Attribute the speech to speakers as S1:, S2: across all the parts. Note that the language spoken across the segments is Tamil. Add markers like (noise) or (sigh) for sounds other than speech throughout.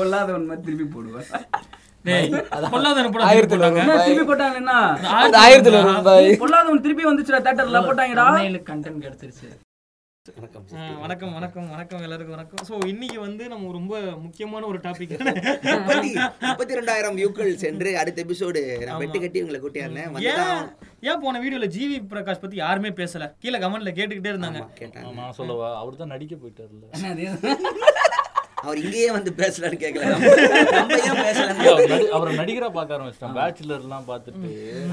S1: பொல்லாதவன் மாதிரி திருப்பி போடுவான்
S2: டேய், பொல்லாதவன படம் திருப்பி
S3: ஆயிரத்தி
S2: போட்டாங்க.
S1: என்ன திருப்பி போட்டாங்கன்னா
S3: அந்த ஆயிரத்தி நூறு ரூபாய்
S1: பொல்லாதவன் திருப்பி வந்துச்சுடா தேட்டர்ல போட்டாங்கடா
S4: தமிழுக்கு கண்டென்ட் கிடைச்சிருச்சு
S2: ஆ, வணக்கம் வணக்கம் வணக்கம் எல்லாருக்கும் வணக்கம் ஸோ இன்னைக்கு வந்து நம்ம ரொம்ப முக்கியமான ஒரு டாபிக்
S5: முப்பத்தி முப்பத்தி ரெண்டாயிரம் வியூக்கள் சென்று அடுத்த எபிசோடு நான்
S2: ஆமா.
S5: வெட்டு கட்டி உங்களை கூட்டியாருந்தேன்
S2: ஏன்
S5: வந்துதான்
S2: ஏன் போன வீடியோல ஜிவி பிரகாஷ் பத்தி யாருமே பேசல கீழே கமெண்ட்ல கேட்டுக்கிட்டே இருந்தாங்க
S5: ஆமா, கேட்டாங்க
S6: நான் சொல்லவா அவர் தான் நடிக்க போயிட்டார்ல
S5: அவர் இங்கேயே வந்து பேசலான்னு
S2: (laughs)
S5: கேட்கல நம்ம ஏன்
S6: இல்ல, அவர்
S5: பேசலான்னு
S6: நடி- அவரை நடிகரா பார்க்க ஆரம்பிச்சிட்டான் பேச்சுலர் எல்லாம் பார்த்துட்டு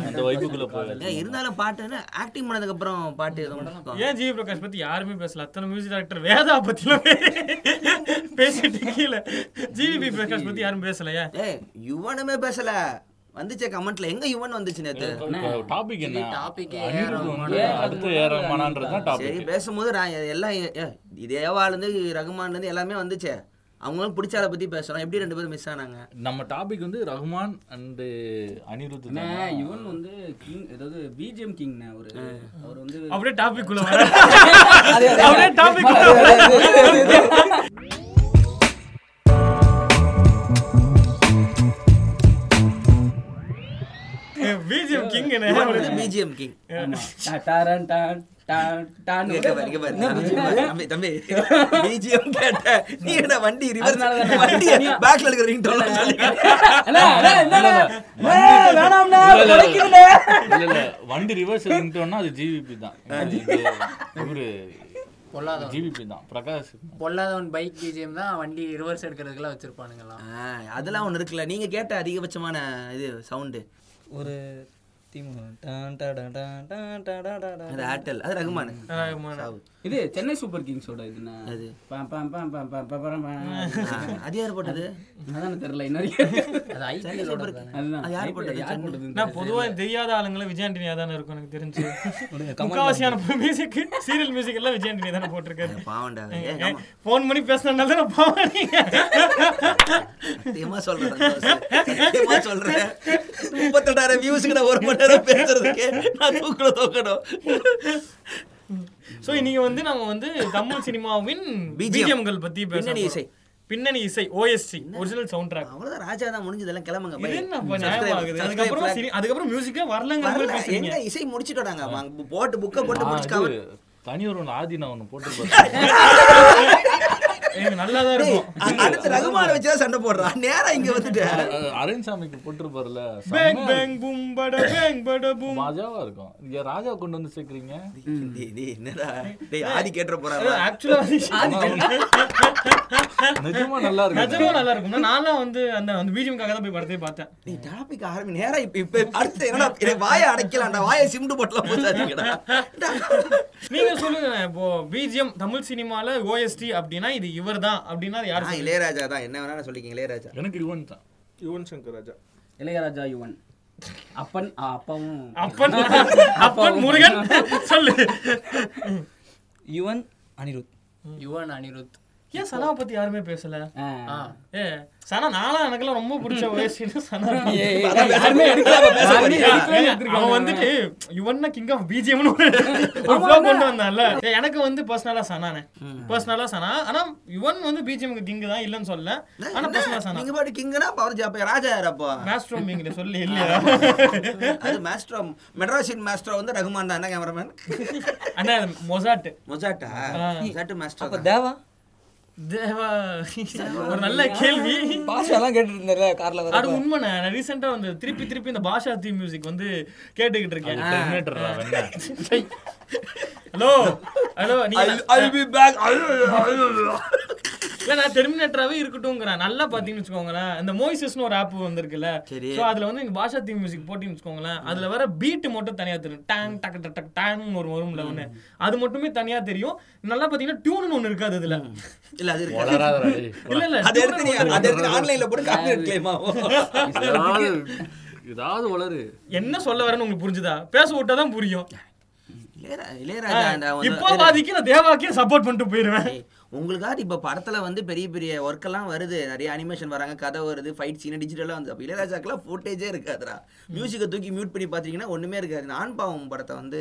S6: அந்த வைப்புக்குள்ள
S5: ஏன்
S6: போய்
S5: இருந்தாலும் பாட்டு ஆக்டிங் பண்ணதுக்கு அப்புறம் பாட்டு எதுவும்
S2: ஏன் ஜிவி பிரகாஷ் பத்தி யாருமே பேசல அத்தனை மியூசிக் டைரக்டர் வேதா பத்திலாம் பேசிட்டு கீழே ஜிவி பிரகாஷ் பத்தி யாரும் பேசலையா
S5: ஏய் யுவனுமே பேசல வந்துச்சே கமெண்ட்ல எங்க யுவன் வந்துச்சு நேத்து
S6: டாபிக் என்ன
S4: topic ஏ
S6: அனிருத் வந்து அடுத்து ஏ ரகுமானான்றதுதான்
S5: சரி
S6: டாபிக்
S5: பேசும்போது நான் எல்லாம் ஏ- ஏ, இது ஏவாலேருந்து ரகுமான்லேருந்து எல்லாமே வந்துச்சே அவங்களும் பிடிச்ச ஆளை பற்றி பேசுகிறோம் எப்படி ரெண்டு பேரும் மிஸ் ஆனாங்க
S6: நம்ம டாபிக் வந்து ரகுமான் அண்ட் அனிருத்
S1: அண்ணா, யுவன் வந்து கிங் ஏதாவது பிஜிஎம் கிங்ண்ணா அவரு அவர் வந்து
S2: அப்படியே டாபிக் குள்ள வர அப்படியே topic BGM king
S5: BGM king
S1: ஆமா. டா- டாரன் டான் டான் டான்
S5: இங்க பாரு, இங்க பாரு. தம்பி, தம்பி, BGM கேட்ட. நீ என்ன வண்டி reverse-
S1: அதனாலதான்
S5: வண்டிய
S1: தனியா-
S5: back ல இருக்கிற ringtone ல சொல்லி.
S1: அண்ணா, அண்ணா, என்னண்ணா? ஏய், வேணாம்ண்ணா,
S6: இல்ல, இல்ல, இல்ல.
S1: குறைக்குதுண்ணா.
S6: இல்ல, இல்ல, வண்டி ரிவர்ஸ் இருந்துட்டோம்னா அது ஜிவிபி தான் இது- இவரு
S4: பொல்லாதவன்
S6: ஜிவிபி தான் பிரகாஷ்
S4: பொல்லாதவன் பைக் பிஜிஎம் தான் வண்டி ரிவர்ஸ் எடுக்கிறதுக்குலாம் வச்சிருப்பானுங்களாம்
S5: ஆ, அதெல்லாம் ஒண்ணு இருக்குல்ல நீங்க கேட்ட அதிகபட்சமான இது சவுண்டு
S3: ஒரு தீமு டான் டா டா டான் டான் டா டா டா டா.
S5: அது ஏர்டெல் அது ரகுமான்
S1: இது சென்னை சூப்பர் கிங்ஸோட இதுண்ணா
S5: அது.
S1: பாம், பாம், பாம், பாம், பாம், பாம், பாம், பாம்.
S5: ஆ, அது யார் போட்டது
S1: அதானே தெரியல இன்ன வரைக்கும்.
S4: அது ஐபிஎலோட தானே
S1: அதுதான்.
S5: அது யார்
S1: ஐபிஎல்
S5: போட்டது?
S1: யார் போட்டது?
S2: நான் பொதுவா தெரியாத ஆளுங்களை விஜயாண்டினியா தானே இருக்கும் எனக்கு தெரிஞ்சு முக்காவாசியான மியூசிக் சீரியல் மியூசிக் எல்லாம் விஜயாண்டினியா தானே போட்டிருக்காரு
S5: பாவண்டா ஏ, ஆமா.
S2: ஃபோன் பண்ணி பேசினால தான் நான் பாவாடி
S5: சத்தியமா சொல்றேன் சத்தியமா சொல்றேன் முப்பத்தெட்டாயிரம் வியூஸ்க்கு நான் ஒரு மணி நேரம் பேசுறதுக்கு நான் தூக்கல தூக்கணும்
S2: ஸோ இன்னைக்கு வந்து நம்ம வந்து தமிழ் சினிமாவின் பிஜிஎம்கள் பத்தி பேச
S5: பின்னணி
S2: போறோம்.
S5: இசை.
S2: பின்னணி இசை ஓஎஸ்டி ஒரிஜினல் சவுண்ட் ட்ராக்
S5: அவ்வளவுதான் ராஜா தான் முடிஞ்சதெல்லாம் கிளம்புங்க
S2: இது
S5: பை.
S2: என்ன அப்ப
S5: Subscribe,
S2: நியாயமாகுது
S5: subscribe,
S2: அதுக்கப்புறம்
S5: like.
S2: சினி- அதுக்கப்புறம் மியூசிக்கே வரலங்கிற மாதிரி
S5: வரல,
S2: பேசுறீங்க
S5: எங்க இசை முடிச்சிட்டோடாங்க அவங்க பு- போட்டு புக்க போட்டு
S6: நான்
S5: முடிச்சுட்டாங்க
S6: இது தனி ஒரு ஆதி நான் ஒன்று போட்டு
S2: ஏங்க, நல்லாதான்
S5: டேய்,
S2: இருக்கும்
S5: அ- அடுத்து ரகுமான வச்சா சண்டை போடுறான் நேரா இங்க வந்துட்டு
S6: அரண்சாமிக்கு போட்டிருப்பாருல
S2: பேங்
S6: செம்ம
S2: பேங் பூம் பட பேங் பட பூம்
S6: மஜாவா இருக்கும் இங்க ராஜா கொண்டு வந்து சேர்க்குறீங்க
S5: டேய், டேய், என்னடா டேய் ஆதி கேட்டுற போறாரு
S2: ஆக்சுவலா
S6: நிஜமா நல்லா இருக்கு
S2: நிஜமா நல்லா இருக்கும் நான்லாம் வந்து அந்த அந்த பிஜிஎம்காக தான் போய் படத்தை பார்த்தேன்
S5: நீ டாபிக் ஆரம்பி நேரா இப்ப இப்ப அடுத்து என்னடா இதை வாயை அடைக்கலாம்டா வாயை சிமெண்ட் போட்டலாம் போச்சாதீங்கடா
S2: நீங்க சொல்லுங்க இப்போ பிஜிஎம் தமிழ் சினிமால ஓஎஸ்டி அப்படின்னா இது இவர்தான் அப்படின்னா அது யாரு
S5: ஆ இளையராஜா தான் என்ன வேணாலும் சொல்லிக்கிங்க இளையராஜா
S6: எனக்கு யுவன் தான்
S7: யுவன் சங்கர் ராஜா
S1: இளையராஜா யுவன் அப்பன் ஆ, அப்பாவும்
S2: அப்பன் அப்பன் முருகன் சொல்லு
S3: யுவன் அனிருத்
S4: யுவன் அனிருத்
S2: ஏன் சனாவை பத்தி யாருமே பேசல
S1: ஆ.
S4: ஆ
S2: ஏ சனா நானா எனக்கெல்லாம் ரொம்ப பிடிச்ச ஓஎஸ்டின்னு சனா
S1: யாருமே எடுக்கல, யாருமே எடுக்கவே
S2: ஏங்க,
S1: இல்லை.
S2: அவன் வந்துட்டு இவன்னா கிங் ஆஃப் பிஜிஎம்னு ஒரு ஒரு flow கொண்டு வந்தான்ல ஏய், எனக்கு வந்து பர்சனலா சனானே பர்சனலா சனா ஆனா இவன் வந்து பிஜிஎம்க்கு கிங் தான் இல்லன்னு சொல்லல ஆனா பர்சனலா சனா
S5: நீங்க பாட்டு கிங்கன்னா பவர் ஜாப்பா ராஜா யாரப்பா
S2: மாஸ்ட்ரோ மீங்கள சொல்லி இல்லையா
S5: அது மாஸ்டர் மெட்ராஸின் மாஸ்டர் வந்து ரகுமான் தான் கேமராமேன்
S2: அண்ணா அது மொசாட்
S5: மொசாட்டா மொசாட்டு
S3: அப்ப
S5: மாஸ்டர்
S3: தேவா
S2: தேவா ஒரு நல்ல கேள்வி
S3: பாஷாலாம் கேட்டுட்டு இருந்தாரு கார்ல
S2: அது
S3: வர
S2: உண்மை நான் ரீசெண்டா வந்து திருப்பி திருப்பி இந்த பாஷா தீம் மியூசிக் வந்து கேட்டுக்கிட்டு இருக்கேன்
S6: டெர்மினேட்டர் வெண்ணா
S2: ஹலோ ஹலோ நீங்க
S5: I'll be back.
S2: இல்ல நான் டெர்மினேட்டராவே இருக்கட்டும்ங்கிறேன் நல்லா பாத்தீங்கன்னு வச்சுக்கோங்களேன் இந்த மோய்சஸ்னு ஒரு ஆப் வந்திருக்குல்ல
S5: சரி.
S2: சோ அதுல வந்து எங்க பாஷா தீம் மியூசிக் போட்டீங்கன்னு வச்சுக்கோங்களேன் அதுல வர பீட் மட்டும் தனியா தெரியும் டேங் டக் டக் டக் டேங் ஒரு வரும்ல ஒண்ணு அது மட்டுமே தனியா தெரியும் நல்லா பாத்தீங்கன்னா டியூன் ஒண்ணு இருக்காது அதுல
S5: இல்ல அது இருக்கு
S6: வளராத
S2: இல்ல இல்ல
S5: அது எடுத்து நீ அது எடுத்து ஆன்லைன்ல போட்டு காப்பீரைட் கிளைம் ஆகும்
S6: ஏதாவது வளரு
S2: என்ன சொல்ல வரேன்னு உங்களுக்கு புரிஞ்சுதா பேச விட்டா தான் புரியும்
S5: இளையரா- இளையராஜா அந்த
S2: இப்போ
S5: வந்து-
S2: பாதிக்கு நான் தேவாக்கே சப்போர்ட் பண்ணிட்டு போயிருவேன்
S5: ஏய், உங்களுக்காக இப்போ படத்தில் வந்து பெரிய பெரிய ஒர்க் எல்லாம் வருது நிறைய அனிமேஷன் வராங்க கதை வருது ஃபைட் சீன் டிஜிட்டலாக வந்து அப்போ இளையராஜாக்கெல்லாம் ஃபுட்டேஜே இருக்காதுடா மியூசிக்கை தூக்கி மியூட் பண்ணி பார்த்தீங்கன்னா ஒன்றுமே இருக்காது நான் பாவம் படத்தை வந்து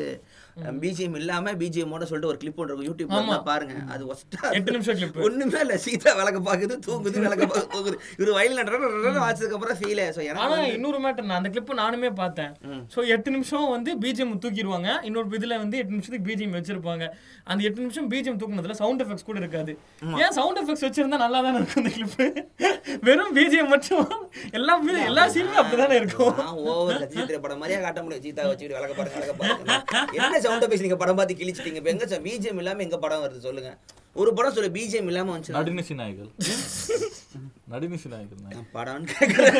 S5: பிஜிஎம் இல்லாமல் பிஜிஎம்மோட சொல்லிட்டு ஒரு கிளிப் ஒன்று இருக்கும் யூடியூப்ல இருந்தா பாருங்க அது ஒஸ்ட்டாக
S2: எட்டு நிமிஷம் clip.
S5: ஒண்ணுமே இல்ல சீதா விளக்க பாக்குது தூங்குது விளக்க பாக்குது தூங்குது இவர் வயல் நடன வாச்சதுக்கு அப்புறம் ஃபீல் ஸோ
S2: ஆனா
S5: எனக்கு
S2: இன்னொரு மேட்டர் நான் அந்த கிளிப் நானுமே பார்த்தேன் சோ எட்டு நிமிஷம் வந்து பிஜிஎம் தூக்கிடுவாங்க இன்னொரு இதுல வந்து எட்டு நிமிஷத்துக்கு பிஜிஎம் வச்சிருப்பாங்க அந்த எட்டு நிமிஷம் பிஜிஎம் தூக்குனதுல சவுண்ட் எஃபெக்ட்ஸ் கூட இருக்காது ஏன் சவுண்ட் எஃபெக்ட்ஸ் வச்சிருந்தா நல்லா தானே இருக்கும் அந்த கிளிப் வெறும் பிஜிஎம் மட்டும் எல்லா video- எல்லா சீனுமே அப்படிதானே இருக்கும்
S5: ஓவர் சீத்திர படம் மாதிரியா காட்ட முடியும் சீதா வச்சுக்கிட்டு விளக்க பாருங்க விளக்க பாருங்க என்ன சவுண்ட பேசி நீங்க படம் பார்த்து கிழிச்சிட்டீங்க இப்ப எங்க பிஜிஎம் இல்லாம எங்க படம் வருது சொல்லுங்க ஒரு படம் சொல்லு பிஜிஎம் இல்லாம வந்துச்சு
S6: நடுநிசி நாய்கள் நடுநிசி நாய்கள் நாய்.
S5: படம்னு கேக்குறேன்.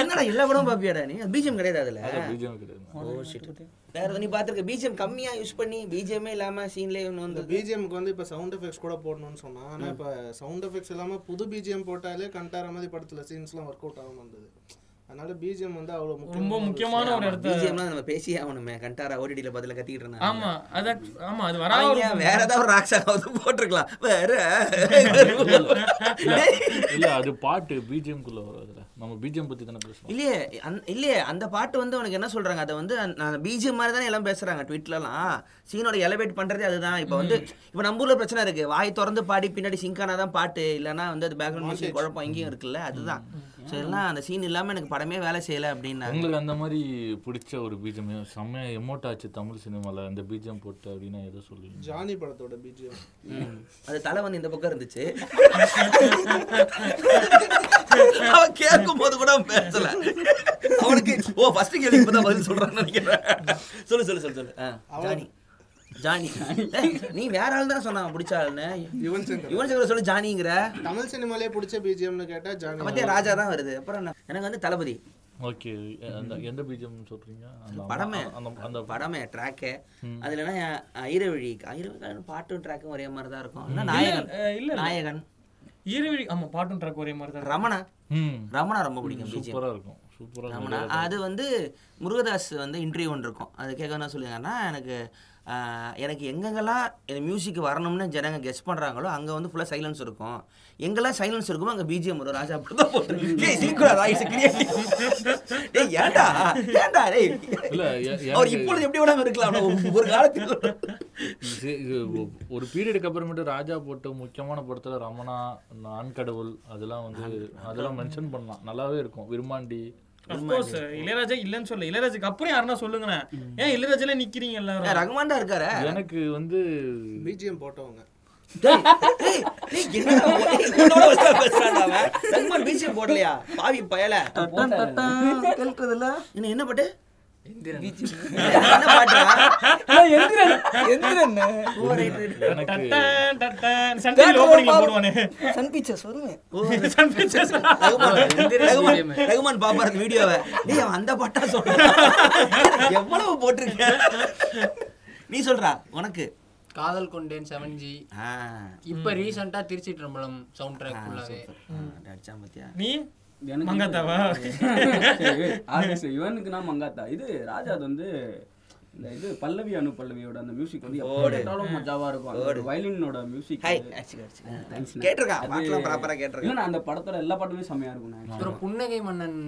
S5: என்னடா எல்லா படமும் பாப்பியாடா நீ பிஜிஎம் கிடையாது அதுல
S6: அது BGM கிடையாது
S5: ஓ shit. வேற எதுவும் நீ பாத்துருக்க பிஜிஎம் கம்மியா யூஸ் பண்ணி பிஜிஎம்மே இல்லாம சீன்லயே ஒன்று
S7: இந்த
S5: வந்து
S7: பிஜிஎம்க்கு வந்து இப்போ சவுண்ட் எஃபெக்ட்ஸ் கூட போடணும்னு சொன்னா ஆனா இப்போ சவுண்ட் எஃபெக்ட்ஸ் இல்லாமல் புது பிஜிஎம் போட்டாலே கண்டார மாதிரி படத்துல சீன்ஸ்லாம் ஒர்க் அவுட் ஆகாம இருந்தது அதனால பிஜிஎம் வந்து அவ்வளோ
S2: ரொம்ப முக்கியமான ஒரு இடத்த
S5: பிஜிஎம்லாம் நம்ம பேசியே ஆகணுமே கண்டாரா ஓடிடியில் பதில கத்திக்கிட்டு இருந்தாங்க
S2: ஆமா அது act- ஆமா அது வரா
S5: அவங்க வேற ஏதாவது ஒரு ராக்ஸாவது போட்டிருக்கலாம் வேற
S6: இல்ல, இல்ல அது பாட்டு பிஜிஎம் குள்ள வராதுல நம்ம பிஜிஎம் பத்தி தானே பேசுவோம்
S5: இல்லையே அந் இல்லையே அந்த பாட்டு வந்து உனக்கு என்ன சொல்றாங்க அதை வந்து பிஜிஎம் மாதிரி தானே எல்லாம் பேசுறாங்க ட்விட்லலாம் சீனோட எலவேட் பண்றதே அதுதான் இப்போ வந்து இப்போ நம்ம ஊர்ல பிரச்சனை இருக்கு வாய் திறந்து பாடி பின்னாடி சிங்கானா தான் பாட்டு இல்லைன்னா வந்து அது பேக்ரவுண்ட் மியூசிக் குழப்பம் இங்கேயும் இருக்குல்ல அதுதான் ஸோ எல்லாம் அந்த சீன் இல்லாம எனக்கு படமே வேலை செய்யல அப்படின்னாங்க
S6: உங்களுக்கு அந்த மாதிரி பிடிச்ச ஒரு பிஜிஎம் செம்மையா எமோட் ஆச்சு தமிழ் சினிமால அந்த பிஜிஎம் போட்டு அப்படின்னா எதை சொல்லுவீங்க
S7: ஜானி படத்தோட பிஜிஎம்
S5: ம். அது தலை வந்து இந்த பக்கம் இருந்துச்சு அவன் கேட்கும் போது கூட அவன் பேசல அவனுக்கு ஓ ஃபர்ஸ்ட் கேள்வி இப்பதான் பதில் சொல்றான்னு நினைக்கிறேன் சொல்லு சொல்லு சொல்லு சொல்லு ஆ, ஜானி ஜானி ஏய், நீ வேற ஆள் தானே சொன்னான் பிடிச்ச ஆள்னு
S7: யுவன் சங்கர்
S5: யுவன் சங்கர் சொல்லு ஜானிங்கிற
S7: தமிழ் சினிமாலே பிடிச்ச பிஜிஎம்னு கேட்டா ஜானி
S5: பத்தியே ராஜா தான் வருது அப்புறம் என்ன எனக்கு வந்து தளபதி
S6: ஓகே அந்த எந்த பிஜிஎம் சொல்றீங்க அந்த-
S5: படமே
S6: அந்த அந்த
S5: படமே ட்ராக்கு அதுலனா ஐரவழி ஐரவழி பாட்டும் ட்ராக்கும் ஒரே மாதிரி தான் இருக்கும் இல்ல, நாயகன்
S2: அஹ் இல்ல
S5: நாயகன்
S2: இருவழி ஆமா பாட்டும் ட்ராக் ஒரே மாதிரி தான் இருக்கும்.
S5: ரமணா
S6: ம்
S5: ரமணா ரொம்ப பிடிக்கும் பிஜிஎம்
S6: சூப்பரா இருக்கும் சூப்பரா
S5: ஆமாண்ணா அது வந்து முருகதாஸ் வந்து இன்டர்வியூ ஒன்று இருக்கும் அது கேட்க என்ன சொல்லுங்கன்னா எனக்கு ஆஹ், எனக்கு எங்கெங்கெல்லாம் எனக்கு மியூசிக் வரணும்னு ஜனங்க கெஸ் பண்ணுறாங்களோ அங்கே வந்து ஃபுல்லாக சைலன்ஸ் இருக்கும் எங்கெல்லாம் சைலன்ஸ் இருக்குமோ அங்கே பிஜிஎம் வரும் ராஜா அப்படி தான் போட்டு ஏண்டா ஏண்டா டேய்
S6: இல்ல எ-
S5: அவர்
S6: எனக்கு-
S5: இப்பொழுது எப்படி வேணாம இருக்கலாம் ஆனா ஒரு காலத்தில்
S6: இது- இது ஒ- ஒரு பீரியடுக்கு அப்புறமேட்டு ராஜா போட்ட முக்கியமான படத்துல ரமணா நான் கடவுள் அதெல்லாம் வந்து அதெல்லாம் மென்ஷன் பண்ணலாம் நல்லாவே இருக்கும் விருமாண்டி
S2: Of course, இளையராஜா இல்லைன்னு சொல்ல இளையராஜாக்கு அப்புறம் யாருன்னா சொல்லுங்களேன் ஏன் இளையராஜால நிக்கிறீங்க எல்லாரும்
S5: ரகுமான் தான் இருக்காரு
S6: எனக்கு வந்து
S7: பிஜிஎம் போட்டவங்க
S5: டேய், டேய், டேய், என்னடா உன்- டேய், உன்னோட ஒருத்தன் பேசுறான்டா அவன். ரகுமான் BGM போடலையா? பாவி பயல. என்ன, என்ன பாட்டு? என்ன பாட்டா?
S3: Enthiran Enthiran
S5: oh, right, right.
S6: எனக்கு
S2: டட்டன், டட்டன், சன் டிவில opening போடுவானே.
S3: சன் பிக்சர்ஸ் வருமே
S2: Sun pictures.
S5: Rahman,
S4: Enthiran
S5: Rahman,
S4: BGM.
S5: Rahman பாப்பாரு அந்த வீடியோவை. டேய், அவன் அந்த பாட்டா சொல்றான். எவ்வளவு போட்டிருக்க? நீ சொல்றா உனக்கு
S4: காதல் கொண்டேன் செவன் ஜி
S5: ஆ,
S4: இப்ப ரீசெண்டா திருச்சி ட்ரம்பலம் சவுண்ட் ட்ராக் ஃபுல்லாவே
S5: சூப்பர். ஆ, அடிச்சா பாத்தியா?
S2: நீ
S1: எனக்கு
S2: மங்காத்தாவா?
S1: சரி, ஆர்எஸ் இவனுக்கு நான் மங்காத்தா இது ராஜாது வந்து இந்த இது பல்லவி அனு பல்லவியோட அந்த மியூசிக் வந்து எப்போ கேட்டாலும் மஜாவா இருக்கும் அந்த வயலினோட மியூசிக்
S5: ஹாய், அடிச்சுக்க, அடிச்சுக்க. கேட்டிருக்கான். பாட்டெல்லாம் proper ஆ கேட்டிருக்கான்.
S1: இல்ல அந்த படத்தோட எல்லா பாட்டுமே செமையா இருக்கும் நான் actually.
S4: அப்புறம் புன்னகை மன்னன்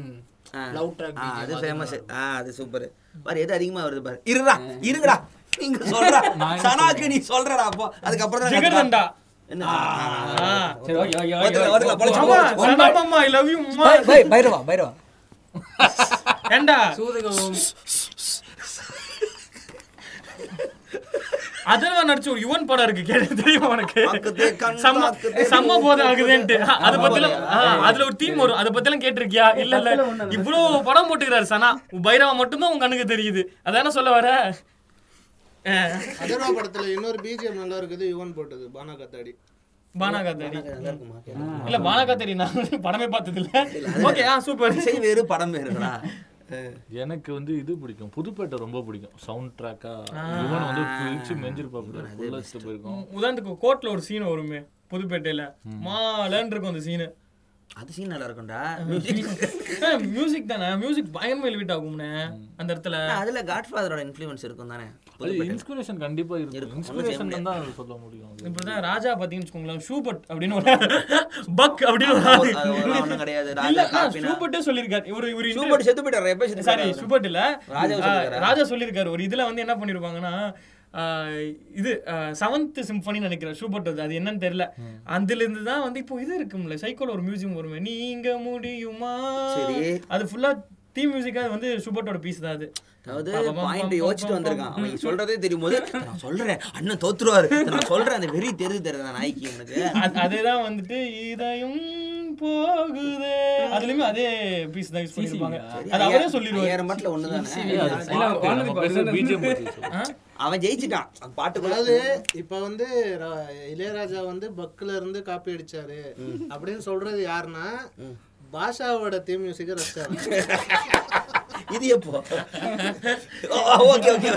S4: லவ் ட்ராக்
S5: ஆ, அது ஃபேமஸ் ஆ அது சூப்பர் பாரு எது அதிகமா வருது பாரு இருடா இருங்கடா நீங்க சொல்றா சனாக்கு நீ சொல்றடா அப்போ அதுக்கப்புறம் தான் கத்துக்கலாம்.
S2: ஜிகர்தண்டா.
S5: என்ன?
S2: ஆ.
S1: சரி ஓகே ஓகே
S5: ஓட்டல, ஓட்டல,
S1: ஓகே
S5: பொழைச்சு
S2: ஆமா,
S5: போச்சு.
S2: சந்தானம்மா, I love you, அம்மா.
S3: பை- பை- பைரவா பைரவா
S2: ஏண்டா,
S4: சூதுகவும்
S2: அதர்வா நடிச்ச ஒரு யுவன் படம் இருக்கு கேட்டு தெரியுமா உனக்கு
S5: ஆக்குதே கண்,
S2: செம்ம-
S5: ஆக்குதே
S2: செம்ம
S5: கண்,
S2: போதை ஆகுதேன்ட்டு
S5: ஆ,
S2: அத பத்திலாம்
S5: ஆமா,
S2: ஆ, அதுல ஒரு தீம் வரும் அத பத்திலாம் கேட்டிருக்கியா இல்ல இல்ல இவ்வளவு படம் போட்டுக்கிறாரு சனா பைரவா மட்டும்தான் உங்க கண்ணுக்கு தெரியுது அதான சொல்ல வர ஆ,
S7: அதர்வா படத்துல இன்னொரு பிஜிஎம் நல்லா இருக்குது யுவன் போட்டது பானா கத்தாடி
S2: பானா காத்தாடி
S5: நல்லா இருக்குமா?
S2: இல்ல பானா காத்தாடி நான் படமே பார்த்தது இல்ல ஓகே ஆ சூப்பர்
S5: இசை வேறு படம் வேறுடா அஹ்,
S6: எனக்கு வந்து இது பிடிக்கும் புதுப்பேட்டை ரொம்ப பிடிக்கும் சவுண்ட் ட்ராக்கா இவன் வந்து பிடிச்சு மெஞ்சிருப்பாப்புல புல்லஸ்ட் போயிருக்கோம்
S2: உதாரணத்துக்கு கோர்ட்ல ஒரு சீன் வருமே புதுப்பேட்டையில மாலன்னு இருக்கும் அந்த சீனு
S5: அது சீன் நல்லா இருக்கும்டா மியூசிக்
S2: மியூசிக் தானே மியூசிக் பயங்கரமா எலிவேட் ஆகும்ண்ணே அந்த இடத்துல
S5: அதுல காட்ஃபாதரோட இன்ஃப்ளூயன்ஸ் இருக்கும் தானே
S6: அது இன்ஸ்பிரேஷன் கண்டிப்பா இருக்கும் இன்ஸ்பிரேஷன் தான் அது சொல்ல முடியும் அது.
S2: இப்பதான் ராஜா பாத்தீங்கன்னு வச்சுக்கோங்களேன் ஷூபட் அப்படின்னு ஒரு பக் அப்படின்னு ஒரு ஆளு.
S5: அது ஒரு ஆளும் கிடையாது. ராஜா
S2: இல்ல, நான்
S5: காப்பினா.
S2: ஷூபர்ட்டே சொல்லியிருக்காரு இவரு இவரு interview-
S5: சூப்பர் செத்து போயிட்டாரு எப்ப செத்து
S2: சாரி
S5: போயிட்டாரு அவரு?
S2: சுபட் இல்ல
S5: ராஜா
S2: ஆ, ராஜா சொல்லியிருக்காரு ஒரு இதுல வந்து என்ன பண்ணிருப்பாங்கன்னா இது செவன்த் சிம்பனி நினைக்கிறேன் ஷூபர்ட் அது. அது என்னன்னு தெரியல அதுல இருந்து தான் வந்து இப்போ இது இருக்கும்ல சைக்கோல ஒரு மியூசியம் வருமே நீங்க முடியுமா
S5: சரி.
S2: அது ஃபுல்லா தீ மியூசிக்கா அது வந்து ஷூபர்ட்டோட பீஸ் தான் அது
S5: அதாவது
S2: பாப்பா, பாப்பா,
S5: பாயிண்ட்
S2: பாப்பா,
S5: யோசிச்சுட்டு
S2: பாப்பா.
S5: வந்திருக்கான் அவன் சொல்றதே தெரியும் போது நான் சொல்றேன் அண்ணன் தோத்துருவாரு நான் சொல்றேன் அந்த வெறி தெரு தெரியுது நாய்க்கு உனக்கு
S2: அது- அதுதான் வந்துட்டு இதையும் போகுதே அதுலயுமே அதே பீஸ் தான் யூஸ் பண்ணிருப்பாங்க அது அவரே சொல்லிடுவாரு
S5: ஐயாயிரம் பாட்டுல ஒண்ணுதானே
S6: அது பாட்டு, நம்ம பேசுறது BGM பத்தி சொல்றோம்.
S5: அவன் ஜெயிச்சிட்டான் அந்த
S7: அதாவது
S5: பாட்டுக்குள்ள
S7: இப்ப வந்து ர- இளையராஜா வந்து பக்ல இருந்து காப்பி அடிச்சாரு அப்படின்னு சொல்றது யாருன்னா பாஷாவோட தீம் மியூசிக்க ரசிச்சாங்க
S5: இது எப்போ ஓகே ஓகே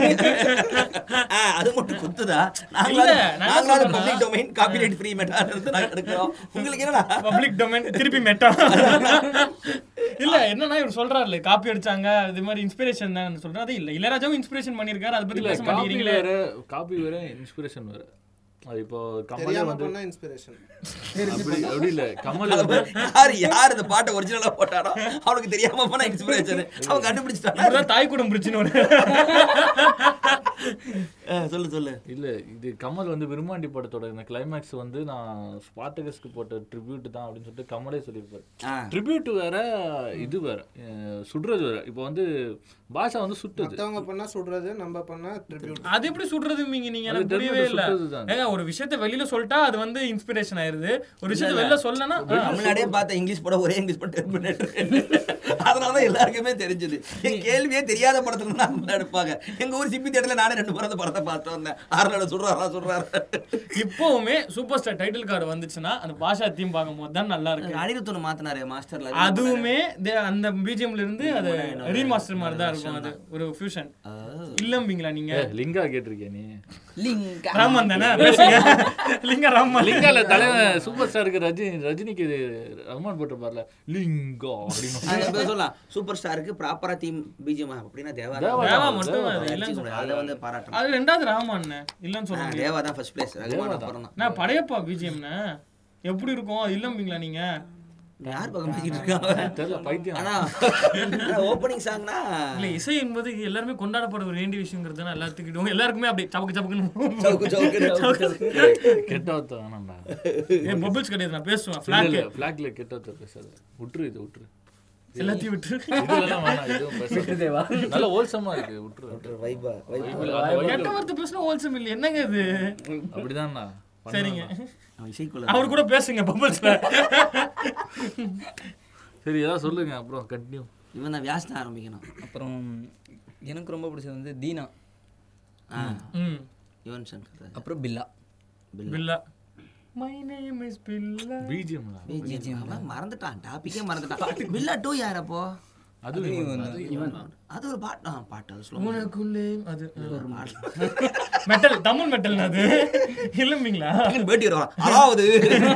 S5: அது மட்டும் குத்துதா நாங்களா
S2: இல்ல, நான் என்ன
S5: நாங்களாவது
S2: சொல்றேன்னா-
S5: பப்ளிக் டொமைன் காப்பிரைட் ஃப்ரீ மெட்டால இருந்து நாங்க எடுக்கிறோம் உங்களுக்கு என்னடா
S2: பப்ளிக் டொமைன் திருப்பி மெட்டா இல்ல என்னன்னா இவர் சொல்றாருல காப்பி அடிச்சாங்க இது மாதிரி இன்ஸ்பிரேஷன் தான் சொல்றேன் அது இல்ல இளையராஜாவும் இன்ஸ்பிரேஷன் பண்ணிருக்காரு அதை பத்தி
S6: இல்ல
S2: பேச
S6: காப்பி
S2: மாட்டேங்கிறீங்களே
S6: வேற காப்பி வேற இன்ஸ்பிரேஷன் வேற அது இப்போ கமலே
S7: தெரியாம
S6: வந்து
S7: பண்ணா இன்ஸ்பிரேஷன்
S6: அப்படி அப்படி இல்ல கமல் வந்து
S5: யார் யார் இந்த பாட்டை ஒரிஜினலா போட்டாரோ அவனுக்கு தெரியாம போனா இன்ஸ்பிரேஷன் அவன் கண்டுபிடிச்சிட்டானா
S2: இப்பதான் தாய் கூடம் பிரச்சனை ஒரு
S5: அஹ் சொல்லு சொல்லு
S6: இல்ல இது கமல் வந்து விரும்மாண்டி படத்தோட இந்த கிளைமேக்ஸ் வந்து நான் ஸ்பாட்டகஸ்க்கு போட்ட ட்ரிபியூட் தான் அப்படின்னு சொல்லிட்டு கமலே சொல்லியிருப்பாரு
S5: ஆ.
S6: ட்ரிபியூட் வேற இது வேற அஹ் சுடுறது வேற இப்போ வந்து பாஷா வந்து சுட்டுது
S7: மத்தவங்க பண்ணா சுடுறது நம்ம பண்ணா (laughs) ட்ரிபியூட்
S2: அது எப்படி சுடுறது நீங்க நீங்க எனக்கு
S6: அது
S2: புரியவே இல்ல
S6: சுடுறதுதான்.
S2: ஏங்க ஒரு விஷயத்த வெளியில சொல்லிட்டா அது வந்து இன்ஸ்பிரேஷன் ஆயிருது ஒரு விஷயத்த வெளியில சொல்லனா
S5: தமிழ்நாடே பார்த்த இங்கிலீஷ் படம் ஒரே இங்கிலீஷ் படம் டெர்மினேட்டர் அதனாலதான் எல்லாருக்குமே தெரிஞ்சது என் கேள்வியே தெரியாத படத்துல தான் அவங்க எடுப்பாங்க எங்க ஊர் சிப்பி தேட்டர்ல நானே ரெண்டு முறை அந்த படத்தை பார்த்து வந்தேன் ஆறு நாள் சொல்றாரா சொல்றாரு
S2: இப்பவுமே சூப்பர் ஸ்டார் டைட்டில் கார்டு வந்துச்சுன்னா அந்த பாஷா தீம் பார்க்கும்போது தான் நல்லா இருக்கு
S5: அனிருத்தன் மாத்தினாரு மாஸ்டர்ல
S2: அதுவுமே தே- அந்த பிஜிஎம்ல இருந்து அது ரீமாஸ்டர் மாதிரி தான் இருக்கும் அது ஒரு ஃபியூஷன் இல்லம்பிங்களா நீங்க
S6: ஏய், லிங்கா கேட்டிருக்கியா நீ
S5: லிங்கா
S2: ராமன் (laughs) தானே பேசுங்க லிங்க ராமன்
S6: லிங்கால தலைவன் சூப்பர் ஸ்டாருக்கு ரஜினி ரஜினிக்கு ரஹ்மான் போட்டிருப்பார்ல லிங்கா அப்படின்னு
S5: அது இப்ப சொல்லலாம் சூப்பர் ஸ்டாருக்கு ப்ராப்பரா தீம் பிஜிஎம் அப்படின்னா தேவா தான்.
S6: தேவா
S2: ராமா மட்டும் அது இல்லைன்னு
S5: அடிச்சுக்க
S2: சொல்ல-
S5: முடியாது. அதை வந்து பாராட்டணும்
S2: அது ரெண்டாவது ராமான் இல்லைன்னு
S5: ஆ,
S2: சொல்ல முடியாது
S5: தேவா தான் ஃபர்ஸ்ட் பிளேஸ் ரகுமான் அப்புறம் தான்
S2: நான் படையப்பா பிஜிஎம்னு எப்படி இருக்கும் அது இல்லம்பிங்களா நீங்க
S5: யார் பக்கம் பேசிட்டு இருக்காங்க
S6: தெரியல பைத்தியம்
S5: ஆனா ஓப்பனிங் சாங்னா
S2: இல்ல இசை என்பது எல்லாருமே கொண்டாடப்பட ஒரு வேண்டிய விஷயங்கிறது தான் எல்லாத்துக்கிட்டும் எல்லாருக்குமே அப்படி சபக்கு
S5: சவுக்கு
S2: சபக்குன்னு
S5: சவுக்கு
S6: கெட்டவத்த வேணாம்டா
S2: ஏன் பபிள்ஸ் கிடையாது நான் பேசுவேன்
S6: இல்ல,
S2: ஃபிளாக்
S6: இல்ல பிளாக்ல கெட்டவத்த பேசாத விட்டுரு இது விட்டுரு
S2: எல்லாத்தையும் விட்டு
S6: இதெல்லாம் வேணாம் இதுவும் பேசாத நல்ல ஓல்சமா இருக்கு விட்டுரு
S5: வைபா
S6: Bible, அந்த Bible
S2: கெட்ட வார்த்தை பேசினா ஹோல்சம் இல்லை என்னங்க இது
S6: அப்படிதான்டா
S2: சரிங்க
S6: பண்ணலாம்.
S5: இசைக்குள்ள
S2: அவர் கூட பேசுங்க பபிள்ஸ்ல
S6: சரி ஏதாவது சொல்லுங்க அப்புறம் கண்டினியூ
S5: இவன் தான் வியாசனை ஆரம்பிக்கணும்
S3: அப்புறம் எனக்கு ரொம்ப பிடிச்சது வந்து தீனா
S5: ஆ
S2: ம்
S5: யுவன் சங்கர் ராஜா.
S3: அப்புறம் Billa
S2: Billa my name is Billa
S6: BGM
S5: அவன் மறந்துட்டான் டாபிக்கே மறந்துட்டான் பில்லா டூ யார் அப்போ
S6: அது
S5: அது ஒரு பாட்டு ஆ, பாட்டு அது slow.
S2: உனக்குள்ளே அது மெட்டல் தமிழ் மெட்டல் அது இல்லம்பிங்களா
S5: டக்குன்னு பேட்டி வருவான். அதாவது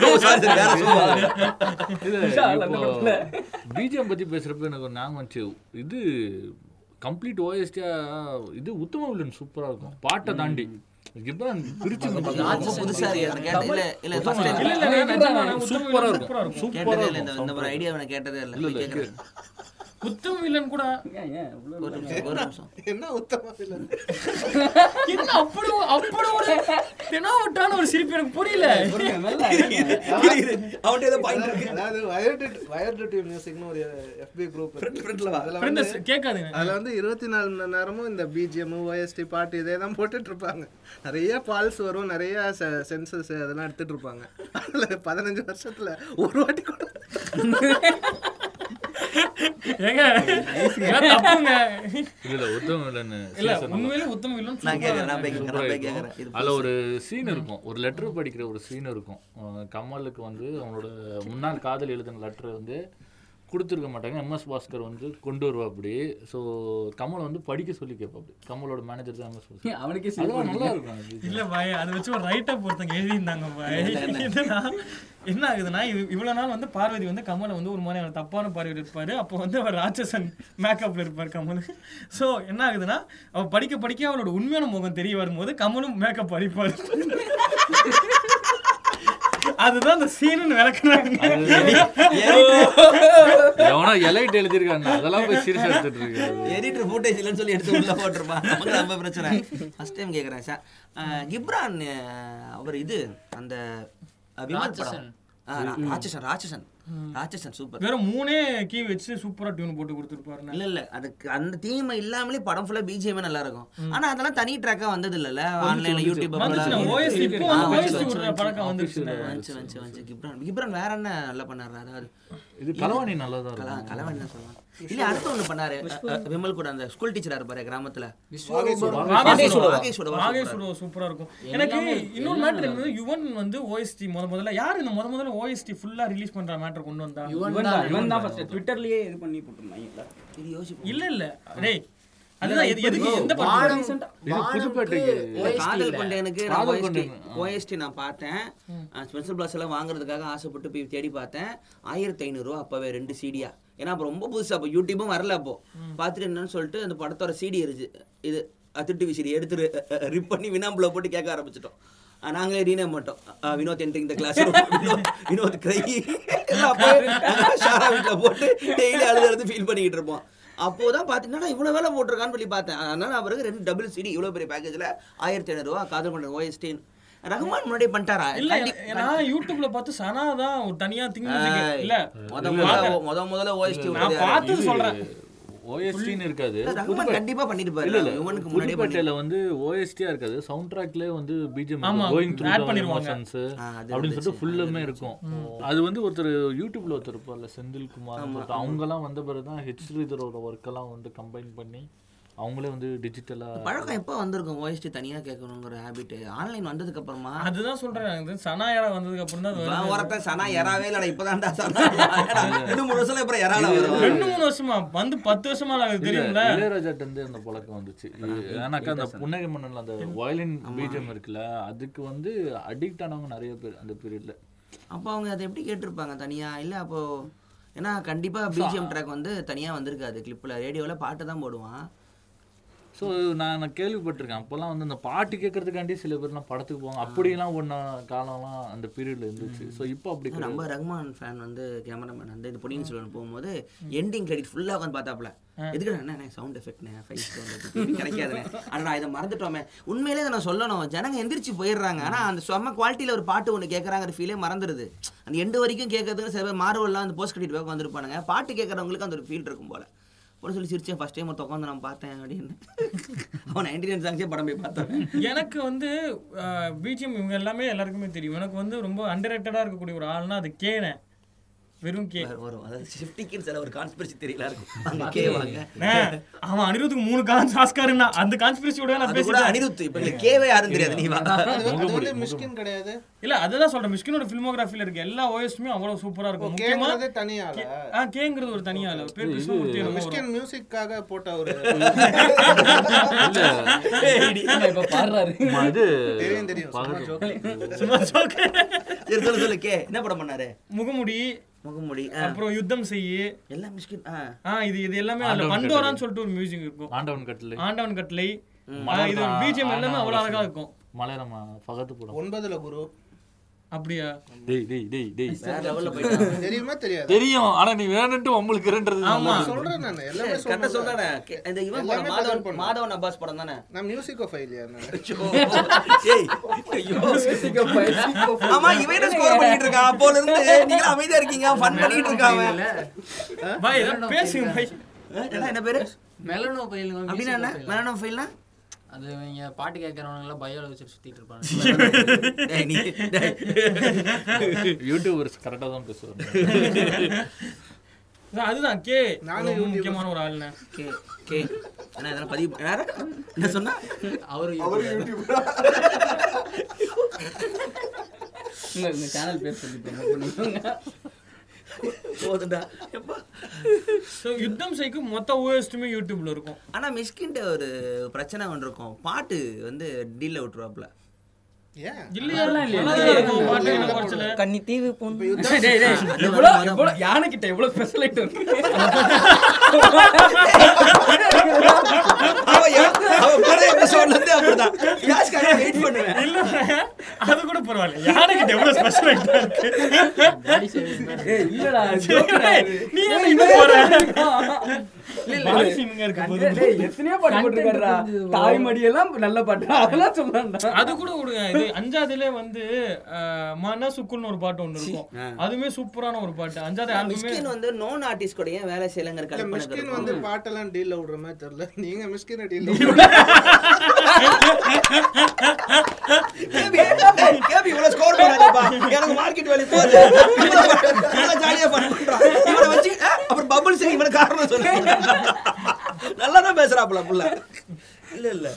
S5: No, sorry, sir, வேற சொல்லுவாங்க.
S6: பிஜிஎம் பத்தி பேசுறப்ப எனக்கு ஒரு ஞாபகம் வந்துச்சு இது கம்ப்ளீட் ஓஎஸ்டியா இது உத்தம வில்லன் சூப்பரா இருக்கும் பாட்டை தாண்டி கிப்ரான் பிரிச்சு
S5: ரொம்ப புதுசா இருக்கு. எனக்கு கேட்ட- இல்ல, இல்ல, first time.
S2: இல்ல இல்ல நிஜமான
S6: சூப்பரா இருக்கும்
S5: கேட்டதே
S6: சூப்பரா
S5: இல்ல, இந்த- இந்த
S6: இருக்கும்
S5: ஒரு idea எனக்கு கேட்டதே இல்ல.
S6: இல்ல, இல்ல,
S5: கேக்குறேன்.
S2: உத்தம் வில்லன் கூட
S1: ஏன் ஏன் இவ்வளவு
S5: ஒரு நிமிஷம், ஒரு நிமிஷம்.
S7: என்ன உத்தமா இல்ல
S2: என்ன அப்படி ஒரு- அப்படி ஒரு தெனாவட்டான ஒரு சிரிப்பு எனக்கு புரியல
S5: (laughs) இரு, இரு. அவன்கிட்ட ஏதோ point இருக்கு.
S7: அதாவது வயர்டு வயர்டு டியூன் மியூசிக்னு ஒரு எஃபி குரூப்
S5: friendல வா.
S7: அதுல
S2: Friends,
S7: வந்து
S2: கேட்காதுங்க
S7: அதுல வந்து இருபத்தி நாலு மணி நேரமும் இந்த பிஜிஎம் ஓஎஸ்டி பாட்டு இதே தான் போட்டுட்டு இருப்பாங்க நிறைய பால்ஸ் வரும் நிறைய சென்சஸ் அதெல்லாம் எடுத்துட்டு இருப்பாங்க அதுல பதினஞ்சு வருஷத்துல ஒரு வாட்டி கூட
S2: ஏங்க இதெல்லாம் தப்புங்க
S6: இல்ல உத்தம வில்லன்
S2: இல்ல உண்மையிலே உத்தம் வில்லன்
S5: நான்
S2: சூப்பரா
S5: கேக்குறேன், நான் போய் கேக்குறேன், நான் போய் கேக்குறேன். இது
S6: அதுல ஒரு சீன் இருக்கும் ஒரு லெட்டர் படிக்கிற ஒரு சீன் இருக்கும் அஹ் கமலுக்கு வந்து அவனோட முன்னாள் காதல் எழுதின லெட்டர் வந்து கொடுத்துருக்க மாட்டாங்க எம்எஸ் பாஸ்கர் வந்து கொண்டு வருவாப்படி ஸோ கமல் வந்து படிக்க சொல்லி கேட்பாப்படி கமலோட மேனேஜர் தான் எம்எஸ் பாஸ்கர்
S1: அவனுக்கே
S6: அதெல்லாம்
S1: சிரிப்பு
S6: நல்லா இருக்கும் அது.
S2: இல்ல பாய் அதை வச்சு ஒரு ரைட்டப் ஒருத்தங்க எழுதியிருந்தாங்க பாய் என்னன்னா என்ன ஆகுதுன்னா இது இவ்வளவு நாள் வந்து பார்வதி வந்து கமலை வந்து ஒரு மாதிரியான தப்பான பார்வையில் இருப்பாரு அப்போ வந்து அவர் ராட்சசன் மேக்கப்ல இருப்பார் கமல் சோ என்ன ஆகுதுன்னா அவ படிக்க படிக்க அவளோட உண்மையான முகம் தெரிய வரும்போது கமலும் மேக்கப் அடிப்பாரு அதுதான் அந்த சீனுன்னு விளக்குறாங்க
S6: எவனோ எலைட் எழுதியிருக்காங்க அதெல்லாம் போய் சீரியஸ் எடுத்துட்டு இருக்கு
S5: எடிட்டர் ஃபுட்டேஜ் இல்லைன்னு சொல்லி எடுத்து உள்ள போட்டிருப்பான் நமக்கு ரொம்ப பிரச்சனை ஃபர்ஸ்ட் டைம் கேட்குறேன் சார் கிப்ரான் அஹ், அவர் இது அந்த அஹ், விமல் படம் ஆ, ரா- ராட்சசன் ராட்சசன் ராட்சசன் சூப்பர்
S2: வெறும் மூணே கீ வச்சு சூப்பரா டியூன் போட்டு கொடுத்துருப்பாருண்ணா
S5: இல்ல இல்ல அதுக்கு அந்த தீமை இல்லாமலே படம் ஃபுல்லா பிஜிஎம் நல்லா இருக்கும் ஆனா அதெல்லாம் தனி ட்ராக்கா வந்தது இல்லல ஆன்லைன்ல யூடியூப்
S2: வந்துச்சுண்ணா
S5: வந்துச்சு
S2: ஓஎஸ் இப்போ
S5: ஆ,
S2: வந்து
S5: வந்துச்சு,
S2: OST விடுற பழக்கம் வந்துருச்சுண்ணா
S5: வந்துச்சு வந்துச்சு கிப்ரான் கிப்ரான் வேற என்ன நல்லா பண்ணாரு அதாவது
S6: இது கலவாணி நல்லா தான்
S5: கலா
S6: இருக்கும்
S5: கலவாணி தான் சொல்லலாம் இல்ல அடுத்து ஒண்ணு பண்ணாரு அஹ், அஹ், விமல் கூட அந்த ஸ்கூல் டீச்சரா இருப்பாரு கிராமத்துல
S2: வாகேஸ்வரா.
S5: வாகேஸ்வரா.
S2: வாகேஸ்வரா சூப்பரா இருக்கும் எனக்கு இன்னொரு மேட்டர் இருந்தது யுவன் வந்து ஓஎஸ்டி முத முதல்ல யார் இந்த முத முதல்ல ஓஎஸ்டி ஃபுல்லா ரிலீஸ் பண்ற மேட்டர் கொண்டு வந்தா
S1: இவன் தான் இவன் தான் ஃபர்ஸ்ட் ட்விட்டர்லயே இது பண்ணி போட்டுருந்தாங்க
S5: இது யோசிப்போம்
S2: இல்ல இல்ல டேய் அதுதான் எது- எதுக்கு எந்த படம்
S4: வானம்
S6: புதுப்பேட்டைக்கு
S5: இல்ல,
S4: OST
S5: காதல்
S4: இல்ல.
S5: கொண்டேனுக்கு
S6: காதல்
S5: ஓஎஸ்டி நான் பார்த்தேன் ஸ்பெஷல் பிளாஸ் எல்லாம் வாங்குறதுக்காக ஆசைப்பட்டு போய் தேடி பார்த்தேன் ஆயிரத்தி ஐநூறுரூவா அப்பவே ரெண்டு சீடியா ஏன்னா அப்போ ரொம்ப புதுசா அப்போ யூடியூபும் வரல அப்போ பார்த்துட்டு என்னன்னு சொல்லிட்டு அந்த படத்தோட சீடி இருச்சு இது அத்திட்டு விசிறி எடுத்து ரிப் பண்ணி வினாம்புல போட்டு கேட்க ஆரம்பிச்சிட்டோம் அஹ், நாங்களே ரீனேம் மாட்டோம் Vinod entering the class (laughs) Vinod cry எல்லாம் அப்பவே (laughs) ஷாரா வீட்ல போட்டு டெய்லி அழுது ஃபீல் பண்ணிக்கிட்டு இருப்போம் அப்போதான் பார்த்தீங்கன்னா இவ்வளோ வேலை போட்டிருக்கான்னு சொல்லி பார்த்தேன் அதனால அவருக்கு ரெண்டு டபுள் சிடி இவ்வளோ பெரிய பேக்கேஜில் ஆயிரத்தி ஐநூறுரூவா காதல் பண்ணுற ஓஎஸ்டின் ரகுமான் முன்னாடி பண்ணிட்டாரா
S2: இல்ல எ- நான் யூடியூப்ல பார்த்து சனா தான் ஒரு தனியா திங்க் இல்ல
S5: முத முதல்ல முத முதல்ல ஓஎஸ்டி
S2: நான் பார்த்தது சொல்றேன்
S6: ஓஎஸ்டின்னு இருக்காது
S5: ரகுமான் கண்டிப்பா பண்ணிருப்பாரு
S6: இல்ல இல்ல
S5: இவனுக்கு முன்னாடியே பண்ணி
S6: புதுப்பேட்டையில வந்து ஓஎஸ்டியா இருக்காது சவுண்ட் ட்ராக்லயே வந்து பிஜிஎம்
S2: ஆமா,
S6: கோயிங் த்ரூ
S2: add பண்ணிருவாங்க.
S6: எமோஷன்ஸ் அப்படின்னு சொல்லிட்டு ஃபுல்லுமே இருக்கும் அது வந்து ஒருத்தர் யூடியூப்ல ஒருத்தர் இருப்பார்ல செந்தில் குமார் அவங்க எல்லாம் வந்த பிறகு தான் ஹெச் ஸ்ரீதரோட ஒர்க் எல்லாம் வந்து கம்பைன் பண்ணி அவங்களே வந்து டிஜிட்டலா
S5: பழக்கம் எப்போ வந்திருக்கும் ஓஎஸ்டி தனியாக கேட்கணுங்கிற ஹேபிட் ஆன்லைன் வந்ததுக்கு அப்புறமா
S2: அதுதான் சொல்றேன் இது சனா யாரா வந்ததுக்கு அப்புறம் தான் அது வருது.
S5: நான் ஒருத்தன் சனா எறாவே இல்லடா இப்போதான்டா
S6: (laughs)
S5: சனா ரெண்டு மூணு வருஷம் அப்புறம் எறால வரும்
S2: ரெண்டு மூணு வருஷமா வந்து பத்து வருஷமா எனக்கு தெரியும்ல
S6: இளையராஜாட்ட இருந்து அந்த பழக்கம் வந்துச்சு ஏன்னாக்கா அந்த புன்னகை மன்னன் அந்த வயலின் பீஜம் இருக்குல்ல அதுக்கு வந்து அடிக்ட் ஆனவங்க நிறைய பேர் அந்த பீரியட்ல
S5: அப்போ அவங்க அதை எப்படி கேட்டிருப்பாங்க தனியா இல்ல அப்போ ஏன்னா கண்டிப்பா பிஜிஎம் ட்ராக் வந்து தனியா வந்திருக்காது கிளிப்ல ரேடியோல பாட்டு தான் போடுவான்
S6: ஸோ நான் நான் கேள்விப்பட்டிருக்கேன் அப்போல்லாம் வந்து அந்த பாட்டு கேட்கறதுக்காண்டி சில பேர்லாம் படத்துக்கு போவாங்க அப்படிலாம் ஒன்ன காலம்லாம் அந்த பீரியட்ல இருந்துச்சு ஸோ இப்போ அப்படி கிடையாது.
S5: நம்ம ரகுமான் ஃபேன் வந்து கேமராமேன் வந்து இந்த பொன்னியின் செல்வன் போகும்போது எண்டிங் கிரெடிட் ஃபுல்லாக உட்காந்து பார்த்தாப்புல எதுக்கு என்ன சவுண்ட் எஃபெக்ட்னே ஃபைவ் கிடைக்காதுண்ணே ஆனால் இதை மறந்துட்டோமே உண்மையிலே இதை நான் சொல்லணும் ஜனங்க எந்திரிச்சு போயிடுறாங்க ஆனால் அந்த செம்ம குவாலிட்டியில் ஒரு பாட்டு ஒன்று கேட்குறாங்கிற ஃபீலே மறந்துடுது அந்த எண்டு வரைக்கும் கேட்கறதுக்கு சில பேர் மார்வெல்லாம் அந்த போஸ்ட் கிரெடிட் பேக் வந்திருப்பானுங்க பாட்டு கேட்குறவங்களுக்கு அந்த ஒரு ஃபீல் இருக்கும் போல அப்படின்னு சொல்லி சிரிச்சேன் ஃபர்ஸ்ட் டைம் ஒருத்த உட்காந்து நான் பார்த்தேன் அப்படின்னு அவன் நைன்டி நைன் சாங்ஸே படம் போய் பார்த்தேன்
S2: (laughs) எனக்கு வந்து பிஜிஎம் இவங்க எல்லாமே எல்லாருக்குமே தெரியும் எனக்கு வந்து ரொம்ப அண்டர்ரேட்டடாக இருக்கக்கூடிய ஒரு ஆள்னா அது கேனே வெறும் கே
S5: வரும் அதாவது ஷிஃப்டிக்கு சில ஒரு கான்ஸ்பிரசி தெரியல இருக்கும் அங்கே கேவாங்க
S2: அண்ணே, அவன் அனிருத்துக்கு மூணு கான்ஸ் ஆஸ்காருன்னா அந்த கான்ஸ்பிரசியோட நான்
S5: அது கூட
S2: பேசிட்டேன்
S5: அனிருத் இப்ப எங்களுக்கு கேவே யாரும் தெரியாது நீ வா
S7: அது வந்து- அது வந்து மிஷ்கின் கிடையாது
S2: இல்ல அதான் சொல்றேன் மிஷ்கினோட ஃபிலிமோகிராஃபில இருக்க எல்லா ஓஎஸ்டுமே அவ்வளவு சூப்பரா இருக்கும் முக்கியமா
S7: கேட்கறதே தனியால
S2: கே- ஆ, கேங்கிறது ஒரு தனியா இல்ல பேர் கிருஷ்ணமூர்த்தி என்னமோ வரும்.
S7: மிஷ்கின் மியூசிக்காக போட்ட ஒரு
S4: இப்ப பாடுறாரு
S6: ஆமா, இது
S7: தெரியும் தெரியும் சும்மா
S6: பகல்.
S7: joke.
S2: சும்மா joke.
S5: சரி சொல்லு சொல்லு கே என்ன படம் பண்ணாரு
S2: முகமுடி
S5: முகமுடி ஆ.
S2: அப்புறம் யுத்தம் செய்யு
S5: எல்லாம் மிஷ்கின் ஆ
S2: ஆ இது இது எல்லாமே அதுல
S6: ஆண்டவன்
S2: பண்டோரான்னு சொல்லிட்டு ஒரு மியூசிக் இருக்கும்
S6: ஆண்டவன் கட்டில்
S2: ஆண்டவன் கட்டளை ஆ,
S6: மலர்
S2: இது
S6: தான்
S2: பிஜிஎம் எல்லாமே
S6: ஆண்டவன்
S2: அவ்வளவு அழகா இருக்கும்
S6: மலையாளம் பகத்து படம்
S7: ஒன்பதுல குரு
S2: அப்படியா
S6: டேய் டேய் டேய் டேய்
S5: வேற லெவல்ல போயிட்டான்
S7: தெரியுமா தெரியாது
S6: தெரியும் ஆனா நீ வேணும்ட்டு உங்களுக்கு (laughs)
S2: ஆமா.
S6: இரண்டது
S7: சொல்றேன் நான் எல்லாமே
S5: கரெக்டா
S7: சொல்றேன்
S5: சொல்றானே கே- இந்த இவன் படம்
S7: எல்லாமே cover
S5: மாதவன்
S7: பண்ணுவான்.
S5: மாதவன் அப்பாஸ் படம் தானே
S7: நான் மியூசிக்கோ ஃபைலியர் நான்
S5: ஏய், ஐயோ. ஆமா இவன் என்ன ஸ்கோர் பண்ணிட்டு இருக்கான் அப்போல இருந்து நீங்க அமைதியா இருக்கீங்க ஃபன் பண்ணிட்டு இருக்காங்க
S2: பாய் ஏதாவது பேசுங்க பாய்
S5: என்ன பேரு
S4: மெலனோ பயில்
S5: அப்படின்னா என்ன மரணம் ஃபைல்னா
S4: அது இவங்க பாட்டு கேட்கறவங்க எல்லாம் பயோல வச்சு சுத்திட்டு இருப்பாங்க
S5: ஏய் நீ டேய்.
S6: யூடியூபர்ஸ் கரெக்டாக தான்
S2: (laughs)
S6: பேசுவாங்க
S2: அதுதான் கே
S7: நானும்
S2: ரொம்ப முக்கியமான ஒரு ஆளுண்ணே
S5: கே கே என்ன இதெல்லாம் பதிவு யாரு என்ன சொன்னா
S4: அவரு YouTuber.
S1: இந்த சேனல் பேர் சொல்லி
S5: போதுண்டா எப்பா.
S2: ஸோ யுத்தம் செய்க்கு மொத்த ஓஎஸ்ட்டுமே யூடியூப்ல இருக்கும்
S5: ஆனா மிஷ்கின்ட்ட ஒரு பிரச்சனை ஒன்று இருக்கும் பாட்டு வந்து டீல்ல விட்டுருவாப்ல
S7: ஏன்
S2: இல்லையா நல்லாதான் இருக்கும் பாட்டு என்ன குறைச்சல
S3: கன்னி தீவு போன்
S1: எவ்வளோ எவ்வளோ யானைக்கிட்ட எவ்வளோ ஸ்பெஷலைட் இருக்கு
S5: அவ எனக்கு- அவ பழைய episodeல இருந்தே அப்படிதான். யாஸ்காக wait பண்ணுவேன்.
S2: இல்ல அது கூட பரவாயில்ல யானைக்கிட்ட எவ்வளவு ஸ்பெஷல் இருக்கு
S1: ஏய், இல்லடா
S2: நீ என்ன இது போற
S1: தாய்மடியெல்லாம் நல்ல பாட்டு அதெல்லாம் சொல்லலாம்டா
S2: அது கூட ஒரு இது அஞ்சாவதுல வந்து அஹ், மன சுக்குன்னு ஒரு பாட்டு ஒண்ணு இருக்கும் அதுவுமே சூப்பரான ஒரு பாட்டு அஞ்சாவது ஆல்பமே
S5: மிஷ்கின் வந்து known artist கூட ஏன் வேலை செய்யலைங்கிற
S7: இல்ல,
S5: கற்பனை
S7: மிஷ்கின்
S5: இருக்கும்.
S7: வந்து பாட்டெல்லாம் டீல்ல விடுற மாதிரி தெரியல நீங்க மிஷ்கின் டீல்ல
S5: கேபி, ஏய், கேபி, இவ்வளவு score பண்ணாதப்பா. எனக்கு market value போகுது. இவ்வளவு பண்- இவ்வளவு jolly ஆ fun பண்றான். இவனை வச்சு, ஆ, அப்புறம் bubbles க்கு இவனை காரணம் சொல்லு. நல்லாதான் பேசுறாப்புல புள்ள. இல்ல, இல்ல.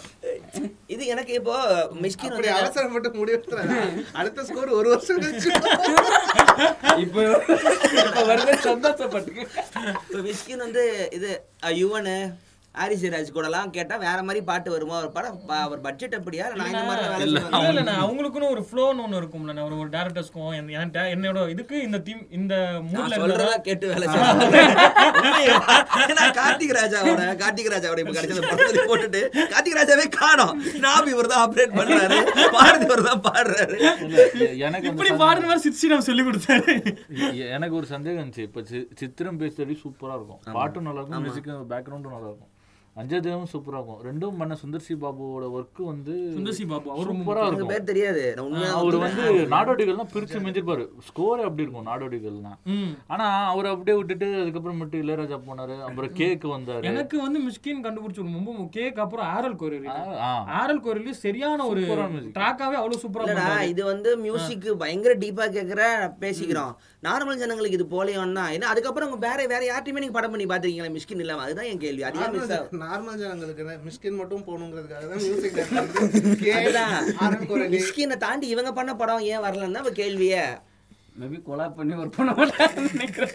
S5: இது எனக்கு இப்போ மிஷ்கின்
S7: அப்படி
S5: வந்து
S7: அவசரப்பட்டு முடிவுறாங்க அடுத்த ஸ்கோர் ஒரு வருஷம் கழிச்சு
S1: இப்போ இப்போ வருது சந்தோஷப்பட்டு
S5: இப்போ மிஷ்கின் வந்து இது அஹ், யுவனு ஹாரிஸ் ராஜ் கூடலாம் கேட்டா வேற மாதிரி பாட்டு வருமா ஒரு படம் ப- அவர் பட்ஜெட் அப்படியா இல்ல நான் இந்த மாதிரி தான் வேலை
S2: இல்ல
S5: செய்வேன்.
S2: இல்லண்ணா, அவங்களுக்குன்னு ஒரு ஃப்ளோன்னு ஒன்று இருக்கும்ல ஒரு டேரக்டர்ஸ்க்கும் என்கிட்ட என்னோட இதுக்கு இந்த தீம் இந்த
S5: நான்
S2: மூட்ல
S5: சொல்றதா
S2: இருக்கிறதா
S5: கேட்டு வேலை செய்யணும் கார்த்திக் ராஜாவோட கார்த்திக் ராஜாவோட இப்ப கிடைச்சது படத்துல போட்டுட்டு கார்த்திக் ராஜாவே காணோம் நாபி இவர் தான் ஆப்ரேட் பண்றாரு பாரதி இவர் தான் பாடுறாரு
S6: எனக்கு அந்த
S2: இப்படி
S6: சந்தேகம்-
S2: பாடுற மாதிரி சிச்சி நம்ம சொல்லி கொடுத்தாரு
S6: எ- எனக்கு ஒரு சந்தேகம் இருந்துச்சு இப்போ சி- சித்திரம் பேசுறது சூப்பரா இருக்கும் பாட்டும் நல்லா இருக்கும் மியூசிக்கும் பேக்ரவுண்டும் நல்லா இருக்கும் அஞ்சதேவும் சூப்பரா இருக்கும் ரெண்டும் பண்ண சுந்தர் சி பாபுவோட ஒர்க் வந்து
S2: சுந்தர்சி பாபு, அவரு
S6: சூப்பரா
S5: எனக்கு
S6: இருக்கும்
S5: பேர் தெரியாது நான் உண்மையா
S6: அவர் வந்து நாடோடிகள்லாம் பிரிச்சு மிஞ்சிருப்பாரு ஸ்கோர் அப்படி இருக்கும் நாடோடிகள்லாம்
S2: ம்.
S6: ஆனா அவர் அப்படியே விட்டுட்டு அதுக்கப்புறம் மட்டும் இளையராஜா போனாரு அப்புறம் கேக் வந்தாரு
S2: எனக்கு வந்து மிஷ்கின் கண்டுபிடிச்ச ஒரு ரொம்ப கேக் அப்புறம் ஆரல் கோரி
S6: ஆ,
S2: ஆரல் கோரிலி சரியான ஒரு
S6: Super ஆ music.
S2: ட்ராக்காவே அவ்வளவு சூப்பரா
S5: இல்லடா
S2: பண்றாரு
S5: இது வந்து மியூசிக் பயங்கர டீப்பா கேக்குற பேசிக்கிறோம் நார்மல் ஜனங்களுக்கு இது போலயோன்னா தான் ஏன்னா அதுக்கப்புறம் உங்க வேற வேற யார்ட்டையுமே நீங்க படம் பண்ணி பாத்துருக்கீங்களா மிஷ்கின் இல்லாம அதுதான் என் கேள்வி அது ஏன் மிஸ் ஆகும்
S7: நார்மல் ஜனங்களுக்கு மிஷ்கின் மட்டும் போகணுங்கிறதுக்காக தான் மியூசிக்
S5: அதுதான்.
S7: ஆரல் குரலி
S5: மிஷ்கினை தாண்டி இவங்க பண்ண படம் ஏன் வரலன்னு தான் இப்ப கேள்வியே
S1: மேபி கொலாப் பண்ணி ஒர்க் பண்ண மாட்டாருன்னு நினைக்கிறேன்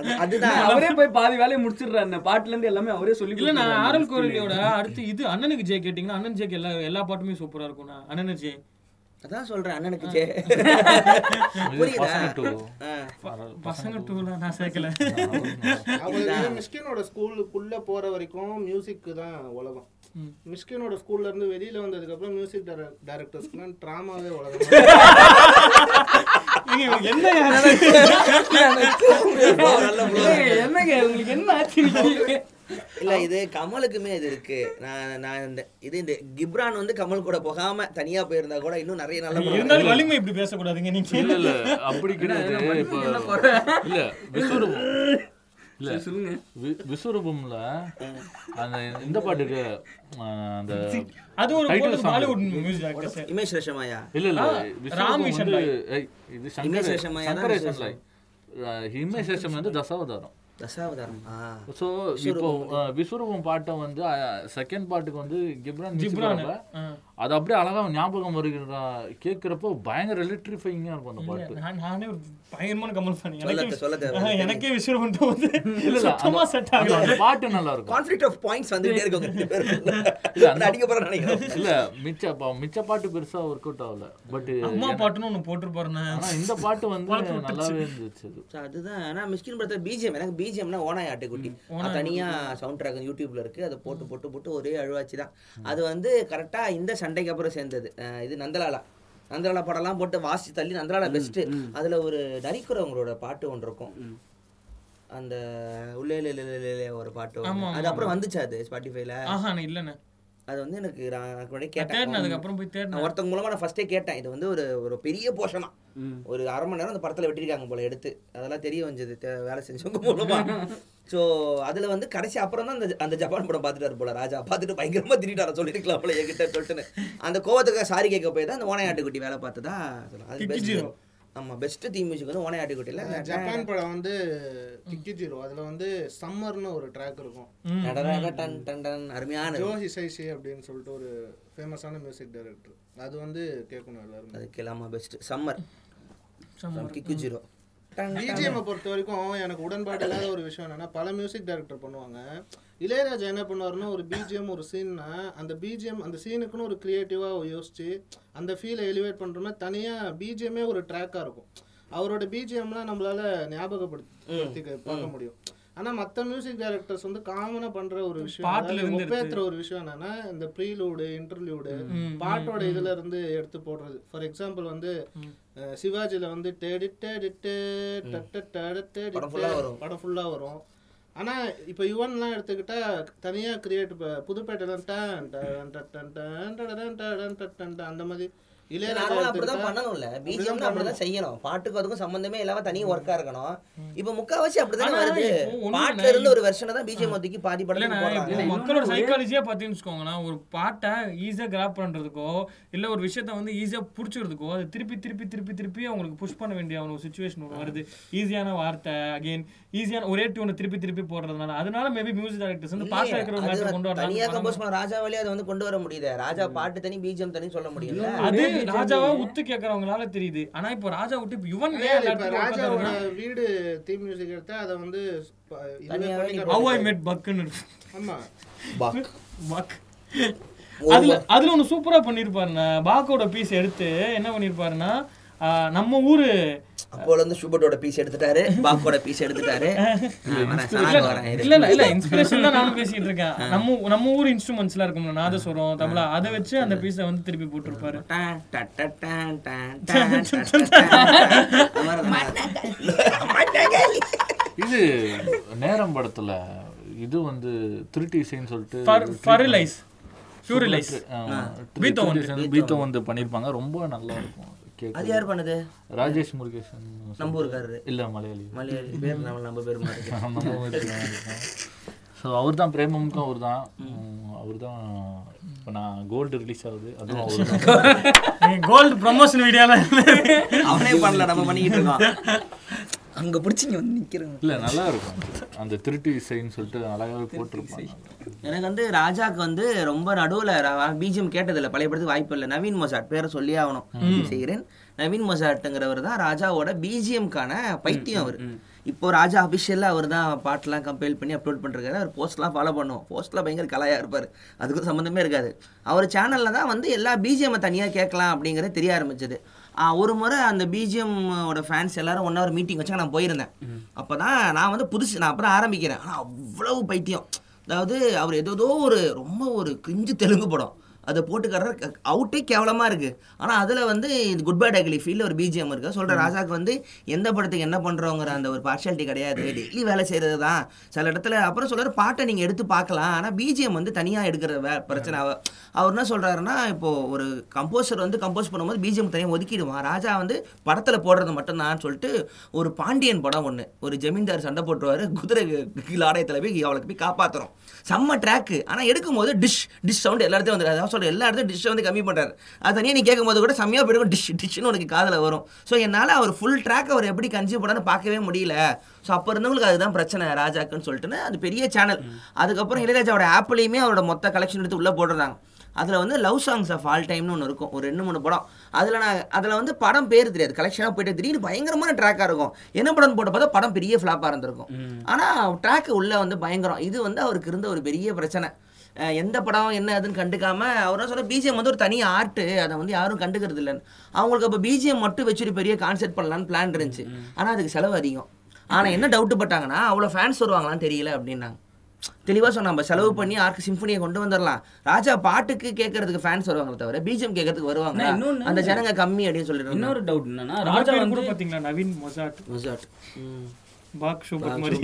S5: அது- அதுதான்
S1: அவரே போய் பாதி வேலையை முடிச்சிடுறாரு அந்த பாட்டுல இருந்து எல்லாமே அவரே சொல்லி
S2: இல்ல நான்
S1: கொடுத்துடுறாரு.
S2: ஆரல் கோரிலியோட அடுத்து இது அண்ணனுக்கு ஜெய் கேட்டிங்கன்னா அண்ணன் ஜெய்க்கு எல்லா எல்லா பாட்டுமே சூப்பரா இருக்கும்ண்ணா அண்ணன் ஜெய்
S5: அதான் சொல்றேன் அண்ணனுக்கு ஜெ- புரியுதா?
S6: பசங்க டூ
S5: ஆ.
S2: பசங்க டூல நான் சேர்க்கல
S7: அவங்க மிஷ்கினோட ஸ்கூலுக்குள்ள போற வரைக்கும் மியூசிக் தான் உலகம் மிஷ்கினோட ஸ்கூல்ல இருந்து வெளியில வந்ததுக்கு அப்புறம் மியூசிக் டைரக்டர்ஸ்க்குனா ட்ராமாவே உலகம்
S2: என்ன
S1: ஏய், என்னங்க உங்களுக்கு என்ன ஆச்சு இன்னைக்கு?
S5: இல்ல இது கமலுக்குமே இது இருக்கு நான் நான் இந்த இது இந்த கிப்ரான் வந்து கமல் கூட போகாம தனியா போயிருந்தா கூட இன்னும் நிறைய நல்ல படம்
S2: இருந்தாலும் வலிமை இப்படி பேசக்கூடாதுங்க நீங்க
S6: இல்ல இல்ல அப்படி கிடையாது இப்போ இல்ல விஸ்வரூபம் இல்ல
S1: சொல்லுங்க
S6: வி- விஸ்வரூபம்ல அந்த இந்த பாட்டுக்கு அஹ், அந்த
S2: அது ஒரு
S6: Title
S2: போட்டது
S6: song.
S2: Bollywood music actors
S5: Himesh Reshammiya
S6: இல்ல இல்ல
S2: ராம்
S6: விஸ்வரூபம்
S2: கிஷன்
S6: வந்து
S2: பாய்.
S6: ஏய், இது
S5: இமேஷ்
S6: சங்கர்
S5: ரேஷமாயா தான்
S6: சங்கரேசன் லை ஹிமேஷ் ரேஷம் வந்து தசாவதாரம்
S5: தசாவதாரம் ஆ.
S6: ஸோ இப்போ அஹ், விஸ்வரூபம் பாட்டை வந்து செகண்ட் பாட்டுக்கு வந்து கிப்ரான்
S2: ஜிப்ரான்
S6: ஜிப்ரான் அது அப்படியே அழகா ஞாபகம் வருகிற கேட்குறப்போ பயங்கர எலக்ட்ரிஃபைங்காக இருக்கும் அந்த பாட்டு
S2: நான் நானே ஒரு பயங்கரமான கமல் ஃபேன்
S5: சொல்ல
S2: எனக்கு
S5: சொல்ல தேவை
S2: ஆஹ், எனக்கே விஷயம் வந்து வந்து
S6: இல்ல இல்ல
S2: சுத்தமா செட்
S6: அந்த-
S2: ஆகல
S6: அந்த பாட்டு நல்லா இருக்கும்
S5: கான்ஃபிளிக் ஆஃப் பாயிண்ட்ஸ் வந்துட்டே இருக்கும் ரெண்டு பேருக்கும். அது அடிக்க போறேன் நினைக்கிறேன்
S6: இல்ல மிச்ச பா- மிச்ச பாட்டு பெருசா ஒர்க் அவுட் ஆகல பட்
S2: அம்மா பாட்டுன்னு ஒண்ணு போட்டிருப்பாருண்ணே
S6: ஆனா இந்த பாட்டு வந்து நல்லாவே இருந்துச்சு அது
S5: So அதுதான் ஆனா மிஸ்கின் படத்துல பிஜிஎம் எனக்கு பிஜிஎம்னா ஓனாய் ஆட்டுக்குட்டி அது தனியா சவுண்ட் ட்ராக் யூடியூப்ல இருக்கு அதை போட்டு போட்டு போட்டு ஒரே அழுவாச்சு தான் அது வந்து கரெக்டா இந்த சண்டைக்கு அப்புறம் சேர்ந்தது அஹ் இது நந்தலாலா நந்தலாலா படம்லாம் போட்டு வாசி தள்ளி நந்தலாலா பெஸ்ட் அதுல ஒரு நரிக்குறவங்களோட பாட்டு ஒன்று இருக்கும் அந்த உள்ளே லே, லே, லே, லே, லே ஒரு பாட்டு ஒண்ணு. அது அப்புறம் வந்துச்சு அது ஸ்பாட்டிஃபைல
S2: ஆஹா அண்ணே, இல்லண்ணே
S5: அது வந்து எனக்கு நான் நான் கூட
S2: தேடினேன்
S5: கேட்டேன்
S2: அதுக்கப்புறம் போய் தேடினேன்
S5: நான் ஒருத்தங்க மூலமா நான் ஃபர்ஸ்டே கேட்டேன் இது வந்து ஒரு ஒரு பெரிய போர்ஷனா ஒரு அரை மணி நேரம் அந்த படத்துல வெட்டிருக்காங்க போல எடுத்து அதெல்லாம் தெரிய வந்துது தே- வேலை செஞ்சவங்க மூலமா சோ அதுல வந்து கடைசி அப்புறம் தான் அந்த அந்த ஜப்பான் படம் பார்த்துட்டாரு போல ராஜா பார்த்துட்டு பயங்கரமா திட்டார சொல்லிருக்கலாம் போல என்கிட்ட சொல்லிட்டுன்னு அந்த கோவத்துக்கு சாரி கேட்க போய் தான் அந்த ஓனையாட்டுக்குட்டி வேலை பார்த்ததா சொல்லலாம் அது
S2: கிக்கி
S5: பெஸ்ட்
S2: ஜீரோ.
S5: ஆமா பெஸ்ட் தீம் மியூசிக் வந்து ஓனையாட்டுக்குட்டியில
S7: ஜப்பான் படம் வந்து கிக்கி ஜீரோ அதுல வந்து சம்மர்னு ஒரு ட்ராக் இருக்கும்
S5: நடராக டன் டன் டன் அருமையான
S7: ஜோ ஹிசைஷி அப்படின்னு சொல்லிட்டு ஒரு ஃபேமஸான மியூசிக் டைரக்டர் அது வந்து கேட்கணும் எல்லாருமே
S5: அது கிளாமா best summer kick zero
S7: BGM பொறுத்த வரைக்கும் எனக்கு உடன்பாடு இல்லாத ஒரு விஷயம் என்னன்னா பல மியூசிக் டைரக்டர் பண்ணுவாங்க இளையராஜா என்ன பண்ணுவாருன்னா ஒரு பிஜிஎம் ஒரு சீன்னா அந்த பிஜிஎம் அந்த சீனுக்குன்னு ஒரு கிரியேட்டிவா யோசிச்சு அந்த ஃபீலை எலிவேட் பண்றோம்னா தனியா பிஜிஎம்மே ஒரு ட்ராக்கா இருக்கும் அவரோட பிஜிஎம்லாம் நம்மளால ஞாபகப்படுத்தி பார்க்க முடியும் ஆனா மத்த மியூசிக் டைரக்டர்ஸ் வந்து காமனா பண்ற ஒரு விஷயம்
S2: பாட்டுல
S7: அதாவது
S2: இருந்து எடுத்து.
S7: ஒப்பேத்துற ஒரு விஷயம் என்னன்னா இந்த ப்ரீலூடு இன்டர்லியூடு பாட்டோட இதுல இருந்து எடுத்து போடுறது ஃபார் எக்ஸாம்பிள் வந்து அஹ், சிவாஜில வந்து டேடி டேடி டே டட்ட டட டேடி
S5: படம் full-ஆ
S7: டே,
S5: வரும்.
S7: படம் ஃபுல்லா வரும் ஆனா இப்போ யுவன்லாம் எடுத்துக்கிட்டா தனியா கிரியேட் புதுப்பேட்டைலாம் டன் டன் டன் டன் டன் டன் டன் டன் டன் டன் அந்த மாதிரி இளையராஜா
S5: நார்மலா அப்படிதான்
S7: எடுத்துக்கிட்டா
S5: பண்ணணும்ல பிஜிஎம்னா அப்படிதான் செய்யணும் பாட்டுக்கும் அதுக்கும் சம்பந்தமே இல்லாம தனியா ஒர்க்கா இருக்கணும் இப்போ முக்காவாசி அப்படிதானே
S2: ஆனா,
S5: வருது
S2: இப்போ ஒண்ணு
S5: பாட்டுல இருந்து ஒரு வருஷனை தான் பிஜிஎம் ஒதுக்கி பாதி படத்துக்கு
S2: இல்லைண்ணா, இப்போ
S5: போடுறாங்க
S2: மக்களோட சைக்காலஜியா பார்த்தீங்கன்னு வச்சுக்கோங்களேன் ஒரு பாட்டை ஈஸியாக கிராப் பண்றதுக்கோ இல்ல ஒரு விஷயத்த வந்து ஈஸியா புடிச்சிக்கிறதுக்கோ அது திருப்பி திருப்பி திருப்பி திருப்பி அவங்களுக்கு புஷ் பண்ண வேண்டிய ஒரு சுச்சுவேஷன் வருது ஈஸியான வார்த்தை அகைன் ஈஸியான ஒரே டியூனை திருப்பி திருப்பி போடுறதுனால அதனால மேபி மியூசிக் டைரக்டர்ஸ் வந்து பாஸ் இருக்கிற ஒரு மேட்ச் கொண்டு
S5: அது தனியா கம்போஸ்
S2: வரலாம்
S5: பண்ண ராஜாவாலே அதை வந்து கொண்டு வர முடியுது ராஜா பாட்டு தனி பிஜிஎம் தனி சொல்ல முடியல
S2: அது ராஜாவா உத்து கேட்கறவங்களால தெரியுது ஆனா இப்போ ராஜா விட்டு இப்போ யுவன்
S7: இல்ல,
S2: ஏன் எல்லா
S7: இப்ப
S2: இடத்துலயும்
S7: ராஜாவோட
S2: உட்கார்ந்திருக்கான்?
S7: வீடு தீம் மியூசிக் எடுத்தா அதை வந்து ப- இதுவே
S5: தனியாவே
S7: பண்ணி
S5: நீ
S2: How I
S7: காட்டுவாங்க.
S2: Met பக்குன்னு இருக்கு.
S7: ஆமா
S2: பக் அதுல அதுல ஒண்ணு சூப்பரா பண்ணிருப்பாருண்ணா பாக்கோட பீஸ் எடுத்து என்ன பண்ணிருப்பாருன்னா ஆஹ், நம்ம ஊரு
S5: அப்போல வந்து சூபர்டோட பீஸ் எடுத்துட்டாரு பாக்கோட பீஸ்
S2: (laughs)
S5: எடுத்துட்டாரு ஆ, வரேன், சனாக்கு வரேன், இரு.
S2: இல்ல இல்ல இல்ல இன்ஸ்பிரேஷன் தான் நானும் பேசிட்டு இருக்கேன் நம்ம நம்ம ஊர் இன்ஸ்ட்ருமெண்ட்ஸ்லாம் இருக்கும் நாதஸ்வரம் தமிழா அதை வச்சு அந்த பீஸை வந்து திருப்பி போட்டிருப்பாரு
S5: டான், டான், டான்,
S2: (laughs)
S5: டான், டான், டான், டான், டான். அமர்தான்.
S6: இது நேரம் படத்துல இது வந்து திருட்டி இசைன்னு சொல்லிட்டு
S2: ஃபர்லைஸ் ஃபியூரிலைஸ் பீத்தோ வந்து.
S6: பீத்தோ வந்து பண்ணியிருப்பாங்க ரொம்ப நல்லா இருக்கும்
S5: அது
S6: கேட்க
S5: யார் பண்ணது
S6: ராஜேஷ் முருகேசன்
S5: நம்ம ஊருக்காரரு
S6: இல்ல மலையாளி
S5: மலையாளி பேர் நம்ம நம்ம பேர் மாதிரி இருக்கு.
S6: ஸோ அவர் தான் பிரேமமுக்கும் அவர் தான் அவர் தான் இப்போ நான் கோல்டு ரிலீஸ் ஆகுது அதுவும் அவர் தான் (laughs)
S2: கோல்டு ப்ரமோஷன் வீடியோல
S5: அவனே பண்ணல நம்ம பண்ணிக்கிட்டு இருக்கோம் அங்க பிடிச்சி நீ வந்து நிக்கிறோம்
S6: இல்லை நல்லா இருக்கும் அந்த திருட்டு இசைன்னு சொல்லிட்டு அழகாகவே போட்டிருப்பாங்க
S5: எனக்கு வந்து ராஜாக்கு வந்து ரொம்ப நடுவில் பிஜிஎம் கேட்டதில்ல பழைய படத்துக்கு வாய்ப்பு இல்லை நவீன் மொசாட் பேரை சொல்லி ஆகணும் செய்கிறேன் நவீன் மொசாட்டுங்கிறவர் தான் ராஜாவோட பிஜிஎம்க்கான பைத்தியம் அவர் இப்போ ராஜா அபிஷியலாக அவர் தான் பாட்டெலாம் கம்பைல் பண்ணி அப்லோட் பண்ணிருக்காரு அவர் போஸ்ட்லாம் ஃபாலோ பண்ணுவோம் போஸ்ட்லாம் பயங்கர கலையாக இருப்பார் அதுக்கும் சம்மந்தமே இருக்காது அவர் சேனலில் தான் வந்து எல்லா பிஜிஎம்மை தனியாக கேட்கலாம் அப்படிங்கிறது தெரிய ஆரம்பிச்சது ஆ, ஒரு முறை அந்த பிஜிஎம் ஓட ஃபேன்ஸ் எல்லாரும் ஒன் ஹவர் மீட்டிங் வச்சாங்க நான் போயிருந்தேன் அப்போ தான் நான் வந்து புதுசு நான் அப்போ தான் ஆரம்பிக்கிறேன் ஆனால் அவ்வளவு பைத்தியம் அதாவது அவர் ஏதோ ஒரு ரொம்ப ஒரு கிரிஞ்சு தெலுங்கு படம் அதை போட்டுக்காரர் அவுட்டே கேவலமாக இருக்குது ஆனால் அதில் வந்து இது குட் பை டக்லி ஃபீல்டில் ஒரு பிஜிஎம் இருக்கு சொல்கிற ராஜாக்கு வந்து எந்த படத்துக்கு என்ன பண்ணுறோங்கிற அந்த ஒரு பார்ஷாலிட்டி கிடையாது டெய்லி வேலை செய்கிறது தான் சில இடத்துல அப்புறம் சொல்கிறார் பாட்டை நீங்கள் எடுத்து பார்க்கலாம் ஆனால் பிஜிஎம் வந்து தனியாக எடுக்கிற வே பிரச்சனை அவ- அவர் என்ன சொல்கிறாருன்னா இப்போது ஒரு கம்போசர் வந்து கம்போஸ் பண்ணும்போது பிஜிஎம் தனியாக ஒதுக்கிடுவான் ராஜா வந்து படத்தில் போடுறது மட்டும்தான் சொல்லிட்டு ஒரு பாண்டியன் படம் ஒன்று ஒரு ஜமீன்தார் சண்டை போட்டுருவாரு குதிரை கீழ் ஆடயத்தில் போய் அவளுக்கு போய் காப்பாற்றுறோம் செம்ம ட்ராக்கு ஆனால் எடுக்கும்போது டிஷ் டிஷ் சவுண்ட் எல்லா இடத்தையும் வந்துருக்காரு அதான் சொல்ற எல்லா இடத்தையும் டிஷ்ஷை வந்து கம்மி பண்ணுறாரு அது தனியாக நீ கேட்கும்போது கூட செம்மையாக போயிடும் டிஷ் டிஷ்னு உனக்கு காதில் வரும் ஸோ என்னால் அவர் ஃபுல் ட்ராக் அவர் எப்படி கன்சியூம் பண்ணான்னு பார்க்கவே முடியல ஸோ அப்போ இருந்தவங்களுக்கு அதுதான் பிரச்சனை ராஜாக்குன்னு சொல்லிட்டுன்னு அது பெரிய சேனல் அதுக்கப்புறம் இளையராஜாவோட ஆப்லேயுமே அவரோட மொத்த கலெக்ஷன் எடுத்து உள்ளே போடுறாங்க அதில் வந்து லவ் சாங்ஸ் ஆஃப் ஆல் டைம்னு ஒன்று இருக்கும் ஒரு ரெண்டு மூணு படம் அதில் நான் அதில் வந்து படம் பேர் தெரியாது கலெக்ஷனாக போயிட்டு திடீர்னு பயங்கரமான ட்ராக்காக இருக்கும் என்ன படம்னு போட்டு பார்த்தா படம் பெரிய ஃப்ளாப்பாக இருந்திருக்கும் ஆனால் ட்ராக்கு உள்ளே வந்து பயங்கரம் இது வந்து அவருக்கு இருந்த ஒரு பெரிய பிரச்சனை அஹ் எந்த படம் என்ன அதுன்னு கண்டுக்காம அவர் என்ன சொல்ல பிஜிஎம் வந்து ஒரு தனி ஆர்ட்டு அதை வந்து யாரும் கண்டுக்கிறது இல்லைன்னு அவங்களுக்கு அப்போ பிஜிஎம் மட்டும் வச்சுட்டு பெரிய கான்செர்ட் பண்ணலான்னு பிளான் இருந்துச்சு ஆனால் அதுக்கு செலவு அதிகம் ஆனால் என்ன டவுட்டு பட்டாங்கன்னா அவ்வளோ ஃபேன்ஸ் வருவாங்களான்னு தெரியல அப்படின்னாங்க தெளிவாக சொன்னா நம்ம செலவு பண்ணி ஆர்க்கு சிம்பனியை கொண்டு வந்துடலாம் ராஜா பாட்டுக்கு கேட்கறதுக்கு ஃபேன்ஸ் வருவாங்க தவிர பிஜிஎம் கேட்கறதுக்கு வருவாங்க
S1: அண்ணா, இன்னொன்னு-
S5: அந்த ஜனங்க கம்மி அப்படின்னு சொல்லிட்டு
S1: இன்னொரு டவுட் என்னன்னா
S2: ராஜா
S1: ராஜா
S2: கூட
S1: வந்து
S2: பாத்தீங்களா Naveen Mozart
S5: Mozart
S2: Bach Schubert மாதிரி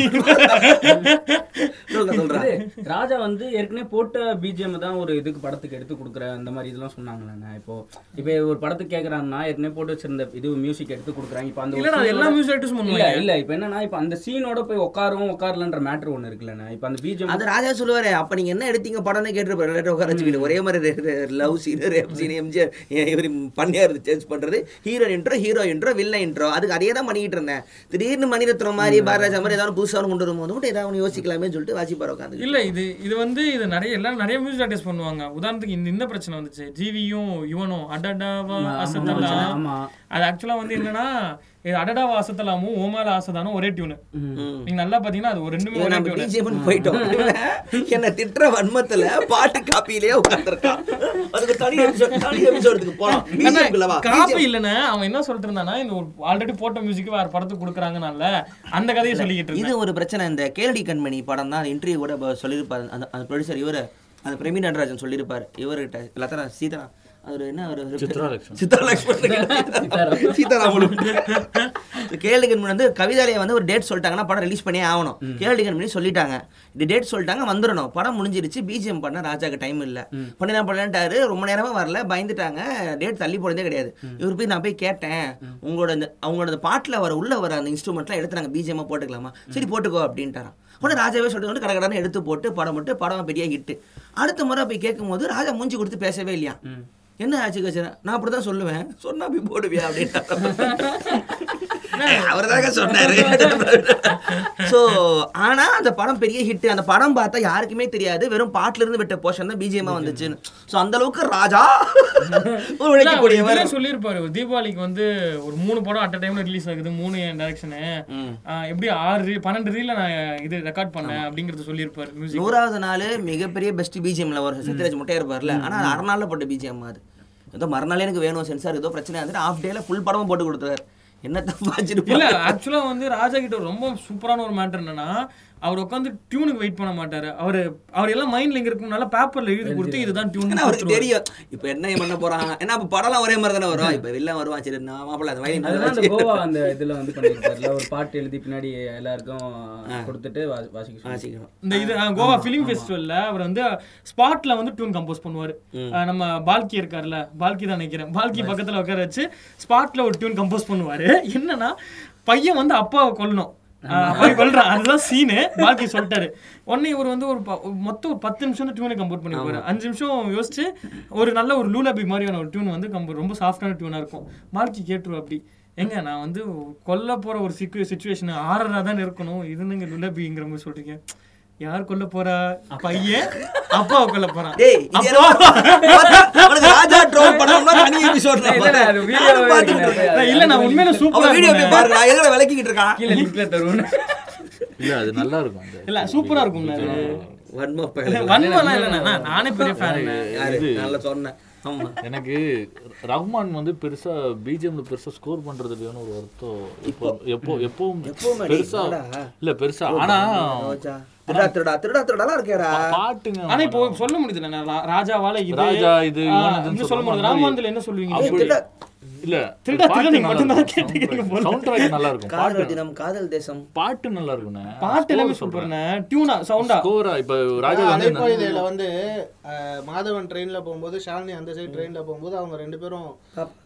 S2: (laughs)
S1: இது, ராஜா வந்து ஏற்கனவே போட்ட பிஜிஎம் தான் ஒரு இதுக்கு படத்துக்கு எடுத்து கொடுக்குற அந்த மாதிரி இதெல்லாம் சொன்னாங்களேண்ணா இப்போ இப்போ ஒரு படத்துக்கு கேட்குறாங்கன்னா ஏற்கனவே போட்டு வச்சிருந்த இது மியூசிக் எடுத்து கொடுக்குறாங்க இப்போ அந்த ஒரு
S2: இல்ல நான் எல்லா
S1: scene-ஓட-
S2: மியூசிக் டைரக்டர்ஸும்
S1: இல்ல
S2: பண்ணுவாங்க
S1: இல்ல இப்போ என்னன்னா இப்போ அந்த சீனோட போய் உட்காரும் உட்காரலன்ற மேட்ரு ஒன்று இருக்குல்லண்ணா இப்போ அந்த பிஜிஎம்
S5: அது ராஜா சொல்லுவாரு அப்ப நீங்க என்ன எடுத்தீங்க படம்னு கேட்டுருப்பாரு எல்லாரும் உட்கார வச்சுக்கிட்டு ஒரே மாதிரி love scene rape scene MGR இவர் பண்ணியார் சேஞ்ச் பண்றது hero intro hero intro villain intro அதுக்கு அதே தான் பண்ணிக்கிட்டு இருந்தேன் திடீர்னு மணிரத்னம் மாதிரி பாரராஜா மாதிரி ஏதாவது புதுசாக கொண்டு வரும்போது மட்டும் ஏதாவது ஒன்று யோசிக்கலாமே சொல்லிட்டு வாசிப்பார் உட்காந்து
S2: இல்ல இது இது வந்து இது நிறைய எல்லாரும் நிறைய மியூசிக் ஆர்டிஸ்ட் பண்ணுவாங்க உதாரணத்துக்கு இந்த இந்த பிரச்சனை வந்துச்சு ஜிவியும் யுவனும் அடடாவா அசதல்லா
S1: ஆமா
S2: அது ஆக்சுவலா வந்து என்னன்னா இது அடடா வாசத்தலாமும் ஓமால ஆசதானும் ஒரே டியூனு நீங்க நல்லா பாத்தீங்கன்னா அது ஒரு ரெண்டுமே ஒரே
S5: நம்ம
S2: டியூனு
S5: பிஜேபின்னு போயிட்டோம் என்ன திட்டுற வன்மத்துல பாட்டு காப்பியிலேயே உட்காந்துருக்கான் அதுக்கு தனி எபிசோட் தனி எபிசோடுக்கு போலாம் பிஜேபிக்குள்ளவா
S2: காப்பி இல்லைன்னா அவன் என்ன சொல்லிட்டு இருந்தானா இந்த ஆல்ரெடி போட்ட மியூசிக் வேற படத்துக்கு கொடுக்குறாங்கனால அந்த கதையை சொல்லிக்கிட்டு
S5: இது ஒரு பிரச்சனை இந்த கேளடி கண்மணி படம் தான் இன்டர்வியூ கூட இப்ப சொல்லியிருப்பாரு அந்த அந்த ப்ரொடியூசர் இவரு அந்த பிரமி நடராஜன் சொல்லியிருப்பாரு இவர்கிட்ட லதனா சீதா அவர் என்ன அவர்
S6: சித்ராலட்சுமி.
S5: சித்ராலட்சுமி சீதாராமன் கேளடி கண்மணி வந்து கவிதாலய வந்து ஒரு டேட் சொல்லிட்டாங்கன்னா படம் ரிலீஸ் பண்ணியே ஆகணும் கேளடி கண்மணி சொல்லிட்டாங்க இந்த டேட் சொல்லிட்டாங்க வந்துடணும் படம் முடிஞ்சிருச்சு பிஜிஎம் பண்ண ராஜாக்கு டைம் இல்ல பண்ணிடலாம் பண்ணலான்ட்டாரு ரொம்ப நேரமா வரல பயந்துட்டாங்க டேட் தள்ளி போனதே கிடையாது இவர் போய் நான் போய் கேட்டேன் உங்களோட இந்த அவங்களோட அந்த பாட்டில் வர உள்ள வர அந்த இன்ஸ்ட்ருமெண்ட்லாம் எடுத்து நாங்கள் பிஜிஎம்மா போட்டுக்கலாமா சரி போட்டுக்கோ அப்படின்ட்டாராம் உடனே ராஜாவே சொல்லிட்டு வந்து கடகடன்னு எடுத்து போட்டு படம் போட்டு படம் பெரிய ஹிட்டு அடுத்த முறை போய் கேட்கும்போது ராஜா மூஞ்சி கொடுத்து பேசவே இல்லையா என்ன ஆச்சு கச்சரா நான் அப்படி தான் சொல்லுவேன் சொன்னா போய் போடுவியா அப்படின்ட்டாராம் அவர் தாங்க
S1: (laughs)
S5: சொன்னாரு (laughs) ஸோ ஆனா அந்த படம் பெரிய ஹிட் அந்த படம் பார்த்தா யாருக்குமே தெரியாது வெறும் பாட்டுல இருந்து விட்ட போர்ஷன் தான் பிஜிஎம்மா வந்துச்சுன்னு ஸோ அந்த அளவுக்கு
S1: (laughs)
S5: ராஜா ஒரு உழைக்கக்கூடியவர்
S2: சொல்லியிருப்பாரு ஒரு தீபாவளிக்கு வந்து ஒரு மூணு படம் அட் டைம்ல ரிலீஸ் ஆகுது மூணு டைரக்ஷனு எப்படி ஆறு reel- பன்னெண்டு ரீல நான் இது ரெக்கார்ட் பண்ணேன் அப்படிங்கறது சொல்லியிருப்பாரு மியூசிக்
S5: நூறாவது நாள் மிகப்பெரிய பெஸ்ட் பிஜிஎம்ல ஒரு சத்யராஜ் முட்டையா இருப்பார்ல ஆனா அது அரை நாள்ல போட்ட பிஜிஎம் அது ஏதோ மறுநாளே எனக்கு வேணும் சென்சார் ஏதோ பிரச்சனை வந்துட்டு ஆஃப் டேல ஃபுல் படமும் போட்டு கொடுத்துறாரு என்ன தப்பா
S2: இல்ல
S5: வச்சிருப்பீங்க
S2: ஆக்சுவலா வந்து ராஜா கிட்ட ஒரு ரொம்ப சூப்பரான ஒரு மேட்டர் என்னன்னா அவர் உட்காந்து டியூனுக்கு வெயிட் பண்ண மாட்டாரு அவர் அவர் எல்லாம் மைண்ட்ல இங்க இருக்கணும்னால பேப்பர்ல எழுதி கொடுத்து இதுதான்
S5: ஏன்னா அவருக்கு
S2: டியூன்
S5: தெரியும் இப்போ என்ன பண்ண போறான் ஏன்னா அப்போ படம்லாம் ஒரே மாதிரி தானே வரும் இப்போ வெளில வருவான் சரி நான் மாப்பிள்ள அது
S1: அதுதான் அந்த
S5: வயலின்
S1: கோவா அந்த இதுல வந்து பண்ணிருப்பாருல ஒரு பாட்டு எழுதி பின்னாடி எல்லாருக்கும் கொடுத்துட்டு வா- வாசிக்க சொல்லி.
S5: வாசிக்கணும்
S2: இந்த இது ஆ, கோவா ஃபிலிம் ஃபெஸ்டிவல்ல அவர் வந்து ஸ்பாட்ல வந்து டியூன் கம்போஸ் பண்ணுவார் நம்ம பால்கி இருக்கார்ல பால்கி தான் நினைக்கிறேன் பால்கி பக்கத்துல உட்கார வச்சு ஸ்பாட்ல ஒரு டியூன் கம்போஸ் பண்ணுவாரு என்னன்னா பையன் வந்து அப்பாவை கொல்லணும் ஆ, அப்பாவை கொல்றான் அதுதான் சீனு பால்கி சொல்லிட்டாரு உடனே இவர் வந்து ஒரு ப- மொத்தம் ஒரு பத்து நிமிஷம் டியூனை கம்போஸ் பண்ணிருப்பாரு அஞ்சு நிமிஷம் யோசிச்சு ஒரு நல்ல ஒரு லூலபி மாதிரியான ஒரு டியூன் வந்து கம்போ ரொம்ப சாஃப்டான டியூனா இருக்கும் பால்கி கேட்டுருவா அப்படி ஏங்க நான் வந்து கொல்ல போற ஒரு சிக்கு சுச்சுவேஷன் ஆறரா தான் இருக்கணும் இதுனுங்க லுலபிங்கிற மாதிரி சொல்றீங்க யார் கொல்ல போறா பையன் அப்பாவை கொல்ல போறான்
S5: டேய் இது என்னமோ பார்த்தா, உனக்கு ராஜா ட்ரோல் பண்ணோம்னா தனி எபிசோட்
S1: இல்ல, இல்ல, அது video வே இருக்குல்ல, அப்ப அது
S2: இல்ல நான் உண்மையில சூப்பரா
S5: அவன் வீடியோ போய் பாருங்க நான் எங்கடா விளக்கிக்கிட்டு இருக்கான்
S1: கீழே லிங்க்ல தருவோம்
S6: இல்ல அது நல்லா இருக்கும் அந்த
S2: இல்ல சூப்பரா இருக்கும்ல அது.
S5: வன்மா
S2: இல்ல,
S5: பயலுங்க.
S2: வன்மம்லாம் இல்ல நான் நானே பெரிய ஃபேன்
S5: யாரு? நல்லா சொன்னேன் ஆமா
S6: எனக்கு ரஹ்மான் வந்து பெருசா பிஜிஎம்ல பெருசா ஸ்கோர் பண்றது இல்லையோன்னு ஒரு வருத்தம் இப்போ எப்போ எப்பவும்
S5: எப்பவுமே டேய்,
S6: பெருசா
S5: என்னடா?
S6: இல்ல பெருசா ஆனா
S5: ரோஜா. திருடா திருடா திருடா திருடாலாம் இருக்கேடா
S6: பா- பாட்டுங்க
S2: ஆனா இப்போ சொல்ல முடியுது இல்ல, நான் ரா- ராஜாவால இது
S6: ராஜா இது,
S2: ஆ,
S6: இவன் இதுன்னு
S2: இன்னும் சொல்ல
S6: சொல்ற
S2: முடியாது
S6: மாதிரி.
S2: ராமாந்தில என்ன சொல்லுவீங்க
S6: அப்படி- இல்ல
S2: திருடா, திருடா, நீங்க மட்டும்தான் கேட்டுக்கிறீங்க போல.
S6: சவுண்ட் ட்ராக் நல்லா இருக்கும்
S5: காதல்
S6: பாட்டு
S5: தினம் காதல் தேசம்
S6: பாட்டு நல்லா இருக்கும்ண்ணே
S2: பாட்டு எல்லாமே சூப்பர்ண்ணே டியூனா சவுண்டா
S6: ஸ்கோரா இப்ப ராஜா வந்து என்ன-
S7: அலைப்பாயுதையில வந்து அஹ், மாதவன் ட்ரெயின்ல போகும்போது ஷாலினி அந்த சைடு ட்ரெயின்ல போகும்போது அவங்க ரெண்டு பேரும்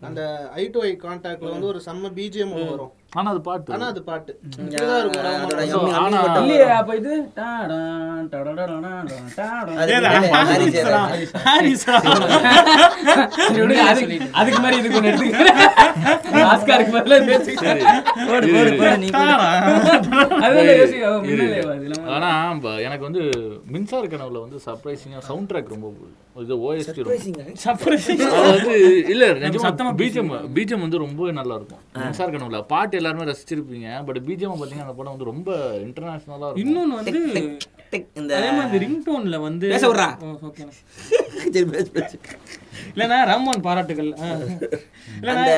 S7: அந்த ஐ டு ஐ கான்டாக்ட்ல வந்து ஒரு செம்ம பிஜிஎம் வரும்
S6: ஆனா அது பாட்டு
S7: ஆனா அது பாட்டு இப்படிதான் இருக்கும்
S5: அதோட
S7: ராமானந்தம்.
S5: எம்மி- எம்மி
S6: ஆனா-
S5: மட்டும்
S1: இல்லையே அப்ப இது டாடான், டடடடாடான், டாடான்.
S5: அது மேலே ஹாரி சேரா.
S2: ஹாரிஸா?
S1: சரி, விடுங்க, அதுக்கு அதுக்கு மாதிரி இதுக்கு ஒண்ணு எடுத்துக்கிறேன் ஆஸ்காருக்கு பதிலா இது எடுத்துக்கிறேன். போடு, போடு, போடு, நீ போடு. அதெல்லாம் யோசிக்க, அவன் முன்னாலே வா, இதுல வா.
S6: ஆனா ப- எனக்கு வந்து மின்சார கனவுல வந்து சர்ப்ரைசிங்கா சவுண்ட் ட்ராக் ரொம்ப பிடிக்கும். இது ஓஎஸ்டி ரொம்ப
S2: சர்ப்ரைஸ்.
S6: அது வந்து இல்ல
S2: சத்தமா
S6: நிஜமா பீஜம் பீஜம் வந்து ரொம்ப நல்லா இருக்கும் மின்சார கனவுல பாட்டு எல்லாருமே ரசிச்சிருப்பீங்க பட் பீஜம் பாத்தீங்கன்னா அந்த படம் வந்து ரொம்ப இன்டர்நேஷனலா இருக்கும்
S2: இன்னொன்னு வந்து
S6: (laughs)
S5: டிக், இந்த
S2: அதே மாதிரி ரிங்டோன்ல வந்து
S5: பேச விடுறா.
S2: ஓ, ஓகேண்ணே.
S5: சரி, பேசு, பேசு.
S2: இல்லைண்ணா ராம்மான் பாராட்டுகள் ஆ. இல்லைண்ணா
S5: அந்த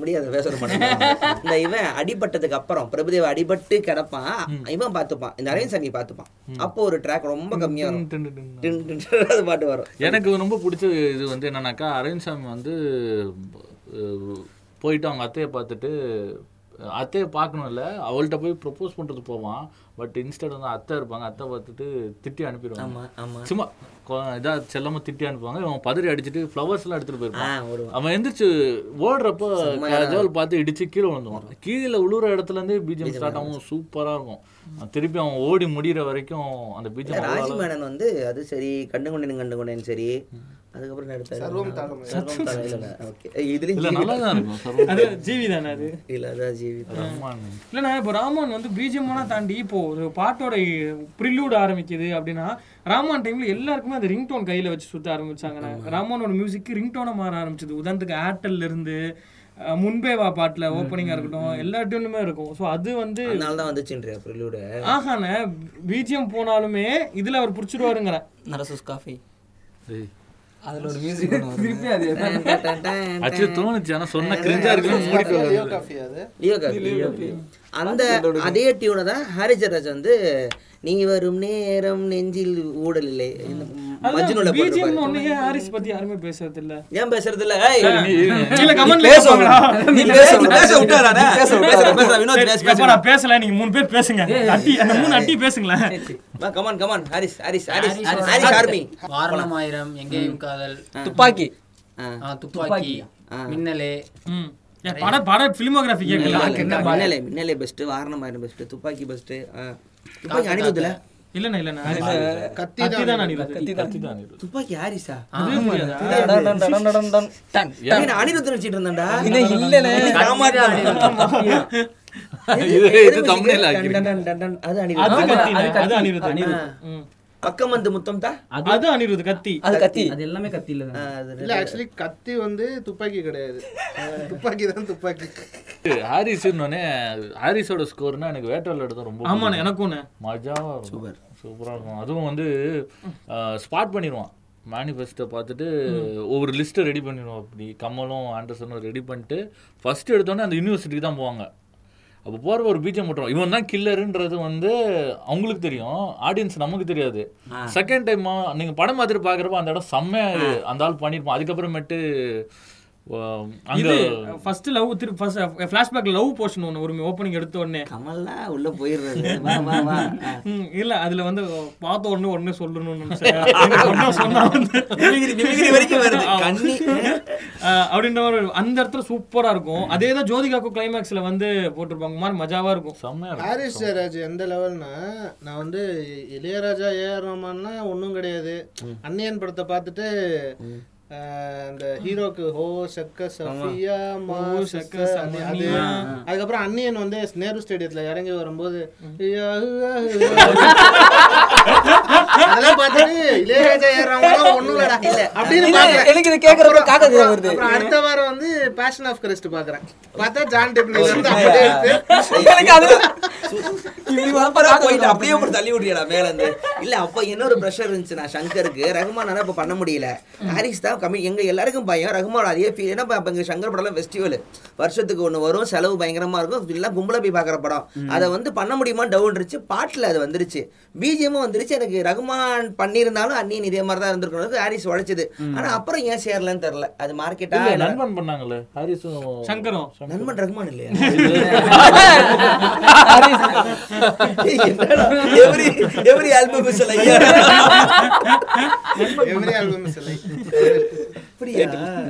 S5: முடியாது பேசுற மாட்டேன் இந்த இவன் அடிபட்டதுக்கு அப்புறம் பிரபுதேவ அடிபட்டு கிடப்பான் இவன் பார்த்துப்பான் இந்த அரவிந்த் சாமி பார்த்துப்பான் அப்போ ஒரு ட்ராக் ரொம்ப கம்மியா வரும்
S6: டின் டின் டின்.
S5: டின் டின் டின் அது பாட்டு வரும்
S6: எனக்கு ரொம்ப பிடிச்ச இது வந்து என்னன்னாக்கா அரவிந்த் சாமி வந்து அஹ், போயிட்டு அவங்க அத்தையை பார்த்துட்டு அஹ், அத்தையை பார்க்கணும்ல அவள்கிட்ட போய் ப்ரொப்போஸ் பண்றது போவான் பட் இன்ஸ்டன்ட் வந்து அத்தை இருப்பாங்க அத்தை பார்த்துட்டு திட்டி
S5: ஆமா
S6: அனுப்பிடுவாங்க
S5: ஆமா
S6: சும்மா கொ- இதா செல்லமா திட்டி அனுப்புவாங்க இவன் பதறி அடிச்சுட்டு ஃப்ளவர்ஸ் எல்லாம் எடுத்துட்டு
S5: ஆ
S6: போயிருப்பான்
S5: வருவான்
S6: அவன் எந்திரிச்சு ஓடுறப்ப கஜால் பார்த்து இடிச்சு கீழே விழுந்துவான் கீழே உழுற இடத்துல இருந்து பீஜம் ஸ்டார்ட் ஆகும் சூப்பரா இருக்கும் திருப்பி அவன் ஓடி முடியிற வரைக்கும் அந்த பீஜம்
S5: ராஜி மேனன் வந்து அது சரி கண்டு கொண்டேன் கண்டு கொண்டேன் சரி அதுக்கப்புறம் என்ன எடுத்தாரு
S7: சர்வம் தாளம்.
S5: சர்வம் தாளம் இல்ல, இல்ல, okay.
S6: இல்ல
S5: இதுலயும்
S6: நல்லா தான் இருக்கும் சர்வம்
S2: அது ஜீவி தானே அது
S5: இல்ல அதான் ஜீவி
S6: ரஹ்மான்
S2: இல்லைண்ணா இப்போ ராமன் வந்து பிஜிஎம்லாம் தாண்டி இப்போ ஒரு பாட்டோட ப்ரில்லூட் ஆரம்பிக்குது அப்படின்னா ராமான் டைம்ல எல்லாருக்குமே அந்த ரிங்டோன் கையில வச்சு சுத்த ஆரம்பிச்சாங்கண்ணா ராமானோட மியூசிக் ரிங்டோனை மாற ஆரம்பிச்சது உதாரணத்துக்கு ஏர்டெல்ல இருந்து அஹ், முன்பே வா பாட்டுல ஓப்பனிங்கா இருக்கட்டும் எல்லா டியூனுமே இருக்கும் ஸோ அது வந்து
S5: அதனால தான் வந்துச்சுன்றியா ப்ரிலூடு
S2: ஆஹான பிஜிஎம் போனாலுமே இதுல அவர் பிடிச்சிடுவாருங்கிற
S3: நரசூஸ் காஃபி
S6: ஏய்,
S3: அதுல ஒரு மியூசிக் ஒன்று வரும்
S1: திருப்பி அது
S6: actually தோணுச்சு ஆனா சொன்னா கிரிஞ்சா இருக்குன்னு மூடிட்டு
S7: அது லியோ காஃபி அது
S5: லியோ காபி, லியோ காபி. அந்த அதே டியூனை தான் ஹாரி ஜெராஜ் வந்து நீ வரும் நேரம் நெஞ்சில் ஊடல் இல்லை இந்த மஜ்னுல
S2: பிஜிஎம்
S5: போட்டிருப்பாரு.
S2: ஒன்னு ஏன் ஹாரிஸ் பத்தி யாருமே பேசுறது இல்ல
S5: ஏன் பேசுறது இல்ல ஏய்,
S2: இல்ல கமெண்ட்ல
S3: பேச
S2: பேசுவாங்களா
S3: விடு. நீ
S5: நீ
S3: பேச
S5: பேச
S3: விடு.
S5: பேச விட்டாதானே?
S3: பேச விடு.
S5: பேச விடு, பேச விடு. வினோத் பேசு, பேசு.
S2: நான் பேசல நீங்க மூணு பேர் பேசுங்க அட்டி அந்த மூணு அட்டி பேசுங்களேன்
S5: வா, come on, come on. Harris, Harris, Harris,
S4: Harris
S5: Harris,
S4: Harris
S5: Harris army.
S4: Vaaranam Aayiram Engeyum காதல்
S3: துப்பாக்கி
S5: ஆ,
S4: ஆ, துப்பாக்கி மின்னலே
S2: ம். ஏன் பட பட பிலிமோகிராஃபி
S5: இல்ல,
S2: கேட்கல
S5: இல்ல, மின்னலே, மின்னலே best, வாரணமாயிரம் best, துப்பாக்கி best. ஆ. துப்பாக்கி அனிருத்ல?
S2: இல்லைண்ணா இல்லைண்ணா கத்தி தான் அனிருத்
S5: துப்பாக்கி ஹாரிஸா?
S2: அதுவே புரியாதா?
S3: டன், டன், டன், டன், டன், டன்.
S5: ஏய், நான் அனிருத்னு நினைச்சிட்டு இருந்தேன்டா.
S3: இன்னும் இல்லைண்ணே.
S6: இது இது
S5: எது
S6: தமிழ்ல
S5: டன், டன், டன், டன், டன். அது
S2: அது
S5: அனிருத்.
S2: கத்தி அது அனிருத்
S5: ஆ.
S2: ம்.
S5: பக்கமந்து முத்தம் தான்
S2: அது அனிருத் கத்தி
S3: அது கத்தி
S1: அது எல்லாமே கத்தியில தான்
S7: இல்ல ஆக்சுவலி கத்தி வந்து துப்பாக்கி (laughs) கிடையாது அஹ் துப்பாக்கி தான் துப்பாக்கி
S6: ஹாரிஸ்னே ஹாரிஸோட ஸ்கோர்னா எனக்கு வேட்டையாளோட தான் ரொம்ப
S2: ஆமாண்ணே எனக்கும்ண்ணே
S6: மஜாவாக இருக்கும் சூப்பராக இருக்கும் அதுவும் வந்து ஸ்பாட் பண்ணிடுவான் மேனிஃபெஸ்டோ பார்த்துட்டு ஒவ்வொரு லிஸ்ட்டை ரெடி பண்ணிடுவோம் அப்படி கமலும் ஆண்டர்சனும் ரெடி பண்ணிட்டு ஃபஸ்ட்டு எடுத்தோன்னே அந்த யூனிவர்சிட்டிக்கு தான் போவாங்க அப்போ போகிற ஒரு பீச்சை மட்டும் இவன் தான் கில்லருன்றது வந்து அவங்களுக்கு தெரியும் ஆடியன்ஸ் நமக்கு தெரியாது செகண்ட் டைம் நீங்கள் படம் பார்த்துட்டு பார்க்குறப்ப அந்த இடம் செம்மையா அந்த ஆள் பண்ணியிருப்பான் அதுக்கப்புறமேட்டு அஹ்,
S2: இது
S6: அங்க
S2: ஃபர்ஸ்ட் லவ் திரு ஃபர்ஸ்ட் ஃபிளாஷ்பேக் லவ் போர்ஷன் ஒன்று ஒரு ஓப்பனிங் எடுத்த உடனே
S5: கமல்னா உள்ள போயிடுறது வா வா வா ஆ.
S2: ம், இல்ல அதுல வந்து பார்த்த உடனே ஒண்ணு சொல்லணும்னு நினைச்சேன். எனக்கு ஒண்ணும் சொன்னா வந்து-
S5: நிமிர்கிரி, நிமிர்கிரி வரைக்கும் வருது கண்ணி
S2: அஹ், அப்படின்ற மாதிரி அந்த இடத்துல சூப்பரா இருக்கும் அதே தான் ஜோதிகாக்கு கிளைமேக்ஸ்ல வந்து போட்டிருப்பாங்க மாதிரி மஜாவா இருக்கும்
S6: செம்மையாக இருக்கும்
S7: ஹாரிஸ் ஜெயராஜ் எந்த லெவல்னா நான் வந்து இளையராஜா ஏஆர் ரஹ்மான்னா ஒன்றும் கிடையாது அன்னியன் படத்தை பார்த்துட்டு அஹ், அந்த ஹீரோக்கு ஹோ சக்க சஃபியா மா
S2: சக்க
S7: சக்க அது அது.
S2: சஃபியா.
S7: அதுக்கப்புறம் அன்னியன் வந்து நேரு ஸ்டேடியத்துல இறங்கி வரும்போது ஐயா, ஐயா, ஐயா. அதெல்லாம் பார்த்துட்டு இளையராஜா ஏஆர் ரஹ்மான் ஒன்றும் இல்லடா
S5: இல்ல.
S7: அப்படின்னு
S3: இல்ல,
S7: பார்க்கிறேன்.
S3: எனக்கு இது கேட்கறப்ப
S7: அப்புறம்,
S3: காக்கா
S7: அப்புறம்,
S3: வருது.
S7: அப்புறம் அடுத்த வாரம் வந்து பேஷன் ஆஃப் கிறிஸ்ட் பார்க்கறேன் பார்த்தா ஜான் டெப்னி வந்து அப்படியே எடுத்து
S3: எனக்கு அது இப்படி
S5: அப்புறம்
S3: வரப்பதான்
S5: போயிட்டு அப்படியே ஒரு தள்ளி விட்டுறியடா மேல இருந்து இல்ல அப்ப இன்னொரு ப்ரெஷர் இருந்துச்சு நான் சங்கருக்கு ரகுமானால இப்ப பண்ண முடியல ஹாரிஸ் தான் கம்மி எங்க எல்லாருக்கும் பயம் ரகுமான் அதே ஃபீல் ஏன்னா இப்ப அப்ப இங்க சங்கர் படம்லாம் ஃபெஸ்டிவல் வருஷத்துக்கு ஒண்ணு வரும் செலவு பயங்கரமா இருக்கும் எல்லாம் கும்பலா போய் பாக்குற படம் அதை வந்து பண்ண முடியுமா டவுன் இருந்துச்சு பாட்டுல அது வந்துருச்சு பிஜிஎமும் வந்துருச்சு எனக்கு ரகுமான் பண்ணியிருந்தாலும் அன்னியன் இதே மாதிரி தான் இருந்திருக்கணும் ஹாரிஸ் உழைச்சது ஆனா அப்புறம் ஏன் சேரலன்னு தெரியல அது மார்க்கெட்டா
S6: இல்ல, நண்பன் பண்ணாங்களே ஹாரிஸும்
S2: சங்கரும்
S5: நண்பன் ரகுமான் இல்லையா
S2: (laughs)
S5: ஏய், என்னடா? every every album is like,
S7: every album (laughs) is like
S5: அப்படியா?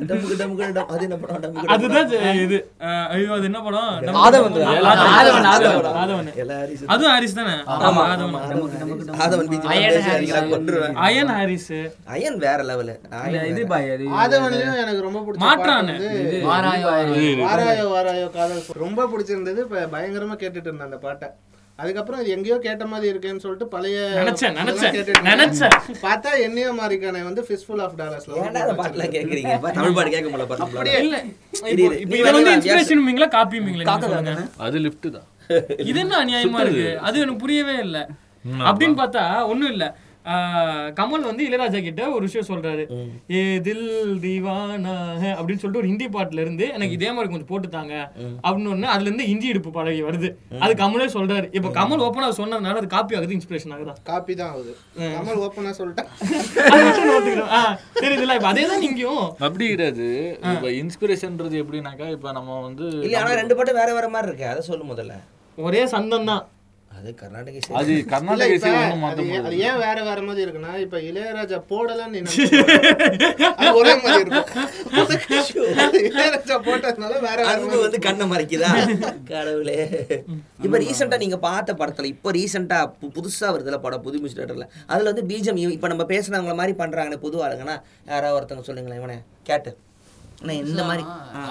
S5: டமுக்கு டமுக்கு டம். அது என்ன படம்? டமுக்கு டமுக்கு
S2: அதுதான் இது- இது அஹ், ஐயோ அது என்ன படம் நம்ம-
S3: ஆதவன் தான்.
S2: ஆதவன்,
S1: ஆதவன்,
S2: ஆதவன்,
S1: ஆதவன்.
S2: ஆதவன்.
S5: எல்லாரும்
S2: அதுவும் ஹாரிஸ் தானே ஆமா ஆதவன்
S5: ஆதவன் ஆதவன் beach ல
S4: அயன்
S5: பேசி
S4: ஹாரிஸ்.
S5: அடிக்கலாம் கொன்றுவேன்.
S2: அயன் ஹாரிஸ்
S5: அயன் வேற லெவலு
S1: இல்ல, இது பாய் அது
S7: ஆதவன்லயும் எனக்கு ரொம்ப பிடிச்ச
S2: மாற்றான்.
S7: பாட்டு வந்து
S4: வாராயோ ஆயிரம்
S7: வாராயோ வாராயோ காதல் சொல். ரொம்ப பிடிச்சிருந்தது இப்ப பயங்கரமா கேட்டுட்டு இருந்தேன் அந்த பாட்டை அதுக்கப்புறம் இது எங்கேயோ கேட்ட மாதிரி இருக்கேன்னு சொல்லிட்டு பழைய
S2: நினைச்சேன்,
S7: இதெல்லாம்
S2: நினைச்சேன்,
S7: கேட்டுட்டு இருந்தேன்.
S2: நினைச்சேன்.
S7: பார்த்தா என்னையோ மாறிக்கானே வந்து ஃபிஸ்ஃபுல் ஆஃப் டாலர்ஸ்ல
S5: ஏன்டா அந்த பாட்டுலாம்
S2: (laughs)
S5: கேக்குறீங்க பா, தமிழ் பாட்டு கேட்க முடியல பாரு நம்மளால.
S2: இல்ல
S5: இரு, இரு.
S2: இப்போ
S5: நீ
S2: இதை
S5: வேணா
S2: வந்து
S5: வியாச-
S2: இன்ஸ்பிரேஷன் மீங்களா காப்பி மீங்களா சொல்லுங்க
S6: அது லிஃப்ட் தான்
S2: (laughs) இது என்ன அநியாயமா இருக்கு அது எனக்கு புரியவே இல்ல அப்படின்னு பார்த்தா ஒண்ணும் இல்ல ஆஹ், கமல் வந்து இளையராஜா கிட்ட ஒரு விஷயம் சொல்றாரு ஏதில் திவானா அப்படின்னு சொல்லிட்டு ஒரு ஹிந்தி பாட்டுல இருந்து எனக்கு இதே மாதிரி கொஞ்சம் போட்டு தாங்க அப்படின்னு ஒண்ணு அதுல இருந்து ஹிந்தி எடுப்பு பழகி வருது அது கமலே சொல்றாரு இப்ப கமல் ஓப்பனா சொன்னதுனால அது காப்பி ஆகுது இன்ஸ்பிரேஷன் ஆகுதா
S7: காப்பி தான் ஆகுது கமல் ஓப்பனா
S2: (laughs)
S7: சொல்லிட்டேன்
S2: அது மட்டும் நோட்டுக்கிறோம். ஆஹ், தெரியுதுல்ல இப்ப அதே தான் நீங்கும்
S6: அப்படி கிடையாது இப்ப இன்ஸ்பிரேஷன்ன்றது எப்படின்னாக்கா இப்ப நம்ம வந்து
S5: இல்ல ஆனா ரெண்டு பாட்டு வேற வேற மாதிரி இருக்கு அதை சொல்லு முதல்ல
S2: ஒரே சந்தம் தான்
S5: அது கர்நாடக இசை.
S6: அது
S7: இல்ல
S6: கர்நாடக
S7: இப்ப
S6: இசை ஒன்றும் மாத்த
S7: அது ஏன்- அது
S6: முடியாது
S7: ஏன் வேற வேற மாதிரி இருக்குன்னா இப்ப இளையராஜா
S2: (laughs)
S7: போடலன்னு நீ நினைச்சு அது ஒரே மாதிரி
S5: (laughs)
S7: இருக்கும் அது இளையராஜா போட்டதுனால வேற வேற
S5: அன்பு
S7: மாதிரி
S5: வந்து கண்ணை
S7: (laughs)
S5: மறைக்குதா கடவுளே இப்ப ரீசெண்டா நீங்க பார்த்த படத்துல இப்ப ரீசெண்டா புதுசா வருதுல படம் புது மியூசிக் டேரக்டர்ல அதுல வந்து பீஜம் இப்ப நம்ம பேசுனவங்கள மாதிரி பண்றாங்க புது ஆளுங்கன்னா யாராவது ஒருத்தவங்க சொல்லுங்களேன் இவனை கேட்டு ஆனா இந்த மாதிரி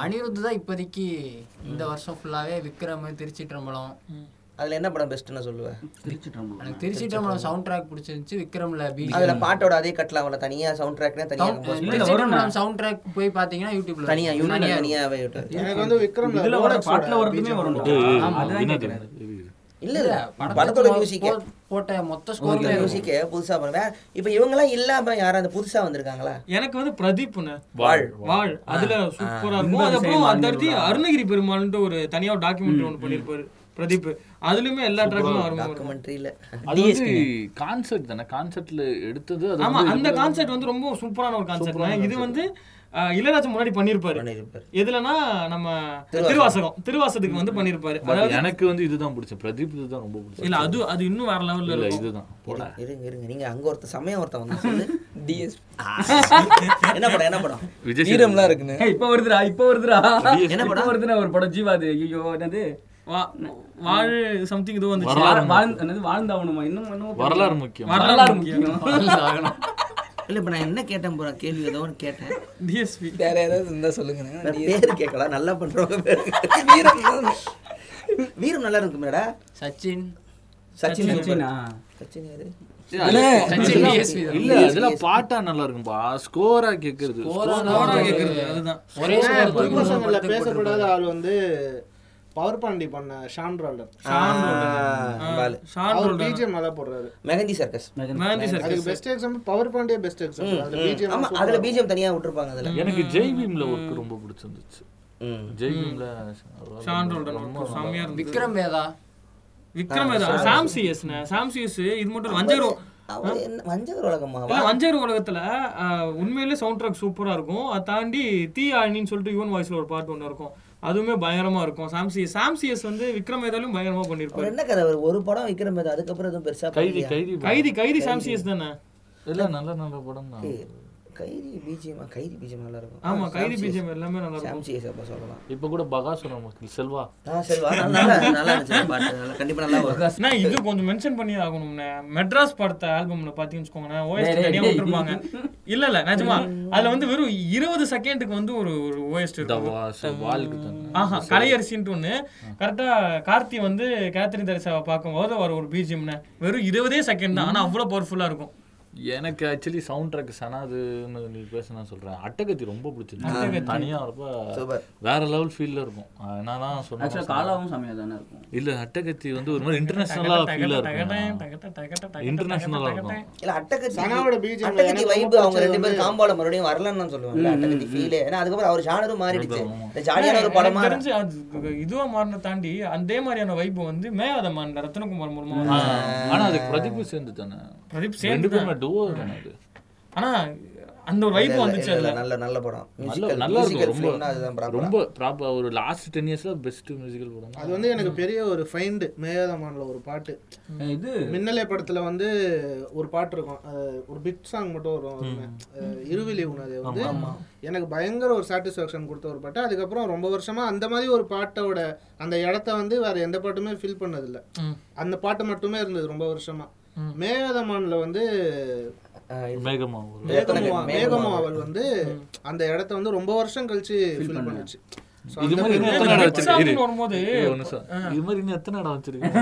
S4: அனிருத் தான் இப்போதைக்கு இந்த வருஷம் ஃபுல்லாவே விக்ரம் திருச்சி ட்ரம்பலம்
S5: அதுல என்ன படம் பெஸ்ட்னு சொல்லுவேன்
S4: எனக்கு திருச்சி டம்ல சவுண்ட் ட்ராக் பிடிச்சிருந்துச்சு விக்ரம்ல
S5: அதுல பாட்டோட அதே கட்டல அவன தனியா சவுண்ட் ட்ராக்னே தனியா இருக்கும்.
S4: சவுண்ட் ட்ராக் போய் பாத்தீங்கன்னா யூடியூப்ல
S5: தனியா
S4: இருக்கும்.
S5: யூனிட் தனியாவே விட்டாரு.
S7: எனக்கு வந்து விக்ரம்ல
S1: இதுல வர
S7: ரோலக்ஸோட
S1: பாட்டுல வரதுமே வரும்
S6: என்னது
S5: இல்ல இல்ல
S4: படத்தோட
S5: படத்தோட
S4: போ-
S5: மியூசிக்
S4: போ- போட்ட மொத்த ஸ்கோர்ல
S5: மியூசிக்கே புதுசா பண்ணுவேன் இப்ப இவங்க எல்லாம் இல்லாம யாரும் அந்த புதுசா வந்திருக்காங்களா
S2: எனக்கு வந்து பிரதீப்னு
S6: வாழ்
S2: வாழ் அதுல சூப்பரா இருக்கும் அது அப்புறம் அந்த இடத்துல அருணகிரி பெருமாள்ன்ட்டு ஒரு தனியா டாக்குமெண்ட் ஒன்று பண்ணியிருப்பாரு பிரதீப் அதுலயுமே எல்லா ட்ராக்குமே வரும்
S5: கமெண்ட்ரியில
S6: அது வந்து கான்செர்ட் தானே கான்செர்ட்ல எடுத்தது அது
S2: ஆமா
S6: வந்து
S2: அந்த கான்செர்ட் வந்து ரொம்ப சூப்பரான ஒரு கான்செர்ட் இது வந்து அஹ், இளையராஜா முன்னாடி பண்ணியிருப்பாரு
S5: பண்ணிருப்பாரு
S2: எதுலனா நம்ம திருவாசகம் திருவாசகத்துக்கு வந்து பண்ணியிருப்பாரு
S6: but எனக்கு வந்து இதுதான் பிடிச்ச பிரதீப் இதுதான் ரொம்ப பிடிச்ச
S2: இல்ல அது அது இன்னும் வேற லெவல்ல
S6: இல்ல
S2: இருக்கும்
S6: இதுதான் போல
S5: இருங்க இருங்க நீங்க அங்க ஒருத்த சமயம் ஒருத்த வந்து சொல்லு டிஎஸ் என்ன படம் என்ன படம்
S6: விஜய்
S3: வீரம்லாம் இருக்குன்னு
S1: ஏய், இப்ப வருதுடா இப்ப வருதுடா
S5: என்ன
S1: இப்ப வருதுடா ஒரு படம் ஜீவாது ஐயோ என்னது
S2: வா- வாழ் சம்திங் இது வந்துச்சு
S6: வரலாறு முக்கியம்.
S1: வாழ்ந்து என்னது வாழ்ந்தாவணுமா இன்னும் இன்னும்
S6: வரலாறு முக்கியம்
S1: வரலாறு முக்கியம்
S5: இல்ல இப்ப நான் என்ன கேட்டேன் போறேன் கேள்வி ஏதோ ஒன்று கேட்டேன்
S2: டிஎஸ்பி
S3: வேற ஏதாவது இருந்தா சொல்லுங்கண்ணா
S5: நான் பேர் கேட்கலாம் நல்லா பண்றவங்க பேரு கேட்கலாம். வீரம் தான். வீரம் நல்லா இருக்கு மேடா
S4: சச்சின்
S5: சச்சின் சூப்பர்.
S1: சச்சினா?
S5: சச்சின் யாரு
S4: சச்சின்
S6: இல்ல
S4: DSP தான்.
S6: இல்ல இதெல்லாம் பாட்டா நல்லா இருக்கும்பா ஸ்கோரா கேக்குறது
S4: போராடா
S2: கேக்குறது அதுதான்
S4: ஒரே score தூக்கி
S7: துர்கா
S4: மூணு
S7: சங்கர்ல
S4: படத்துக்கு
S7: பேசப்படாத ஆள் வந்து பவர் பாண்டி பண்ண ஷான் ரால்டர்
S5: ஆ, பாலு.
S7: அவர்
S2: ஷான்
S7: பிஜிஎம் நல்லா போடுறாரு
S5: மெஹந்தி சர்க்கஸ்
S2: மேந்தி சார்
S7: அதுக்கு பெஸ்ட் எக்ஸாம்பிள் பவர் பாண்டியே பெஸ்ட் எக்ஸாம்பிள் அதுல பிஜிஎம்
S5: ஆமா அதுல பிஜிஎம் தனியா விட்டுருப்பாங்க அதுல
S6: எனக்கு ஜெய் பீம்ல ஒர்க் ரொம்ப பிடிச்சிருந்துச்சு
S5: ம்.
S6: ஜெய் பீம்ல
S2: ஷான் ரோல்டன் செம்மையா இருந்துச்சு
S4: விக்ரம் வேதா
S2: விக்ரம் ஏதா சாம் சிஎஸ் சாம் சிஎஸ் இது மட்டும் வஞ்சரோ
S5: அவர் என்ன வஞ்சகர் உலகமா
S2: இல்ல வஞ்சர் உலகத்துல ஆஹ், உண்மையிலே சவுண்ட் ட்ராக் சூப்பரா இருக்கும் அதை தாண்டி தீ ஆணின்னு சொல்லிட்டு யுவன் வாய்ஸ்ல ஒரு பாட்டு ஒன்று இருக்கும் அதுவுமே பயங்கரமா இருக்கும் சாம் சிஎஸ் சாம் சிஎஸ் வந்து விக்ரம் ஏதாலும் பயங்கரமா
S5: அவர்
S2: பண்ணிருப்பாரு
S5: என்ன கதை அவர் ஒரு படம் விக்ரம் மேதா அதுக்கப்புறம் எதுவும் பெருசா
S6: கைதி
S5: பண்ணலையா?
S6: கைதி படம்.
S2: கைதி கைதி சாம் சிஎஸ் தானே
S6: எல்லாம் நல்ல நல்ல படம் தான்
S5: கைதி பிஜிஎம் கைதி பிஜிஎம் நல்லா இருக்கும்
S2: ஆமா கைதி பிஜிஎம் எல்லாமே நல்லா இருக்கும்
S5: சாம்சி அப்ப சொல்லலாம்
S6: இப்ப கூட பகாசுரம் செல்வா
S5: ஆ சரி வா
S6: (laughs)
S5: நல்லா நல்லா- நல்லா இருந்துச்சு அந்த பாட்டு நல்லா கண்டிப்பா நல்லா வரும்
S2: அண்ணா, இது கொஞ்சம் மென்ஷன் பண்ணி ஆகணும்ண்ணே மெட்ராஸ் படத்த ஆல்பம்ல பாத்தீங்கன்னு வச்சுக்கோங்களேன் ஓஎஸ்டி
S1: டேய்,
S2: தனியா
S1: டேய்.
S2: விட்டுருப்பாங்க இல்ல இல்ல நிஜமா அதுல வந்து வெறும் இருபது செகண்டுக்கு வந்து ஒரு ஒரு ஓஎஸ்டி இருக்கும்
S6: தவாசு வாழ்க்கை தான்
S2: ஆஹா கலையரசின்ட்டு ஒன்று கரெக்டாக கார்த்தி வந்து கேத்ரின் தரிசாவை பார்க்கும்போது அவர் ஒரு பிஜிஎம்னு வெறும் இருபதே செகண்ட் தான் ஆனால் அவ்வளோ பவர்ஃபுல்லாக இருக்கும்
S6: எனக்கு ஆக்சுவலி சவுண்ட் ட்ராக் சனாதுன்னு நீ பேச நான் சொல்றேன் அட்டகத்தி ரொம்ப பிடிச்சிருந்துச்சு தனியா வரப்ப
S5: Super.
S6: வேற லெவல் ஃபீல்ல இருக்கும் அஹ் என்னதான்
S1: ஆக்சுவலா
S6: சொன்னா
S1: காலாவும் செமையா தானே இருக்கும்
S6: இல்ல அட்டகத்தி வந்து ஒரு மாதிரி இன்டர்நேஷனலா ஃபீலா இருக்கும்
S2: டகட்ட, டகட்ட, டகட்ட,
S6: இன்டர்நேஷனலா இருக்கும்
S5: இல்ல அட்டகத்தி
S7: சனாவோட BGM
S5: அட்டகத்தி
S7: எனக்கு
S5: வைப் அவங்க ரெண்டு பேரும் காம்போல மறுபடியும் வரலன்னு தான் சொல்லுவாங்க அட்டகத்தி ஃபீல் ஏன்னா அதுக்கப்புறம் அவர் ஜானரும் மாறிடுச்சு இந்த ஜாலியான ஒரு படமா
S2: எனக்கு தெரிஞ்சு அது இதுவா மாறின தாண்டி அந்த மாதிரியான வைப் வந்து மேவாதமான ரத்னகுமார் மூலமா
S6: ஆ, ஆனா அதுக்கு பிரதீப் சேர்ந்து தானே
S2: பிரதீப்
S6: ரெண்டு
S2: சேர்ந்து
S6: பேருமே டூவோ தானே அது
S2: ஆனா அந்த ஒரு வைப் வந்துச்சு
S5: இல்ல,
S2: அதுல
S5: நல்ல நல்ல படம்
S6: நல்ல
S5: மியூசிக்கல்
S6: நல்லா
S5: மியூசிக்கல்
S6: இருக்கும்
S5: ஃபிலிம்னா அதுதான்
S6: ரொம்ப
S5: ப்ராப்ளம்
S6: ரொம்ப ப்ராப்பர் ஒரு லாஸ்ட் டென் இயர்ஸ்ல பெஸ்ட் மியூசிக்கல் படம்
S7: அது வந்து எனக்கு பெரிய ஒரு ஃபைண்ட் மேயாதமான்ல ஒரு பாட்டு
S1: இது
S7: மின்னலே படத்துல வந்து ஒரு பாட்டு இருக்கும் அது ஒரு பிட் சாங் மட்டும் வரும் அதுல. அஹ் இருவிழி உணர்வு வந்து எனக்கு பயங்கர ஒரு சாட்டிஸ்ஃபேக்ஷன் கொடுத்த ஒரு பாட்டு அதுக்கப்புறம் ரொம்ப வருஷமா அந்த மாதிரி ஒரு பாட்டோட அந்த இடத்த வந்து வேற எந்த பாட்டுமே ஃபில் பண்ணதில்ல
S2: ம்.
S7: அந்த பாட்டு மட்டுமே இருந்தது ரொம்ப வருஷமா மேயாதமான்ல வந்து
S6: மேகமா
S7: மேகமோ மேகமோ அவள் வந்து அந்த இடத்த வந்து ரொம்ப வருஷம் கழிச்சு ஃபில் பண்ணுச்சு So,
S6: இது
S7: அந்த
S6: மாதிரி இன்னும் எத்தனை இடம் வச்சிருக்கு இரு.
S2: பிக்சாப்னு வரும்போது
S6: இரு, ஒரு நிமிஷம். இது மாதிரி இன்னும் எத்தனை இடம் வச்சிருக்கீங்க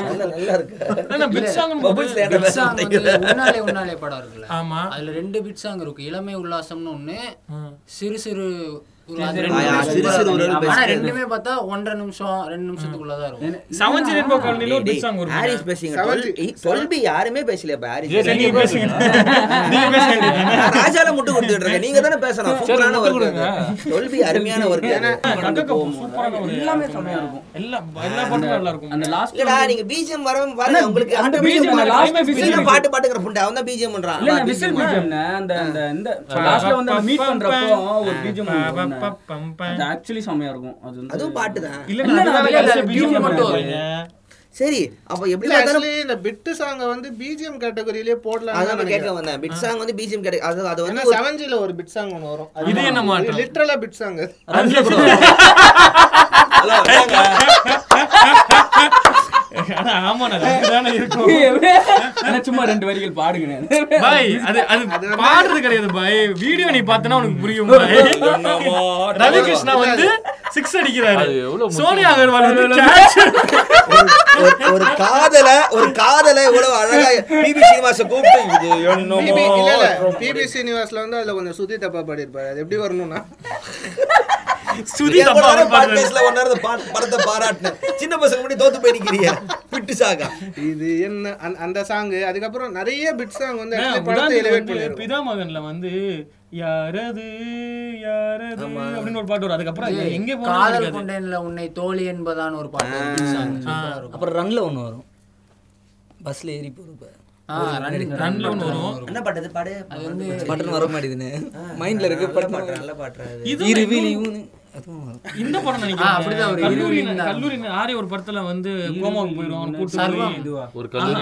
S5: நல்ல
S6: (laughs)
S5: நல்லா இருக்கு
S2: ஆனா பிக் சாங்
S5: பபுள்ஸ்ல என்ன
S4: பிட்
S5: பேச
S4: சாங் வந்து உன்னாலே உன்னாலே படம் இருக்குல்ல
S2: ஆமா
S4: அதுல ரெண்டு பிட் சாங் இருக்கு இளமை உல்லாசம்னு ஒண்ணு சிறு சிறு ஒரு- அது
S5: ஆ, ஆ, சிறு சிறு
S4: ரெண்டு-
S5: உறவுகள்
S4: ஆனா
S5: best.
S4: ரெண்டுமே பார்த்தா ஒன்றரை நிமிஷம் ரெண்டு நிமிஷத்துக்குள்ளதான் இருக்கும்
S2: சவஞ்சி ரெயின்போ காலனில ஒரு
S5: டேய்,
S2: பிக் சாங் வரும்
S5: ஹாரிஸ் பேசுங்க டுவெல்- ஏய், டுவெல் பி யாருமே பேசலையா இப்ப ஹாரிஸ்
S6: நீங்க பேசுங்க
S5: நான் ராஜால முட்டு கொடுத்துட்டு இருக்கேன் நீங்க தானே பேசணும் சூப்பரான ஒரு தோல்வி அருமையான ஒரு
S2: சூப்பரான ஒரு
S1: எல்லாமே செமையா இருக்கும்
S2: எல்லா எல்லா படமும் நல்லா இருக்கும்
S1: அந்த லாஸ்ட்
S5: இல்லடா நீங்க பிஜிஎம் வர பாருங்க உங்களுக்கு அந்த
S1: BGM
S5: பிஜிஎம்
S1: last BGM
S5: பாட்டு பாட்டு பாட்டுக்கிற புண்டை அவன் தான் பிஜிஎம் பண்றான்
S1: இல்ல விசில் பீஜம்னா அந்த அந்த இந்த லாஸ்ட்ல வந்து அந்த மீட் பண்றப்போ ஒரு பீஜம் அது ஆக்சுவலி செமையா இருக்கும் அது வந்து
S5: அதுவும்
S1: (laughs)
S5: பாட்டு தான்
S2: இல்ல
S1: இல்ல,
S2: நான்
S1: இல்ல,
S2: அதுதான்
S1: இல்ல,
S2: BGM
S1: tune மட்டும்
S2: பண்ணுவாங்க.
S5: சரி அப்ப எப்படி
S7: இல்ல
S5: இருந்தாலும்
S7: ஆக்சுவலி இந்த பிட்டு சாங்க வந்து பிஜிஎம் கேட்டகரியிலே போடலாம்
S5: அதான் நான் கேட்க வந்தேன் பிட் சாங் வந்து பிஜிஎம் கிடைக்கும் அது அது
S7: ஏன்னா
S5: வந்து
S7: செவன்ஜில ஒரு பிட் சாங் ஒன்று வரும்
S2: இது என்ன மாற்றம்?
S7: லிட்ரலா பிட் சாங்
S5: ஹலோ
S2: (laughs) ஆனா, ஆமாண்ணா, அப்படிதானே இருக்கும்.
S1: ஆனா சும்மா ரெண்டு வரிகள் பாடுங்க
S2: பாய், அது- அது பாடுறது கிடையாது பாய். வீடியோ நீ பார்த்தனா உனக்கு புரியும் பாய். ரவிகிருஷ்ணா வந்து six அடிக்கிறாரு.
S6: அது எவ்வளவு முக்கியம்.
S2: சோனியா அகர்வால் வந்து catch.
S8: ஒரு- ஒரு காதல ஒரு காதல இவ்வளவு அழகா பிபி சீனிவாச கூப்பிட்டு இது
S7: பிபி இல்ல இல்ல
S8: என்னமோ
S7: பிபி சீனிவாஸ்ல வந்து அதுல கொஞ்சம் சுத்தி தப்பா பாடியிருப்பாரு அது எப்படி வரணும்னா
S2: சுதி
S8: என் கூட
S2: தப்பா
S8: வர
S2: பாடுறாரு.
S8: பாட்காஸ்ட்ல ஒன் நேரம் இந்த பாட்- படத்தை பாராட்டினேன். சின்ன பசங்க முன்னாடி தோத்து போயிருக்கிறியே. பிட்டு சாகா.
S7: இது என்ன அந்த- அந்த சாங் அதுக்கப்புறம் நிறைய பிட் சாங் வந்து actually படத்தை
S2: உதாரணத்துக்கு
S7: எலிவேட்
S2: வந்து
S7: பண்ணிருக்கும்
S2: பிதாமகன்ல வந்து யாரது யாரது அப்படின்னு ஒரு பாட்டு வரும் அதுக்கப்புறம் இது எங்க
S4: காதல்
S2: போனாலும்
S4: கொண்டேன்ல உன்னை தோழி என்பதான ஒரு பாட்டு இருந்துச்சாங்க. சூப்பரா இருக்கும்.
S3: அப்புறம் ரன்ல ஒன்று வரும் பஸ்ல ஏறி போறப்ப
S4: ஆ, run- run
S2: ரன்ல ஒன்று வரும்
S5: என்ன பாட்டு அது பாடு
S4: அது வந்து
S3: பட்டன் வர மாட்டேதுன்னு
S5: (laughs)
S3: மைண்ட்ல இருக்கு
S5: நல்ல
S3: பட்டன்
S5: பாட்டு நல்ல பாட்டு அது.
S2: இது
S3: இருவிழி ஊனு அதுவும் வரும்
S2: இந்த படம்
S4: ஆ,
S2: நினைக்கிறேன்
S4: அப்படிதான் ஒரு
S2: கல்லூரி
S4: இருபது
S2: கல்லூரி ஆரிய ஒரு படத்துல வந்து கோமாவுக்கு போயிடும் அவன் கூட்டு
S4: சர்வம்.
S2: போய்
S6: ஒரு கல்லூரி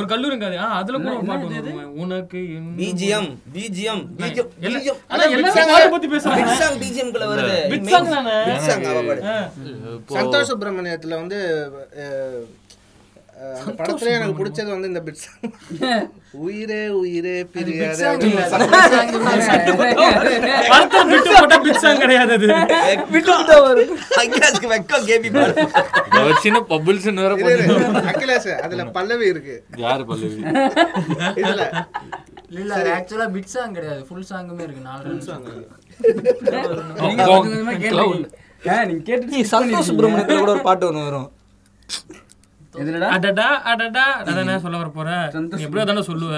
S2: ஒரு கல்லூரி கதை ஆ, அதுல கூட ஒரு பாட்டு வருமே. உனக்கு இன்னும்
S8: BGM, BGM, BGM, BGM.
S2: ஆனா எல்லாரும் பாட்டு பத்தி பேசுறாங்க
S5: Big song BGM குள்ள வருது
S2: பிக் சாங் தானே
S8: பிட்டு சாகா, அவ பாடு.
S7: சந்தோஷ் சுப்பிரமணியத்துல வந்து அஹ், அஹ், அந்த படத்துல எனக்கு பிடிச்சது வந்து இந்த பிட்
S2: (laughs)
S7: சாங் உயிரே உயிரே பிரியாத
S4: இல்ல, சம்மர் song இல்ல.
S2: படத்துல விட்டு போட்டா பிக் சாங் கிடையாது அது
S8: அகிலாஜ்க்கு வெக்கம் கேபி பாடு.
S6: சின்ன பபுல்ஸ்னு வேற போட்டு
S7: அகிலாஷ் அதுல பல்லவி இருக்கு
S6: யாரு பல்லவி
S7: இதுல
S4: இல்ல அது actual ஆ bit song கிடையாது full song உமே இருக்கு நாலு song
S1: நீங்க கொஞ்சம் கொஞ்சமா கேளுங்க. ஆ, நீங்க கேட்டுட்டு
S3: நீ சந்தோஷ் சுப்பிரமணியத்துல கூட ஒரு பாட்டு ஒன்று வரும்
S1: எதுலடா
S2: அடடா அடடா அதான் என்ன சொல்ல வர போற நீ எப்படியோ தானே சொல்லுவ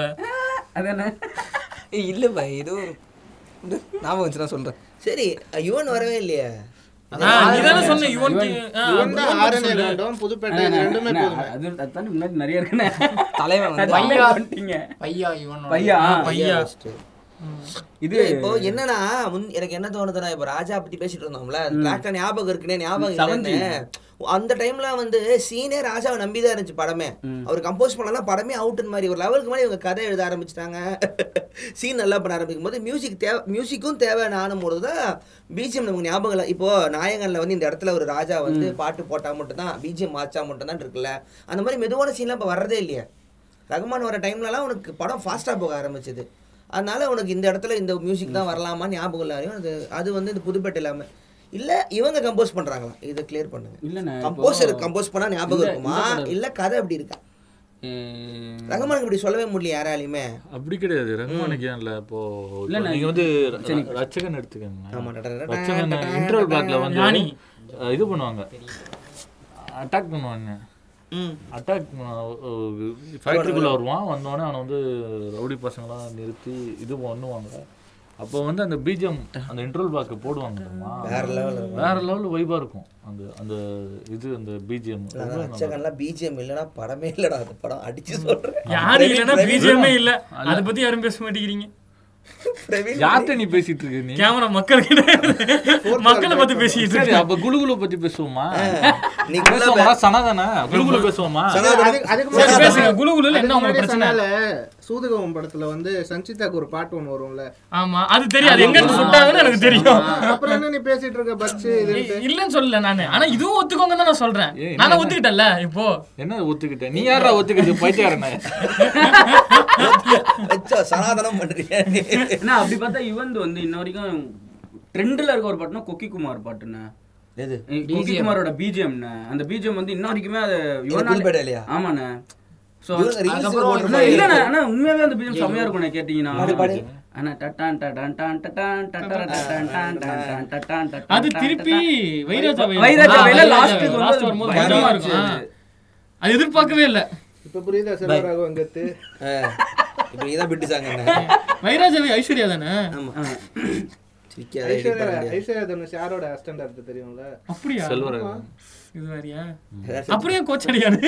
S1: அதானே
S3: ஏய் இல்லை பை ஏதோ ஒரு ஞாபகம் வந்துச்சுன்னா சொல்றேன்
S5: சரி யுவன் வரவே இல்லையா
S2: ஆ, நீ தானே சொன்ன யுவன் கி- ஆ,
S7: இவன் தான்
S2: யுவன் பத்தி
S7: ஆரணி
S2: சொல்லு.
S7: வேண்டும் புதுப்பேட்டை இது ரெண்டுமே
S1: அண்ணா,
S7: போதுமே
S1: அது அதுதான் முன்னாடி நிறைய இருக்குண்ணே
S3: தலைவன் வந்து
S1: பையா வந்துட்டீங்க
S4: பையா இவனோட
S1: பையா
S2: பையா
S1: இது
S5: இல்ல, இப்போ என்னன்னா முன் எனக்கு என்ன தோணுதுன்னா இப்போ ராஜா பத்தி பேசிட்டு இருந்தோம்ல ராக்கா ஞாபகம் இருக்குனே ஞாபகம்
S1: Seventy.
S5: இல்லைன்னு அந்த டைம்ல வந்து சீனே ராஜாவை நம்பிதான் இருந்துச்சு படமே அவர் கம்போஸ் பண்ணலாம் படமே அவுட்னு மாதிரி ஒரு லெவலுக்கு மேலே இவங்க கதை எழுத (laughs) ஆரம்பிச்சிட்டாங்க சீன் நல்லா பண்ண ஆரம்பிக்கும் போது மியூசிக் தேவை மியூசிக்கும் தேவைன்னு ஆனும்போது தான் பிஜிஎம் நமக்கு ஞாபகம் இல்லை இப்போ நாயகன்ல வந்து இந்த இடத்துல ஒரு ராஜா வந்து பாட்டு போட்டா மட்டும் தான் பிஜிஎம் மாச்சா மட்டும் தான் இருக்குல்ல அந்த மாதிரி மெதுவான சீன்லாம் இப்போ வர்றதே இல்லையா ரகுமான் வர டைம்லலாம் உனக்கு படம் ஃபாஸ்ட்டாக போக ஆரம்பிச்சது அதனால உனக்கு இந்த இடத்துல இந்த மியூசிக் தான் வரலாமா ஞாபகம் இல்லை அது அது வந்து இந்த புதுப்பேட்டை இல்லாமல் இல்லை இவங்க கம்போஸ் பண்ணுறாங்களா இதை கிளியர் பண்ணுங்க
S1: இல்லண்ணே
S5: கம்போசர் கம்போஸ் பண்ணால் ஞாபகம் இருக்குமா இல்லை கதை அப்படி இருக்கா
S6: உம்,
S5: ரகுமானுக்கு இப்படி சொல்லவே முடியல யாராலையுமே
S6: அப்படி கிடையாது ரகுமானுக்கு ஏன்ல இப்போ இப்போ
S1: இல்ல, நான்
S6: நீங்க வந்து ர- ரச்சகன் எடுத்துக்கங்க ரச்சகன் இன்டர்வல் பேக்ல வந்து அஹ், இது பண்ணுவாங்க அட்டாக் பண்ணுவாங்க அட்டாக் ஃபேக்டரிக்குள்ள வருவான் வந்தோடனே அவனை வந்து ரவுடி பசங்களாம் நிறுத்தி இது பண்ணுவாங்க அப்போ வந்து அந்த பிஜிஎம் அந்த இன்டர்வல் பாக்கு போடுவாங்க தெரியுமா? வேற லெவலில் வைபா இருக்கும் அந்த அந்த இது அந்த பிஜிஎம்
S5: ரச்சகன்லாம் பிஜிஎம் இல்லைனா படமே இல்லைடா அந்த படம் அடிச்சு சொல்கிறேன்
S2: யாரு இல்லைன்னா பிஜிஎம்மே இல்ல அத பத்தி யாரும் பேச மாட்டேங்கிறீங்க
S6: யார்கிட்ட நீ பேசிட்டு இருக்க நீ
S2: கேமரா மக்கள் கிட்ட மக்களை பத்தி பேசிட்டு
S6: சரி
S2: இருக்கேன்
S6: அப்ப குலுகுலு பத்தி பேசுவோமா
S5: நீ
S6: பேசுவோமா சனாதானே குலுகுலு பேசுவோமா
S7: அதுக்கு- அதுக்கு முன்னாடி
S2: பேசுங்க குலு குலுல என்ன உங்களுக்கு
S7: முன்னாடி
S2: பிரச்சனை
S7: சொன்னால, சூதுகவம் படத்துல வந்து சஞ்சிதாக்கு ஒரு பாட்டு ஒண்ணு வரும்ல
S2: ஆமா அது தெரியாது எங்க இருந்து சுட்டாங்கன்னு எனக்கு தெரியும்
S7: அப்புறம் என்ன நீ பேசிட்டு இருக்க பச்சு இது
S2: இ- இல்லன்னு சொல்லல நானு ஆனா இதுவும் ஒத்துக்கோங்க தான் நான் சொல்றேன் நானும் ஒத்துக்கிட்டேன்ல இப்போ
S6: என்ன ஒத்துக்கிட்ட நீ யாரா ஒத்துக்கிட்டு பைத்தியாரன
S5: வச்சா சனாதனம் பண்ணுறியா நீ?
S1: என்ன அப்படி பார்த்தா யுவந்த் வந்து இன்ன வரைக்கும் ட்ரெண்ட்ல இருக்க ஒரு பாட்டுனா கொக்கி குமார் பாட்டுண்ணே
S5: எது?
S1: இ- கொக்கி குமாரோட பிஜிஎம்ண்ணே அந்த பிஜிஎம் வந்து இன்ன வரைக்குமே அது
S5: புதுப்பேட்டை இல்லையா?
S1: ஆமாண்ணே ஸோ
S5: இவங்க reels
S4: அதுக்கப்புறம்
S5: போடுற
S4: இல்ல,
S5: மாதிரி
S1: இல்ல
S5: இருக்கு.
S1: ஆனா உண்மையாவே அந்த பிஜிஎம் செம்மையா இருக்கும்ண்ணே கேட்டீங்கன்னா
S5: பாடு.
S1: ஆனா டட்டான் டட்டான் டான் டட்டான் டட்டான் டட்டான் டான் டட்டான் டட்டான் டட்டான்
S2: அது திருப்பி வைராஜா வேலு.
S1: வைராஜா
S2: ஆ,
S1: வேலு
S2: வைராஜா
S1: last க்கு
S2: வேலு.
S1: வந்து
S2: Last வரும்போது
S1: பயங்கரமா
S2: பயங்கரமா இருக்கும் ஆ. அது எதிர்பார்க்கவே இல்ல
S7: இப்ப புரியுதா செல்வராகவன்
S2: (laughs)
S7: கத்து
S5: ஆ. இப்போ இதான் பிட்டு சாங்கண்ணே
S2: வைராஜாவே ஐஸ்வர்யா தானே
S5: ஆமாம் சிரிக்காத edit
S7: ஐஸ்வர்யா
S5: பண்ண
S7: ஐஸ்வர்யா தனுஷ் யாரோட அஸ்டன்ட் அடுத்து தெரியும்ல
S2: அப்படியா
S6: செல்வராகவன்
S2: இது வேறயா
S5: முடியாது.
S2: அப்படியே கோச்சடியாரு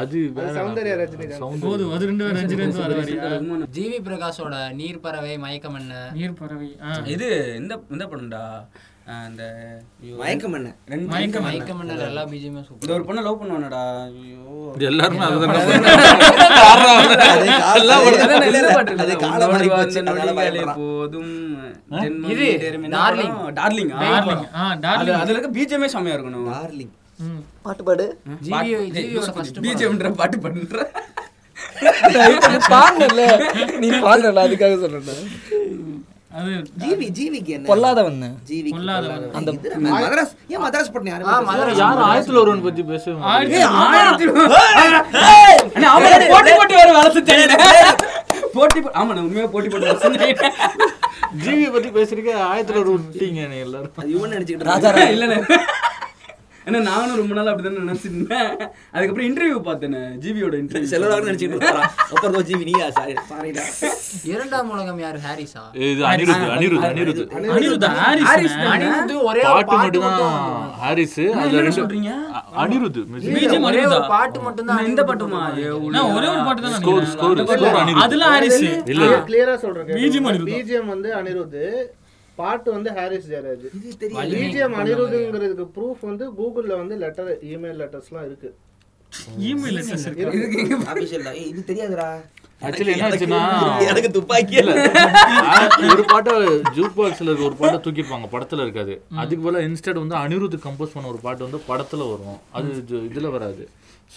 S6: அது வேற
S7: சௌந்தர்யா ரஜினிகாந்த்.
S6: சௌந்தர்யா.
S2: போதும் அது ரெண்டு பேரும் ரஞ்சித் ரஞ்சித் வர வரையா
S4: ஜிவி பிரகாஷோட நீர் பறவை மயக்கம் என்ன
S2: நீர் பறவை ஆ.
S1: இது இந்த இந்த படம்டா அஹ் இந்த ஐயோ,
S5: மயக்கம் என்ன
S1: ரெண்டு
S4: மயக்கம் என்ன எல்லா பிஜியுமே
S1: இந்த
S4: சூப்பர்
S1: ஒரு பொண்ணை லவ் பண்ணுவானடா ஐயோ
S6: இது எல்லாருமே அதுதான்
S1: அதான் நான் என்ன பாட்டு
S5: அது
S1: இருக்கு?
S5: காலம்
S1: உன்னோடு
S5: ஆகி போச்சு,
S1: வாழ்ந்த
S5: அதனால
S1: நொடிகளே
S5: பயப்படுறான்.
S1: போதும்
S4: இது,
S1: ஜென்மம்
S4: டார்லிங்.
S1: டார்லிங்
S2: டார்லிங் ஆ டார்லிங்
S1: அதுல இருக்க பீஜமே செம்மையா இருக்கணும்
S5: டார்லிங்
S8: பாட்டு பாடு
S4: ஜிவியோ ஜிவியோட ஃபர்ஸ்ட்
S1: பிஜிஎம்ன்ற பாட்டு பண்ற
S3: பாடுனல நீ பாடுறல அதுக்காக சொல்றேன்
S2: அது
S5: ஜீவி ஜீவிக்கு என்ன
S3: பொல்லாதவன்
S5: ஜீவிக்கு
S2: பொல்லாதவன்.
S5: பொல்லாதவன். இது நான் மதராஸ் ஏன் மதராஸ் பட்டு யாரும்
S6: யார் ஆயிரத்துல ஒருவன் பத்தி பேசுவாங்க
S2: ஆயிரத்தி
S1: அண்ணா, ஆமா, போட்டி போட்டு வேற வளர்த்துட்டேன் போட்டி போ- ஆமா நான் உண்மையா போட்டி போட்டு வளர்த்துட்டேன்
S6: ஜிவி பத்தி பேசுறீங்க ஆயிரத்துல ஒரு விட்டீங்க நீ எல்லாரும்
S5: அது இவன் நினைச்சுக்கிட்டு
S1: ராஜா இல்லண்ணே ஏன்னா நானும் ரொம்ப நாள் அப்படிதானே நினைச்சிருந்தேன் அதுக்கப்புறம் இன்டர்வியூ பார்த்தேனே ஜிவியோட இன்டர்வியூ
S5: செல்லோட நினைச்சுக்கிட்டு இருக்காரா அப்புறம் ஜீவி நீயா சாரி சாரிடா
S4: இரண்டாம் உலகம் யார் ஹாரிஸா
S6: இது அனிருத் அனிருத் அனிருத்
S2: அனிருத் ஹாரிஸ்
S4: அனிருத் ஒரே ஒரு
S6: பாட்டு
S4: பாட்டு
S6: மட்டும்தான்
S4: மட்டும்
S6: ஹாரிஸ் அதுல ரெண்டு அ- அனிருத்
S2: BGM
S4: இல்ல, ஒரே ஒரு
S2: அனிருத்தா?
S4: பாட்டு மட்டும் தான்
S1: இந்த பாட்டுமா
S2: நான் ஒரே ஒரு பாட்டு தான்
S6: ஸ்கோர்
S2: நினைக்கிறேன்.
S6: ஸ்கோர்
S2: அந்த
S6: ஸ்கோர்
S2: பாட்டு.
S6: அனிருத்
S2: அதெல்லாம் ஹாரிஸ்
S6: இல்ல
S7: கிளியரா சொல்றேன்
S2: BGM
S7: BGM
S2: அனிருத்.
S7: பிஜிஎம் வந்து அனிருத் பாட்டு வந்து ஹாரிஸ் ஜெயராஜ்
S5: இது தெரியும்
S7: பிஜிஎம் அனிருத்ங்கிறதுக்கு ப்ரூஃப் வந்து கூகுள்ல வந்து லெட்டர் இமெயில் லெட்டர்ஸ்லாம் இருக்கு
S2: ஈமெயில் address இருக்கு.
S5: ஆபீஷியலா ஏய் இது தெரியாதுடா
S6: ஆக்சுவலி என்ன ஆச்சுன்னா
S5: எனக்கு துப்பாக்கி
S2: (laughs)
S6: இல்ல ஆ, ஒரு பாட்டை ஜூட் பாக்ஸ்ல இருக்க ஒரு பாட்டை தூக்கிருப்பாங்க படத்துல இருக்காது அதுக்கு பதிலா இன்ஸ்டட் வந்து அனிருத் கம்போஸ் பண்ண ஒரு பாட்டு வந்து படத்துல வரும் அது இது- இதுல வராது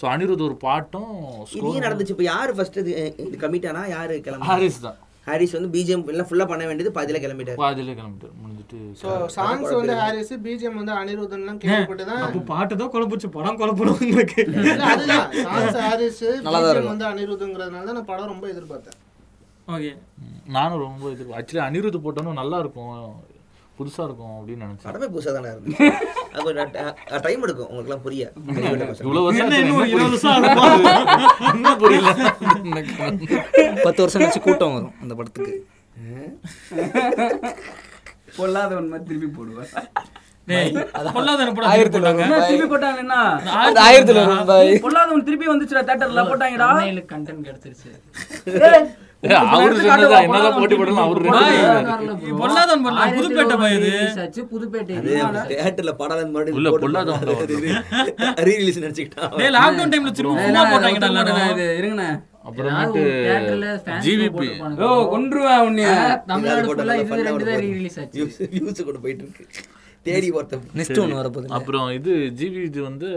S6: சோ அனிருத் ஒரு பாட்டும்
S5: இது ஏன் நடந்துச்சு இப்ப யாரு ஃபர்ஸ்ட் இது இது கமிட்டானா யாரு கிளம்பி
S6: ஹாரிஸ் தான்
S5: ஹாரிஸ் வந்து பிஜிஎம் எல்லாம் ஃபுல்லா பண்ண வேண்டியது பாதியில கிளம்பிட்டாரு
S6: பாதியில கிளம்பிட்டு முடிஞ்சிட்டு
S7: ஸோ சாங்ஸ் வந்து ஹாரிஸ் பிஜிஎம் வந்து அனிருத்லாம் கேள்விப்பட்டு தான்
S2: அப்போ பாட்டு தான் குழப்பிச்சு படம் குழப்பணும் உங்களுக்கு
S7: இல்ல, அதுதான் சாங்ஸ் (laughs) ஹாரிஸ் BGM வந்து அனிருத்ங்கிறதுனால தான் நான் படம் ரொம்ப எதிர்பார்த்தேன்
S2: ஓகே
S6: நானும் ரொம்ப இது ஆக்சுவலி அனிருத் போட்டோன்னு நல்லா இருக்கும் புதுசா இருக்கும் அப்படின்னு நினைச்சேன்
S5: படமே புதுசா தானே இருந்து அப்போ டைம் எடுக்கும் உங்களுக்கு எல்லாம் புரிய
S6: இவ்வளவு வருஷம்
S2: என்ன
S6: ஆச்சு,
S2: இன்னும்
S6: எனக்கு
S2: இருபது வருஷம் ஆகும்
S6: (laughs) இன்னும் புரியல எனக்கு
S3: பத்து வருஷம் கழிச்சு கூட்டம் வரும் அந்த படத்துக்கு
S1: பொல்லாதவன் மாதிரி திருப்பி போடுவேன்
S2: டேய், பொல்லாத அனுப்புடா,
S3: ஆயிரத்தி
S2: போட்டாங்க.
S3: ஐநூறு.
S1: திருப்பி போட்டாங்கன்னா
S3: அந்த ஆயிரத்துல இருந்து பாய்
S1: பொல்லாதவன் திருப்பி வந்துச்சுடா தேட்டர்ல போட்டாங்கடா
S4: கண்டென்ட் எடுத்துருச்சு
S6: அவரு சொன்னதா என்னதான் போட்டி போடலாம் அவரு ரெண்டு
S2: பாய்,
S6: பேரும் இருக்காரு.
S2: இது பொல்லாதவன் பொருளா, புதுப்பேட்டை பாய் இது.
S4: ஆச்சு புதுப்பேட்டை
S5: தியேட்டர்ல படம்
S6: உள்ள
S5: மறுபடியும்
S6: பொல்லாதவங்க
S5: ரீரிலீஸ் நினைச்சுக்கிட்டா
S2: டேய், lockdown timeல திரும்ப சும்மா போட்டாங்கடா எல்லாரும்.
S1: இருங்கண்ணே
S6: அப்புறமேட்டு
S4: தியேட்டர்ல fans
S6: ஜிவிபி
S1: ஓ கொன்றுவேன் உன்னைய
S4: தமிழ்நாடு ஃபுல்லா இது ரெண்டு தான் ரிலீஸ் ஆச்சு
S5: வியூஸ் கூட போயிட்டு இருக்கு தேடி ஒருத்தன்
S3: நெக்ஸ்ட் ஒன்று வரப்போகுது
S6: அப்புறம் இது ஜிவி இது வந்து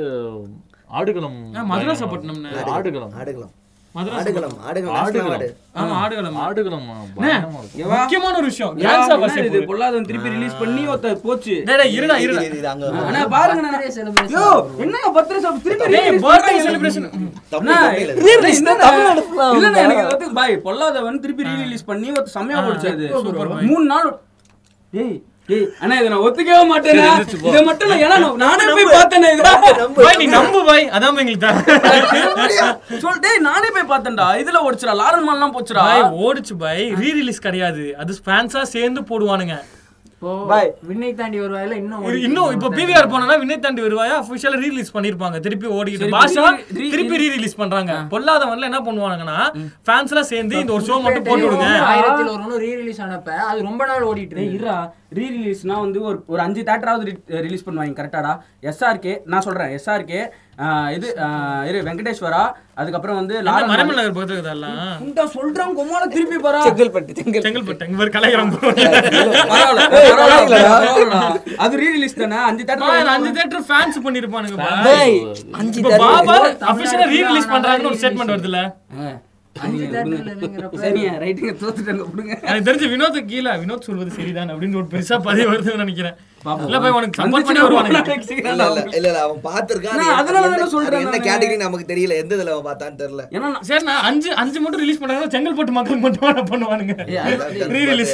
S6: ஆடுகளம்
S2: ஆ, மதுராசப்பட்டினம்ண்ணே.
S6: ஆடுகளம்
S5: ஆடுகளம்
S2: மதுராஸ்
S5: ஆடுகளம் ஆடுகளம் national ஆடு
S2: ஆமா, ஆடுகளம்.
S6: ஆடுகளம் பயங்கரமா இருக்கும்.
S1: எவா?
S2: முக்கியமான ஒரு விஷயம் Gangs of
S1: என்னது
S2: Wasseypur.
S1: இது பொல்லாதவன் திருப்பி ரிலீஸ் பண்ணி ஒருத்தர் போச்சு
S2: டேய், டேய், இருடா இருடா
S5: இது- இது அங்க
S1: ஆனா பாருங்க
S4: birthday celebration.
S1: என்னங்க பத்து வருஷம் திருப்பி
S2: டேய்,
S1: release
S2: birthday
S1: பண்ணி-
S2: celebration.
S5: தமிழ் தமிழ்ல இருக்கு.
S1: இல்ல, என்னடா?
S3: தமிழ்நாடு full ஆ
S1: இல்லண்ணே,
S3: வந்தா?
S1: எனக்கு வந்து பாய் பொல்லாதவன் திருப்பி ரீலீஸ் பண்ணி ஒரு செம்மையா போடுச்சாது மூணு நாள் ஏய் ஏய் அண்ணா இதை நான் ஒத்துக்கவே மாட்டேனே இதை மட்டும் நான் ஏன்னா நான் நானே போய் பார்த்தேனே இதை
S2: பாய், நீ நம்பு பாய் அதான் எங்களுக்கு தான்.
S1: சொல் டேய் நானே போய் பார்த்தேன்டா இதுல ஓடிச்சுடா லாரன் மால்லாம் போச்சுடா
S2: பாய் ஓடுச்சு பாய் ரீரிலீஸ் கிடையாது அது ஸ்பான்ஸா சேர்ந்து போடுவானுங்க
S4: இப்போ விண்ணை தாண்டி வருவாயில இன்னும்
S2: இது இன்னும் இப்ப பிவிஆர் போனா வினய் தாண்டி வருவாயா அபிஷியலா ரீரிலீஸ் பண்ணிருப்பாங்க திருப்பி ஓடிட்டு பாஷா
S1: re- re-
S2: திருப்பி ரீரிலீஸ் பண்றாங்க பொல்லாதவன்ல என்ன பண்ணுவாங்கன்னா ஃபேன்ஸ் எல்லாம் சேர்ந்து இந்த ஒரு ஷோ மட்டும் போட்டு விடுங்க
S4: ஆயிரத்தில் ஒரு ரீ ரிலீஸ் ஆனப்ப அது ரொம்ப நாள் ஓடிட்டு
S1: டேய்
S4: இருந்தது.
S1: இருடா ரீ ரிலீஸ்னா வந்து ஒரு ஒரு அஞ்சு தேட்டராவது ரிலீஸ் பண்ணுவாங்க கரெக்டாடா எஸ்ஆர்கே நான் சொல்றேன் எஸ்ஆர்கே இது ஆஹ் இரு வெங்கடேஸ்வரா அதுக்கப்புறம் வந்து லாரன்
S2: மரமல் நகர் பக்கத்துல இருக்குது எல்லாம்
S1: மால் சொல்றான் கொம்மால திருப்பி பாரா
S3: செங்கல்பட்டு செங்கல்
S2: செங்கல்பட்டு இங்க ஒரு கலைகிராமம்
S1: பரவாயில்ல,
S3: ஏய்,
S1: பரவாயில்ல,
S3: பரவாயில்லடா.
S1: பரவாயில்லடா. அது ரீரிலீஸ் தானே அஞ்சு
S2: பாய்,
S1: தேட்டர்
S2: அஞ்சு தேட்டர் ஃபேன்ஸ் பண்ணிருப்பானுங்க பாய்.
S3: டேய், அஞ்சு
S2: இப்ப
S3: தடவை.
S2: பாபா அபிஷியலா ரீரிலீஸ் பண்றாங்கன்னு ஒரு ஸ்டேட்மெண்ட் வருதுல்ல
S4: அஞ்சு தேட்டர்ல இருக்கிறப்ப
S1: சரிங்க ரைட்டுங்க தோத்துட்டாங்க விடுங்க
S2: எனக்கு தெரிஞ்சு வினோத் கீழே வினோத் சொல்வது சரிதான் அப்படின்னு ஒரு பெருசா பதிவு வருதுன்னு நினைக்கிறேன் இல்ல போய் உனக்கு சப்போர்ட் பண்ணி வருவானுங்க
S5: இல்ல, இல்ல, இல்ல, இல்ல, அவன் பார்த்திருக்கான். அது
S1: நான் அதனால
S5: எந்த-
S1: தானே சொல்றேன்
S5: அது என்ன
S1: நானு.
S5: category நமக்கு தெரியல எந்த இதுல அவன் பார்த்தான்னு தெரியல
S1: ஏன்னா
S2: சரிண்ணா அஞ்சு அஞ்சு மட்டும் ரிலீஸ் பண்றாங்க செங்கல்பட்டு மக்கள் மட்டும் என்ன பண்ணுவானுங்க ரீ ரிலீஸ்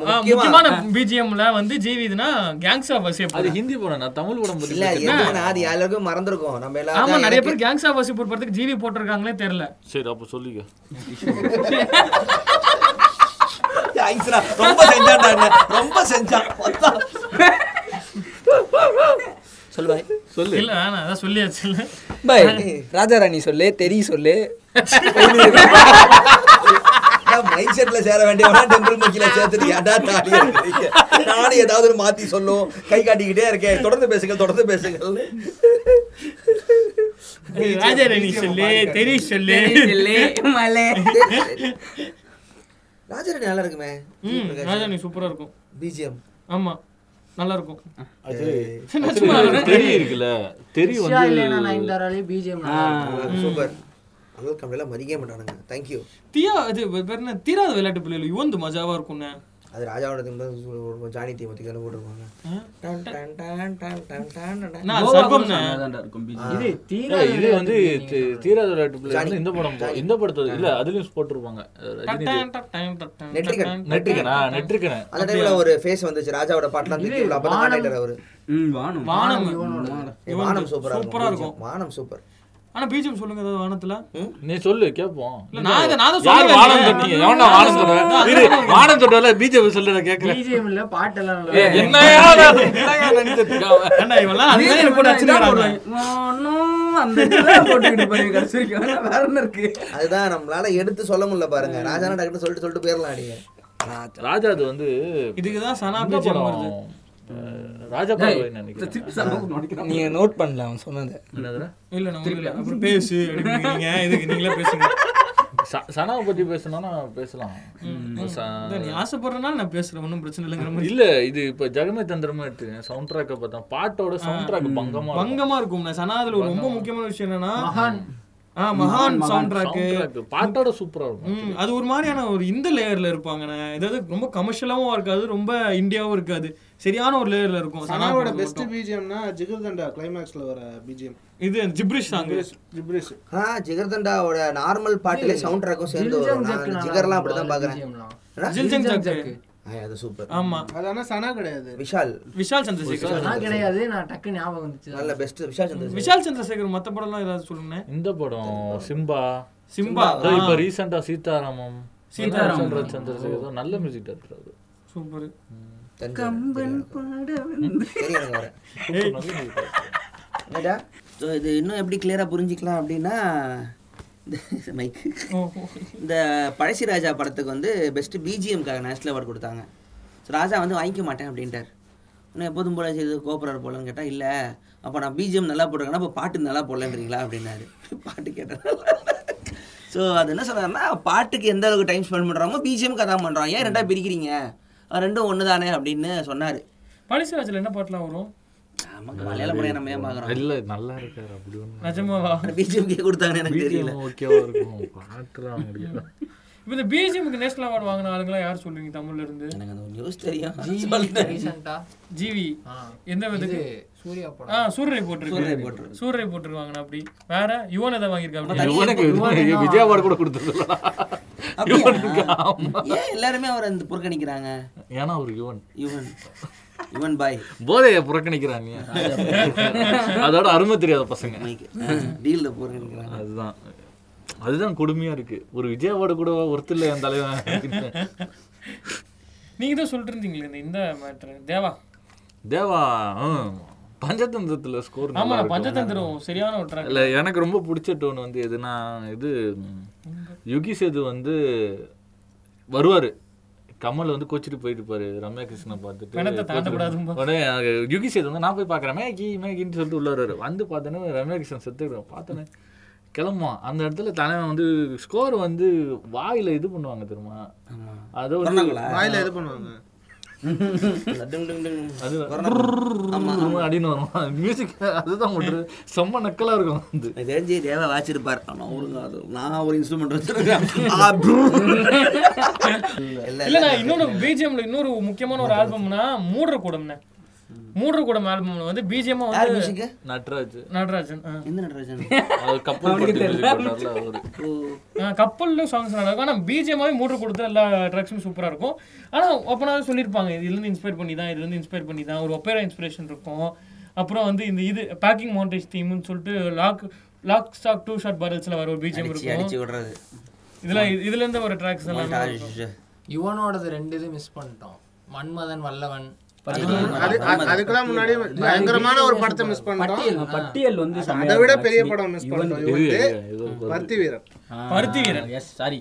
S2: முக்கியமான பிஜிஎம்ல வந்து ஜிவிதுனா கேங்ஸ் ஆஃப்
S6: அது
S2: வசியப்பூர்
S6: ஹிந்தி படம் நான் தமிழ் படம் பத்தி
S5: இல்ல
S6: பேசுறேன்.
S5: என்னன்னா அது எல்லாருக்கும் மறந்துருக்கும் நம்ம
S2: ஆமா
S5: எல்லாரும்
S2: நிறைய
S5: (laughs)
S2: பேர் கேங்ஸ் ஆஃப் வசியப்பூர் படத்துக்கு ஜிவி போட்டிருக்காங்களே தெரியல
S6: சரி அப்ப சொல்லிக்க
S5: ஐஸ்ரா, ரொம்ப செஞ்சான்டா என்ன, ரொம்ப செஞ்சான் மொத்தம்
S6: சொல்லு
S2: இல்ல வேணாம் அதான் சொல்லியாச்சு இல்ல
S3: பாய் ராஜாராணி சொல்லு தெரி சொல்லு
S5: மைண்ட் செட்ல சேர வேண்டியவனா டெம்பிள் மக்கில சேர்த்துட்டு ஏன்டா தாலியா இருக்கீங்க? நானும் ஏதாவது ஒரு மாத்தி சொல்லும் கை காட்டிக்கிட்டே இருக்கேன் தொடர்ந்து பேசுங்கள் தொடர்ந்து பேசுங்கள்
S2: ராஜாரணி சொல்லு தெரியும் சொல்லு
S1: இல்லை மலை
S5: ராஜரணி நல்லா இருக்குமே
S2: ம் ராஜாரணி சூப்பரா இருக்கும்
S5: பிஜிஎம்
S2: ஆமா நல்லா இருக்கும்
S6: தெரி இருக்குல்ல தெரி
S4: ஷியா இல்லைன்னா நயன்தாராலே பிஜிஎம்
S5: சூப்பர் அனல் கம்பெனிலாம் மதிக்கவே மாட்டானுங்க தேங்க்யூ
S2: தீயா இது வேற என்ன தீராத விளையாட்டு பிள்ளைகள் யுவந்து மஜாவா இருக்கும்னு
S5: அது ராஜாவோட தீம் தான் ஜானி தீம் பற்றி தானே போட்டுருப்பாங்க டன் டன் டன் டன் டன் டன் டன்.
S2: நான் சர்வம்
S1: நல்லாதான்டா இருக்கும் BGM.
S4: இது தீரா
S6: ஏய், இது வந்து தி- தீராத விளையாட்டு பிள்ளை
S5: ஜானி.
S6: வந்து இந்த படம் போ- இந்த படத்துல இல்ல அதுலயும் போட்டிருப்பாங்க அஹ் ரஜினி தேவ்.
S5: நெற்றிக்கண்.
S6: நெற்றிக்கனா நெற்றிக்கணே
S5: அந்த டைம்ல ஒரு ஃபேஸ் வந்துச்சு ராஜாவோட பாட்டுலாம் தூக்கி இவ்வளோ அப்போ தான் ஆடிட்டார் அவர்
S1: ம், வானம்
S2: வானம்
S5: வானம் சூப்பரா
S2: சூப்பரா இருக்கும்
S5: வானம்
S2: (laughs)
S5: சூப்பர்
S2: ஆனா பீஜம் சொல்லுங்க ஏதாவது வானத்துல
S6: நீ சொல்லு கேப்போம்
S2: இல்ல, நான் இதை- நான் தான்
S6: யார்
S2: சொல்லவே
S6: வானம்
S2: இல்லையே.
S6: தொட்டீங்க எவனா வானம் தொட்டா இரு வானம் தொட்டால பிஜேபி சொல்லு நான் கேக்குறேன்
S4: பிஜிஎம் இல்ல பாட்டெல்லாம் நல்லா
S6: ஏய்,
S4: இருக்கும்.
S6: என்னையா நான் என்னையா நினைச்சிட்டு இருக்கான் அவன்?
S2: ஏன்டா இவெல்லாம் அதுதான் எனக்கு கூட
S1: இதான்
S2: அடிச்சுக்கிறாங்க.
S1: போடுவேன். வானம் அந்த இதெல்லாம் போட்டுக்கிட்டு பாருங்க, கடைசி வரைக்கும். வேற என்ன இருக்கு
S5: அதுதான் நம்மளால எடுத்து சொல்ல முடியல பாருங்க ராஜானா டக்குன்னு சொல்லிட்டு சொல்லிட்டு போயிடலாம் நீங்க
S6: ராஜா அது வந்து
S2: இதுக்குதான் சனா
S6: இந்த
S2: பீஜம்
S6: படம்,
S2: வருது
S6: அஹ், ராஜா படம்
S1: இந்த
S6: நினைக்கிறேன்
S1: திருப்பி சமூகம் நினைக்கிறான்.
S9: நீங்க நோட் பண்ணல அவன் சொன்னதை
S6: என்னதுடா?
S2: இல்ல நம்ம இல்ல அப்புறம் பேசு அப்படிங்கிறீங்க இதுக்கு நீங்களே பேசுங்க
S6: ச- சனாவை பத்தி பேசணும்னா பேசலாம் ச-
S2: அதான் நீ ஆசைப்படுறனால நான் பேசுறேன் ஒன்றும் பிரச்சனை இல்லைங்கிற மாதிரி
S6: இல்ல இது இப்ப ஜெகமே தந்திரமா எடுத்துங்க சவுண்ட் ட்ராக்க பார்த்தா பாட்டோட சவுண்ட் ட்ராக் பங்கமா இருக்கும்.
S2: பங்கமா இருக்கும் சனா அதுல ஒரு ரொம்ப முக்கியமான விஷயம் என்னன்னா
S4: மகான்
S2: ஆ மகான் சவுண்ட்
S6: Sound
S2: ட்ராக்கு
S6: track பாட்டோட சூப்பரா இருக்கும்
S2: ம், அது ஒரு மாதிரியான ஒரு இந்த லேயர்ல இருப்பாங்கண்ணே ஏதாவது ரொம்ப கமர்ஷியலாவும் இருக்காது ரொம்ப இந்தியாவும் இருக்காது சரியான ஒரு லேயர்ல இருக்கும்
S7: சனாவோட
S2: சனாவோட
S7: பெஸ்ட் பிஜிஎம்னா ஜிகர்தண்டா கிளைமேக்ஸ்ல வர பிஜிஎம்
S2: இது ஜிப்ரிஷ் சாங்
S7: ஜிப்ரிஷ்
S5: ஆ ஜிகர்தண்டாவோட நார்மல் பாட்டிலே சவுண்ட் ட்ராக்கும் சேர்ந்து வரும் நான் ஜிகர்லாம் அப்படி தான் பார்க்குறேன்
S2: ஜில்ஜங் ஜக்
S5: அது சூப்பர்
S2: ஆமா
S7: அது ஆனா சனா கிடையாது
S5: விஷால்
S2: விஷால் சந்திரசேகர்
S4: நான் கிடையாது நான் டக்கு ஞாபகம் வந்துச்சு
S5: நல்ல பெஸ்ட் விஷால் சந்திர
S2: விஷால் சந்திரசேகர் மத்த படம்லாம் ஏதாவது சொல்லுங்க
S6: இந்த படம் சிம்பா
S2: சிம்பா
S6: அதோ இப்ப ரீசெண்டா சீதாராமம்
S2: சீதாராமம்.
S6: சந்திரன் சந்திரசேகர் தான் நல்ல மியூசிக் டேரக்டர் அது
S2: சூப்பர்
S5: கம்பன் தெரியும் வர என்னடா ஸோ இது இன்னும் எப்படி கிளியராக புரிஞ்சிக்கலாம் அப்படின்னா (laughs) மைக் இந்த பழசி ராஜா படத்துக்கு வந்து பெஸ்ட் பிஜிஎம்காக நேஷனல் அவார்டு கொடுத்தாங்க ஸோ ராஜா வந்து வாங்கிக்க மாட்டேன் அப்படின்ட்டார் இன்னும் எப்போதும் போல இது கோபுரம் போலன்னு கேட்டால் இல்லை அப்போ நான் பிஜிஎம் நல்லா போட்டிருக்கேன்னா அப்போ பாட்டு நல்லா போடலன்றீங்களா அப்படின்னாரு (laughs) பாட்டு கேட்டேன் ஸோ அது என்ன சொல்கிறாருன்னா பாட்டுக்கு எந்த அளவுக்கு டைம் ஸ்பெண்ட் பண்ணுறாங்க பிஜிஎம்க்கு அதான் பண்ணுறான் ஏன் ரெண்டா பிரிக்கிறீங்க அது ரெண்டும் ஒன்று தானே அப்படின்னு சொன்னார்
S2: பழசிராஜ்ல என்ன பாட்டுலாம் வரும்
S5: நமக்கு மலையாள படம் நம்ம ஏமாகிறோம்
S6: இல்ல நல்லா இருக்காரு அப்படி ஒண்ணு
S2: நிஜமாவா
S5: பிஜிஎம்கே கொடுத்தாங்கன்னு எனக்கு தெரியல
S6: BGM ஓகேவா இருக்கும் பாட்டுலாம் முடியல
S2: இப்ப இந்த பிஜிஎம்க்கு நேஷனல் அவார்டு வாங்கின ஆளுங்களாம் யார் சொல்லுவீங்க தமிழ்ல இருந்து
S5: எனக்கு அந்த நியூஸ் தெரியும்
S4: ரீசெண்டா
S2: ஜிவி எந்த
S4: இது
S2: விதத்துக்கு
S4: சூர்யா படம்
S2: ஆ சூரரை போட்டிருக்கு சூரரை போட்டிருக்காங்க அப்படி வேற யுவன் எதை வாங்கியிருக்காங்க
S6: இவனுக்கு விஜய் award கூட கொடுத்துருக்கலாம்
S5: அப்படியா? ஏன் எல்லாருமே அவரை இந்த புறக்கணிக்கிறாங்க
S6: ஏன்னா அவருக்கு யுவன்
S5: யுவன் யுவன் பாய்
S6: போதைய புறக்கணிக்கிறாங்க அதோட அருமை தெரியாத பசங்க
S5: டீல்ல புறக்கணிக்கிறாங்க
S6: அதுதான் அதுதான் கொடுமையா இருக்கு ஒரு விஜயாவோட கூட ஒருத்தர் இல்லை என் தலைவன் அப்படின்னு.
S2: நீங்க தான் சொல்லிட்டு இருந்தீங்களே இந்த- இந்த மேட்ரு தேவா
S6: தேவா ஹம், பஞ்சதந்திரத்துல ஸ்கோர்
S2: ஆமா நான் பஞ்சதந்திரம் சரியான ஒரு ட்ராக்
S6: இல்ல எனக்கு ரொம்ப பிடிச்ச டோன் வந்து எதுனா இது ம், யுகி சேது வந்து வருவாரு கமல் வந்து கோச்சிட்டு போயிட்டு இருப்பாரு ரம்யா கிருஷ்ணன்
S2: பிணத்தை
S6: பார்த்துட்டு
S2: தாண்டக்கூடாதும்பா.
S6: உடனே அங்க யுகி சேது வந்து நான் போய் பார்க்குறேன் மேகி மேகின்னு சொல்லிட்டு உள்ள வருவாரு வந்து பார்த்தோன்னே ரம்யா கிருஷ்ணன் செத்துக்கிறோம் பார்த்தோன்னே கிளம்புவான் அந்த இடத்துல தலைவன் வந்து ஸ்கோர் வந்து வாயில இது பண்ணுவாங்க தெரியுமா அதோ
S5: சொன்னாங்களா
S7: வாயில இது பண்ணுவாங்க
S5: டிங் டிங் டிங்.
S6: அது
S5: ஆமா.
S6: அப்படின்னு வருவான் மியூசிக் அதுதான் ஒன்று செம்ம நக்கலா இருக்கும் வந்து
S5: எனக்கு தெரிஞ்சு தேவா வாச்சிருப்பார் ஆனா அவருக்கு அது நான் ஒரு இன்ஸ்ட்ருமெண்ட் வச்சிருக்கேன் இல்ல
S2: இல்ல நான் இன்னொரு பிஜிஎம்ல இன்னொரு முக்கியமான ஒரு ஆல்பம்னா மூடுற கூடம்னே மூடுற கூடம் ஆல்பம்ல வந்து பிஜிஎம்
S5: யார்
S2: வந்து
S5: மியூசிக்கு
S6: நட்ராஜ்
S2: நடராஜன் ஆ.
S5: எந்த நடராஜன்
S6: அது கப்பல் போட்டு music போட்டார்ல அவரு
S5: ஓ
S2: ஆ, கப்பல்லும் சாங்ஸ் நல்லா இருக்கும் ஆனா பிஜிஎம்மாவே மூடுற கொடுத்து எல்லா ட்ராக்ஸும் சூப்பரா இருக்கும் ஆனா அப்பனாவது சொல்லியிருப்பாங்க இதுல இருந்து இன்ஸ்பயர் பண்ணி தான் இதுல இருந்து இன்ஸ்பயர் பண்ணி தான் ஒரு ஒப்பேரா இன்ஸ்பிரேஷன் இருக்கும் அப்புறம் வந்து இந்த இது பேக்கிங் மவுண்டேஜ் தீம்னு சொல்லிட்டு lock lock stock two shot பேரல்ஸ்ல வர ஒரு பிஜிஎம்
S5: அடிச்சு
S2: இருக்கும்
S5: அடிச்சு விடுறது
S2: இதுல இதுல இருந்து ஒரு ட்ராக்ஸ் எல்லாம்
S4: யுவனோடது ரெண்டு இது மிஸ் பண்ணிட்டோம் மன்மதன் வல்லவன்
S7: அது அ- அதுக்கெல்லாம் முன்னாடி பயங்கரமான ஒரு படத்தை மிஸ் பண்ணிட்டோம்
S4: பட்டியல் ஆ.
S1: பட்டியல் வந்து
S7: அதை
S1: செமையா
S7: விட
S1: இருக்கும்
S7: பெரிய
S1: actually.
S7: படம் மிஸ்
S1: யுவன்
S7: பண்ணிட்டோம்
S6: இது
S7: இவன்
S6: இது
S7: பருத்தி வீரர்
S2: Paruthi Veeran.
S1: Yes sorry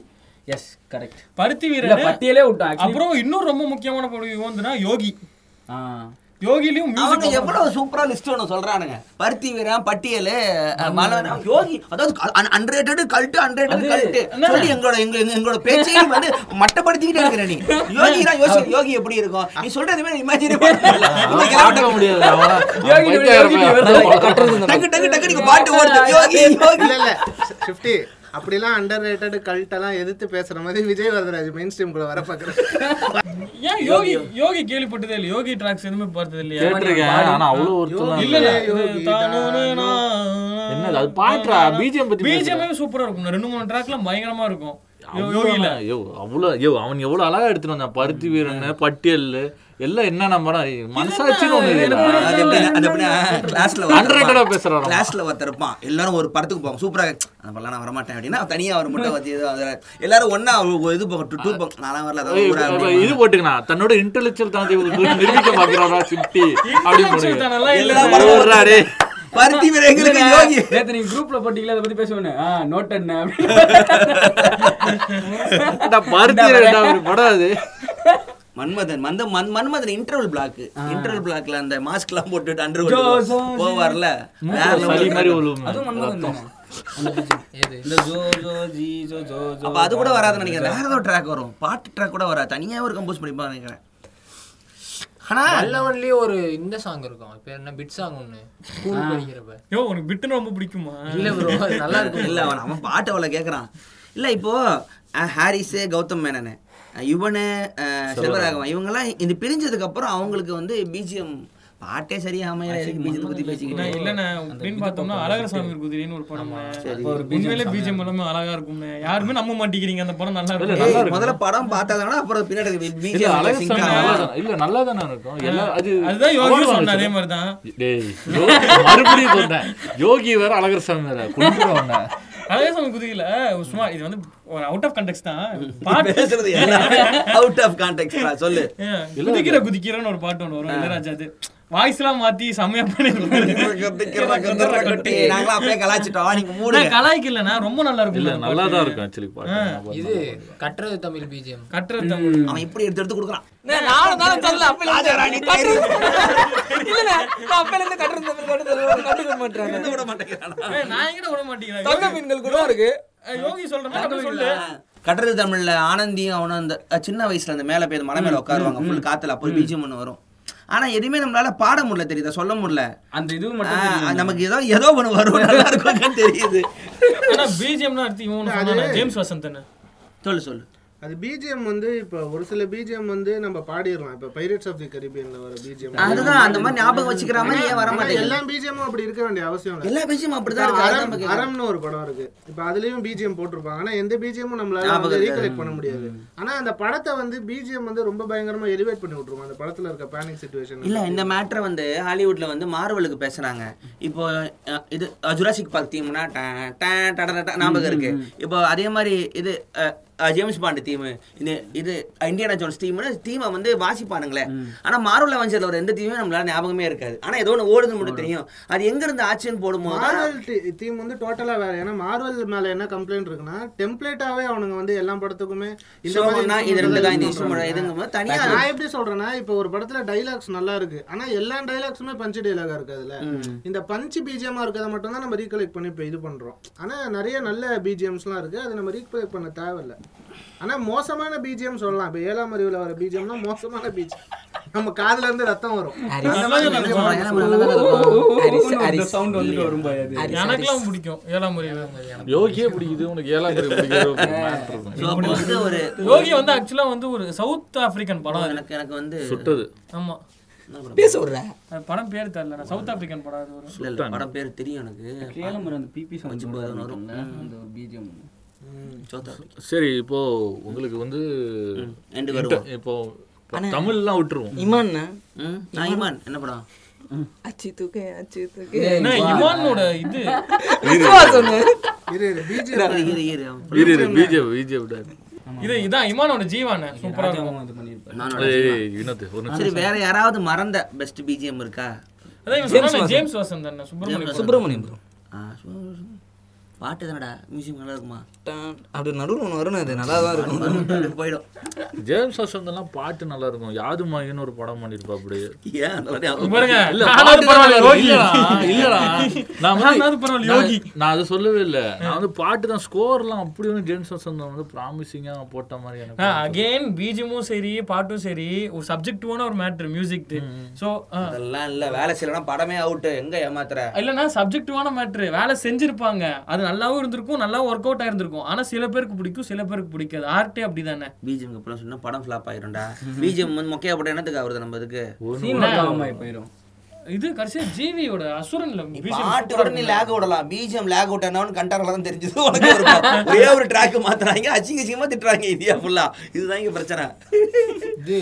S1: yes correct
S2: Paruthi
S1: இல்ல
S2: வீரன்
S1: பட்டியலே விட்டோம் actually.
S2: அப்புறம் இன்னும் ரொம்ப முக்கியமான படம் வந்துன்னா யோகி
S1: ஆ.
S2: யோகிலையும்
S5: அவங்க
S2: music
S5: எவ்வளவு சூப்பரா லிஸ்ட் ஒன்று சொல்றானுங்க பருத்தி வீரம் பட்டியல் மலர் யோகி அதாவது அன்ரேட்டடு கல்ட்டு அன்ரேட்டடு கல்ட்டு சொல்லி எங்களோட எங்க எங்க- எங்களோட பேச்சையும் வந்து மட்டப்படுத்திக்கிட்டே இருக்கிற நீ யோகினா யோசி யோகி எப்படி இருக்கும் நீ சொல்றது மாதிரி இமேஜினே
S6: பார்க்க முடியாது அவன். அவன் பைத்தியக்காரன் பையன்.
S5: டக்கு டக்கு டக்கு நீங்க பாட்டு ஓடுது யோகி யோகி
S7: இல்ல இல்ல ஷிஃப்டி அப்படிலாம் அண்டர் ரேட்டட் கல்ட்டெல்லாம் எதிர்த்து பேசுற மாதிரி விஜய் வரதராஜ் மெயின் ஸ்ட்ரீம் கூட வர பாக்குறேன்
S2: ஏன் யோகி யோகி கேள்விப்பட்டதே இல்ல யோகி ட்ராக்ஸ் எதுவுமே பார்த்தது இல்லையா
S6: கேட்டிருக்கேன் ஆனா அவ்வளவு
S2: இல்ல
S6: ஒருத்தர்
S2: இல்ல
S7: யோகி
S2: இது தானு நா-
S6: என்னது அது பாட்டுடா BGM பத்தி
S2: BGM
S6: பேசுற.
S2: சூப்பரா இருக்கும் ரெண்டு மூணு ட்ராக்ல பயங்கரமா இருக்கும் யோ- யோகில
S6: அவ்வளவு ஐயோ, அவ்வளவு- ஐயோ, அவன் எவ்வளவு அழகா எடுத்துட்டு வந்தான் பருத்தி வீரன் பட்டியல் எல்லாம் என்னென்ன மரம் மனசாட்சின்னு ஒண்ணு இல்லையா
S5: அது எப்படின்னா அது எப்படின்னா கிளாஸ்ல
S6: Underrated ஆ பேசுறாராம்.
S5: கிளாஸ்ல ஒருத்தர் இருப்பான் எல்லாரும் ஒரு படத்துக்கு போவாங்க சூப்பரா அந்த படம்லாம் நான் வரமாட்டேன் அப்படின்னா தனியா ஒரு முட்டை வச்சு ஏதோ அதுல எல்லாரும் ஒண்ணா ஒரு இது போக டூ போங்க நானும்
S6: ஏய்,
S5: வரல அதான்
S6: இப்ப-
S5: ஊரா
S6: இப்ப
S5: அப்படிம்பாங்க.
S6: இது போட்டுக்கணா தன்னோட இன்டெலிஜென்ட் தான் நிரூபிக்க பாக்குறாரா சிட்டி அப்படின்னு
S2: Intellectual
S6: போடுங்க.
S2: தான் நல்லா இல்ல
S5: எல்லாம் பரவாயில்ல.
S6: ஓடுறா
S2: (laughs)
S6: டேய்.
S5: பருத்தி வீரன் எங்களுக்கு யோகி
S1: நேத்து நீங்க குரூப்ல போட்டீங்களா அதை பத்தி பேசுவேன் ஆ நோட் என்ன அப்படி.
S6: அடா, பருத்தி ரெண்டா ஒரு படம்
S2: (laughs)
S6: அது
S5: மன்மதன் மந்த மன் மன்மதன் இன்டர்வல் பிளாக் இன்டர்வல் பிளாக்ல அந்த மாஸ்க் எல்லாம் போட்டுட்டு அண்டர்
S1: ஜோ,
S5: போவார்ல வேற
S6: மூக்குல சளி
S5: level.
S6: மாதிரி விழுவும்
S3: அதுவும் மன்மதன்
S6: ரத்தம்.
S3: தானே? இந்த ஜோ ஜோ ஜி ஜோ ஜோ ஜோ
S5: அப்ப அது கூட வராதுன்னு நினைக்கிறேன் வேற ஏதோ ட்ராக் வரும் பாட்டு ட்ராக் கூட வராது தனியா ஒரு கம்போஸ் பண்ணிப்பா நினைக்கிறேன் ஆனா
S4: வல்லவன்லயே ஒரு இந்த சாங் இருக்கும் அது பேர் என்ன பிட் சாங் ஒண்ணு ஸ்கூல் படிக்கிறப்ப
S2: யோ உனக்கு பிட்டுன்னு ரொம்ப பிடிக்குமா
S4: இல்ல ப்ரோ அது நல்லா இருக்கும்
S5: இல்ல அவன் அவன் பாட்டு அவளை கேக்குறான் இல்ல இப்போ அஹ், ஹாரிஸ் கௌதம் மேனனு அஹ், யுவனு அஹ், செல்வராகவன் இவங்கெல்லாம் இது பிரிஞ்சதுக்கு அப்புறம் அவங்களுக்கு வந்து பிஜிஎம் பாட்டே சரியா அமையல இருக்கு பிஜிஎம் பத்தி பேசிக்கிட்டு
S2: நான் இல்லண்ணே அப்படின்னு பார்த்தோம்னா அழகர் சாமி குதிரைன்னு ஒரு படம் உண்மையிலே பிஜிஎம் எல்லாமே அழகா இருக்கும்ண்ணே யாருமே நம்ப மாட்டேங்கிறீங்க அந்த படம் நல்லா
S6: இல்ல,
S2: இருக்கும்
S6: நல்லா
S5: ஏய்,
S6: இருக்கு.
S5: முதல்ல படம் பார்த்தாதானா அப்புறம் பின்னாடி
S6: இல்ல, அழகு
S5: பிஜிஎம்
S6: சாமி நல்லா தானே- இல்ல, நல்லா தானே இருக்கும். எல்லா- அது
S2: அதுதான் யோகி
S6: award
S2: சொன்ன அதே
S6: வாங்குச்சு.
S2: மாதிரி தான்
S6: டேய், யோகி, மறுபடியும் சொல்றேன். யோகி வேற அழகர் சாமி வேற குளிக்கிறோம் உன்னை.
S2: அழகர் சாமி குதிரையில ஒரு சும்மா இது வந்து ஒரு அவுட் ஆஃப் கண்டெக்ட் தான் பாட்டு
S5: பேசுறது அவுட் ஆஃப் கான்டெக்ட் சொல்லு
S2: ஏன், குதிக்கிற குதிக்கிறன்னு ஒரு பாட்டு ஒன்று வரும் இளையராஜா அது வாய்ஸ் எல்லாம் மாத்தி செம்மையா பண்ணிருக்காரு
S5: நாங்களாம் அப்படியே கலாச்சிட்டோம் நீங்க மூணு
S2: கலாய்க்கலனா ரொம்ப நல்லா
S6: இல்ல,
S2: இருக்கும்
S6: நல்லா தான் இருக்கும் actually பாட்டு. நான் பார்த்தேன்.
S4: இது கட்டுறது தமிழ் பிஜிஎம்
S2: கட்டுற தமிழ்
S5: அவன் இப்படி எடுத்து எடுத்து கொடுக்குறான்
S3: நானும் தானே தெரியல அப்ப
S5: ராஜாராணி கட்டு.
S3: இல்லண்ணா நான் அப்பல இருந்து கட்டுறது தமிழ் கட்டுறது கட்டுக்க மாட்டேன்
S5: இருந்து விட மாட்டேங்கிறானா?
S2: ஏய், நான் எங்கட விட
S3: தங்க
S2: மாட்டேங்கிறேன்
S3: மீன்கள் கூட இருக்கு
S2: ஏய், யோகி சொல்ற மாதிரி அப்படி சொல்லு
S5: கட்டுறது தமிழ்ல ஆனந்தியும் அவனும் அந்த அஹ், சின்ன வயசுல அந்த மேல போய் அந்த மலை மேல உட்காருவாங்க ஃபுல் காத்துல அப்போ பீஜம் ஒன்று வரும் ஆனா எதுவுமே நம்மளால பாட முடியல தெரியுதா சொல்ல முடியல
S1: அந்த இது
S5: ஆ,
S1: மட்டும் தெரியும்.
S5: நமக்கு ஏதோ ஏதோ ஒன்று வரும் நல்லா இருக்கும் தெரியுது
S2: ஆனா பிஜிஎம்னா அடுத்து இவன் சொன்னானே, ஜேம்ஸ் வசந்தன்
S5: சொல்லு சொல்லு
S7: அது பிஜிஎம் வந்து இப்போ ஒரு சில பிஜிஎம் வந்து நம்ம பாடிடலாம் இப்போ பைரேட்ஸ் ஆஃப் தி கரிபியன்ல வர பிஜிஎம்
S5: அதுதான் அந்த மாதிரி ஞாபகம் வச்சுக்கிற மாதிரி ஏன் வர மாட்டேங்குது
S7: எல்லா பிஜிஎம்மும் அப்படி இருக்க வேண்டிய அவசியம் இல்லை
S5: எல்லா பேச்சும் அப்படிதான் இருக்கு அதான்
S7: அரம்
S5: நமக்கு
S7: அரம்னு ஒரு படம் இருக்கு இப்போ அதுலயும் பிஜிஎம் போட்டிருப்பாங்க ஆனா எந்த பிஜிஎம்மும் நம்மளால வந்து ரீகலெக்ட் பண்ண முடியாது ஆனா அந்த படத்தை வந்து பிஜிஎம் வந்து ரொம்ப பயங்கரமா எலிவேட் பண்ணி விட்டுருவோம் அந்த படத்துல இருக்க பேனிக் சுச்சுவேஷன்
S5: இல்ல இந்த மேட்டரை வந்து ஹாலிவுட்ல வந்து மார்வலுக்கு பேசுனாங்க இப்போ அஹ், இது ஜுராசிக் பார்க் தீம்னா ஞாபகம் இருக்கு இப்போ அதே மாதிரி இது அஹ், அஹ், ஜேம்ஸ் பாண்டு தீம் இது இது இந்தியானா ஜோன்ஸ் தீம்னு தீமை வந்து வாசிப்பானுங்களே ஆனா மார்வல் அவஞ்சர்ல ஒரு எந்த தீமும் நம்மளால ஞாபகமே இருக்காது ஆனா ஏதோ ஒன்று ஓடுது மட்டும் தெரியும் அது எங்க இருந்து ஆச்சுன்னு போடும்போது தான்
S7: மார்வல் தீம் வந்து டோட்டலா வேற ஏன்னா மார்வல் மேல என்ன கம்ப்ளைண்ட் இருக்குன்னா டெம்ப்ளேட்டாவே அவனுங்க வந்து எல்லா படத்துக்குமே இந்த
S5: சோகம்னா
S7: மாதிரி
S5: இது ரெண்டு தான் இந்த
S7: use
S5: இஷ்டம்
S7: பண்றாங்க.
S5: இதுங்கும் போது தனியா
S7: நான் எப்படி சொல்றேன்னா இப்போ ஒரு படத்துல டைலாக்ஸ் நல்லா இருக்கு ஆனா எல்லா டைலாக்ஸுமே பஞ்சு டைலாகா இருக்கு அதுல இந்த பஞ்சு பிஜிஎம்மா இருக்கிறத மட்டும் தான் நம்ம ரீகலெக்ட் பண்ணி இப்போ இது பண்றோம் ஆனா நிறைய நல்ல பிஜிஎம்ஸ்லாம் இருக்கு அதை நம்ம ரீகலெக்ட் பண்ண தேவையில்ல ஆனா மோசமான பிஜிஎம் சொல்லலாம் இப்போ ஏழாம் அறிவுல வர பிஜிஎம்னா மோசமான பிஜிஎம் நம்ம காதுல இருந்து ரத்தம் வரும் அந்த மாதிரி BGM
S5: ஆ, ஏன்னா
S7: வரும்.
S5: நம்ம நல்லா தான் இருக்கோம்.
S1: இந்த சவுண்ட் வந்துட்டு வரும் பாரு அது.
S2: எனக்கெல்லாம் பிடிக்கும் ஏழாம் முறை
S6: யோகியே பிடிக்குது உனக்கு ஏழாம் பிரிவு பிடிக்குது ஒரு matter இருக்கும்.
S5: So, அப்போ வந்து ஒரு
S2: யோகி வந்து ஆக்சுவலா வந்து ஒரு சவுத் ஆப்பிரிக்கன் படம் அது.
S5: எனக்கு எனக்கு வந்து
S6: சுட்டது
S2: ஆமா
S3: பேச விடுறேன்
S2: அது படம் பேர் தெரியல நான் சவுத் ஆப்பிரிக்கன் படம் அது ஒரு
S5: இல்ல, இல்ல, படம் பேர் தெரியும் எனக்கு
S1: கேளம் ஒரு அந்த பிபி சவுண்ட் வரும் அந்த ஒரு பீஜம்
S5: சோத்தா
S6: சரி இப்போ உங்களுக்கு வந்து
S5: ரெண்டு வருவோம்
S6: இப்போ இப்போ தமிழ்லாம் விட்டுருவோம்
S3: இமான்னா
S5: ம், நான் ஈமான் என்ன படம்
S10: அச்சு தூக்கு அச்சு தூக்கு
S2: என்ன, இவானோட இது
S7: இரு இரு BGM
S5: இரு, இரு, இரு.
S6: இரு, இரு, BGM, BGM விட.
S2: இது இதான் இமானோட ஜீவான சூப்பரா இருக்கும்
S1: ராஜாவும் இது பண்ணியிருப்பாரு
S5: நான்
S6: ஏய்,
S5: ஒரு-
S6: ஏய், வினோத், ஒரு நிமிஷம்.
S5: சரி வேற யாராவது மறந்த பெஸ்ட் பிஜிஎம் இருக்கா
S2: அதான் இவன் சொன்னானே, ஜேம்ஸ் வாசன் தானே சுப்பிரமணியம்
S3: சுப்பிரமணியம் ப்ரோ
S5: ஆ, சு- பாட்டு தானடா மியூசிக் நல்லா இருக்குமா
S3: டான் அப்படி நடுவில் ஒன்று வரணும் அது நல்லா தான் இருக்கும்
S5: அது போயிடும்
S6: ஜேம்ஸ் ஹஸ்வந்தெல்லாம் பாட்டு நல்லா இருக்கும் யாது மாயின்னு ஒரு படம் பண்ணிருப்பா அப்படியே
S5: ஏன் அந்த மாதிரி அவன்
S2: பாருங்க
S6: இல்ல,
S2: நானாவது பரவாயில்ல யோகி
S6: இல்லடா
S2: (laughs)
S6: நான் வந்து-
S2: நானாவது பரவாயில்ல யோகி
S6: நான்- நான் அதை சொல்லவே இல்ல நான் வந்து பாட்டு தான் ஸ்கோர்லாம் அப்படி வந்து ஜேம்ஸ் ஹஸ்வந்தம் வந்து ப்ராமிசிங்கா போட்ட மாதிரி எனக்கு
S2: அகைன் பீஜமும் சரி பாட்டும் சரி ஒரு சப்ஜெக்டிவான ஒரு மேட்ரு மியூசிக் ஸோ
S8: அதெல்லாம் இல்லை வேலை செய்யலைன்னா படமே அவுட்டு எங்கே ஏமாத்துற
S2: இல்லைன்னா சப்ஜெக்டிவான மேட்ரு வேலை செஞ்சிருப்பாங்க அது நல்லாவும் இருந்திருக்கும் நல்லா ஒர்க் அவுட் ஆயிருந்திருக்கும் ஆனா சில பேருக்கு பிடிக்கும் சில பேருக்கு பிடிக்காது ஆர்ட்டே அப்படிதானே
S5: பிஜிஎம் அப்புறம் சொன்னா படம் ஃபிளாப் ஆயிரும்டா பிஜிஎம் வந்து மொக்கையா போட்டு என்னத்துக்கு ஆகுறது நம்ம இதுக்கு
S1: சீன் ஆகாமாய் போயிடும்
S2: இது கடைசியா ஜிவியோட அசுரன்ல
S8: பாட்டு கூட நீ லேக் விடலாம் பிஜிஎம் லேக் அவுட் என்னன்னு கண்டாரில் தான் தெரிஞ்சது உனக்கு ஒரு பா- ஒரே ஒரு ட்ராக் மாத்துறாங்க அசிங்க அசிங்கமா திட்டுறாங்க இந்தியா ஃபுல்லா இதுதான் இங்க பிரச்சனை
S4: இது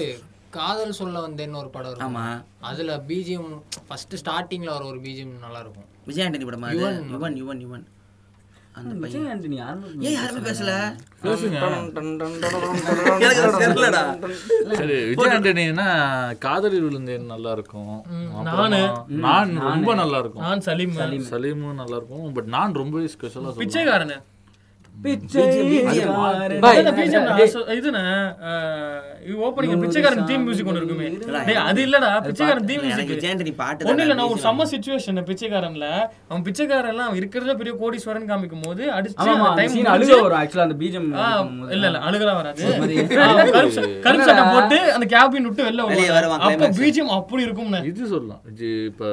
S4: காதல் சொல்ல வந்தேன்னு ஒரு படம் இருக்கும்
S5: ஆமா
S4: அதுல பிஜிஎம் ஃபர்ஸ்ட் ஸ்டார்டிங்ல வர ஒரு பிஜிஎம் நல்லா இருக்கும்
S5: விஜய் ஆண்டனி படமா அது? யுவன் யுவன் யுவன் அந்த பையன்
S1: விஜய் ஆண்டனி ஆரம்பம்
S5: ஏன் யாருமே பேசல எனக்கு அது
S3: எனக்கு
S5: தெரியலடா
S6: சரி விஜய் ஆண்டனினா காதலில் விழுந்தேன் நல்லா இருக்கும்
S2: நானு.
S6: அப்புறமா நான் ரொம்ப நல்லா இருக்கும்
S2: நான் சலீம்
S6: சலீமும் நல்லா இருக்கும் பட் நான் ரொம்பவே ஸ்பெஷலா சொல்லுவேன்
S2: பிச்சைக்காரனு
S1: பிச்சை காரன்.
S2: அதான் அந்த BGM நான் சொ- இதுண்ணே, அஹ், இது opening பிச்சைக்காரன் theme music ஒண்ணு இருக்குமே. டேய், அது இல்லடா, பிச்சைக்காரன் theme
S5: எனக்கு
S2: music.
S5: விஜய் ஆண்டனி பாட்டு
S2: ஒண்ணும் இல்ல,
S5: தான்
S2: நான் ஒரு செம்ம situation, பிச்சைக்காரன்ல. அவன் பிச்சைக்காரன் எல்லாம் இருக்கிறதுல பெரிய கோடீஸ்வரன் காமிக்கும் போது அடிச்சு
S1: ஆமா, ஆமா,
S2: அந்த
S1: அந்த
S2: time
S1: scene அழுக
S2: முடிஞ்சு,
S1: வரும் ஆக்சுவலா அந்த பீஜம்
S2: ஆ, இல்ல, இல்ல, அழுகலாம் வராது.
S1: ஒரு மாதிரி.
S2: ஆ, அவன் கருப்பு ச- கருப்பு சட்டை போட்டு அந்த cabin விட்டு வெளில
S5: வெளிய
S2: வருவான்.
S5: வருவான்,
S2: அப்ப
S5: climax.
S2: BGM அப்படி இருக்கும்ண்ணே.
S6: இது சொல்லலாம் விஜய் இப்போ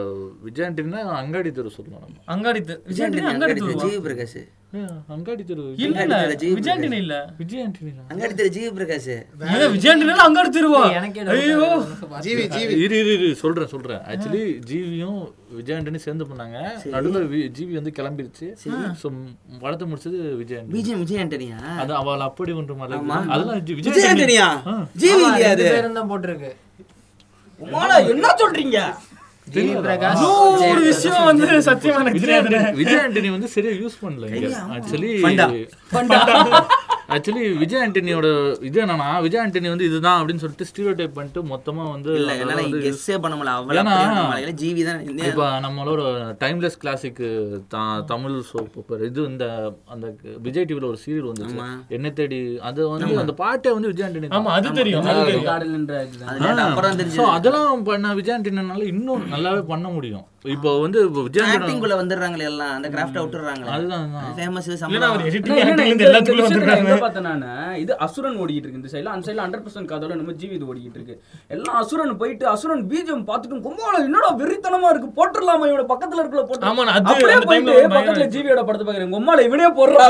S6: விஜய் ஆண்டனினா அங்காடி தெரு சொல்லலாம் நம்ம
S2: அங்காடி தெரு. விஜய் ஆண்டனி அங்காடி
S5: அங்காடி
S2: தெருவா?
S5: ஜீவ் பிரகாஷ்
S6: ஏன், அங்காடி தெரு
S2: இல்ல, இல்ல,
S5: அங்காடி தெரு, ஜெய்
S2: விஜய் ஆண்டனி இல்ல.
S6: விஜய் ஆண்டனினா
S5: அங்காடி தெரு ஜீவ் பிரகாஷ்
S2: ஏங்க, விஜய் ஆண்டனினால அங்காடி தெருவா? ஐயோ.
S7: ஜீவி ஜீவி
S6: இரு இரு இரு சொல்றேன் சொல்றேன் ஆக்சுவலி ஜிவியும் விஜய் ஆண்டனி சேர்ந்து பண்ணாங்க நடுவில் ஜிவி வந்து கிளம்பிருச்சு ஸோ படத்தை முடிச்சது விஜய் ஆண்டனி
S5: பிஜிஎம் விஜய் ஆண்டனியா
S6: அது அவள் அப்படி ஒன்று மலர் அதெல்லாம் ஜி- விஜய்
S5: விஜய்
S6: ஆண்டனி
S5: ஆண்டனியா ஜீவ் இல்லையா அது
S4: தான் போட்டிருக்கு
S8: என்ன சொல்றீங்க
S4: ஜிவி பிரகாஷ்
S2: இன்னும் ஒரு விஷயம் வந்து சத்தியமா எனக்கு
S6: விஜய்
S2: தெரியாதுண்ணே.
S6: ஆண்டனி- விஜய் ஆண்டனி வந்து சரியா யூஸ் பண்ணல இங்க ஆக்சுவலி ஆக்சுவலி விஜய் ஆண்டனியோட இது என்னன்னா விஜய் ஆண்டனி வந்து இதுதான் அப்படின்னு சொல்லிட்டு ஸ்டீரியோ டைப் பண்ணிட்டு மொத்தமா வந்து
S5: இல்ல
S6: அதாவது
S5: என்னால
S6: வந்து
S5: கெஸ்ஸே பண்ண முடியல
S6: ஏன்னா-
S5: அவ்வளவு ஜீவி தான் இந்தியா-
S6: இப்போ நம்மளோட டைம்லெஸ் கிளாசிக் தமிழ் சோப் இது இந்த அந்த விஜய் டிவில ஒரு சீரியல் வந்துச்சு என்ன தேடி அது வந்து அந்த பாட்டே வந்து விஜய் ஆண்டனி
S2: ஆமா அது தெரியும் அது தெரியும்
S1: காடல்ன்ற இதுதான்
S5: அது நேத்து அப்புறம்
S6: ஸோ
S5: தெரிஞ்சு
S6: அதெல்லாம் பண்ண விஜய் ஆண்டனால இன்னும் நல்லாவே பண்ண முடியும் இப்போ வந்து இப்போ விஜய் ஆண்டனி
S5: ஆக்டிங் குள்ள வந்துடுறாங்களே எல்லாம் அந்த கிராஃப்ட் விட்டுறாங்களே
S6: அதுதான் அதுதான்.
S5: ஃபேமஸ்
S2: இல்லைன்னா
S5: சம்பளம்
S2: அவர்
S1: ஆனா
S2: editing,
S1: என்னன்னா
S2: acting
S1: இந்த
S2: இந்த
S1: இந்த
S2: எல்லாத்துக்குள்ள
S1: விஷயத்துல நான்
S2: வந்துடுறாங்க.
S1: எங்க பார்த்தேன்னா, இது அசுரன் ஓடிக்கிட்டு இருக்கு இந்த சைடுல அந்த சைடுல ஹண்ட்ரட் பர்சன்ட் கதவுல நம்ம ஜீவி இது ஓடிக்கிட்டு இருக்கு எல்லாம் அசுரன் போயிட்டு அசுரன் பீஜம் பார்த்துட்டு கும்பகோணம் என்னடா வெறித்தனமா இருக்கு போட்டுடலாமா இவனோட பக்கத்துல இருக்கல போட்டு
S2: ஆமாண்ணா, அது
S1: அப்படியே
S2: அந்த timeல
S1: போயிட்டு
S2: ஒரு பயம்
S1: பக்கத்துல
S2: இருக்கு.
S1: ஜீவியோட படத்தை பாக்குறேன் உம்மால இவனே போடுறா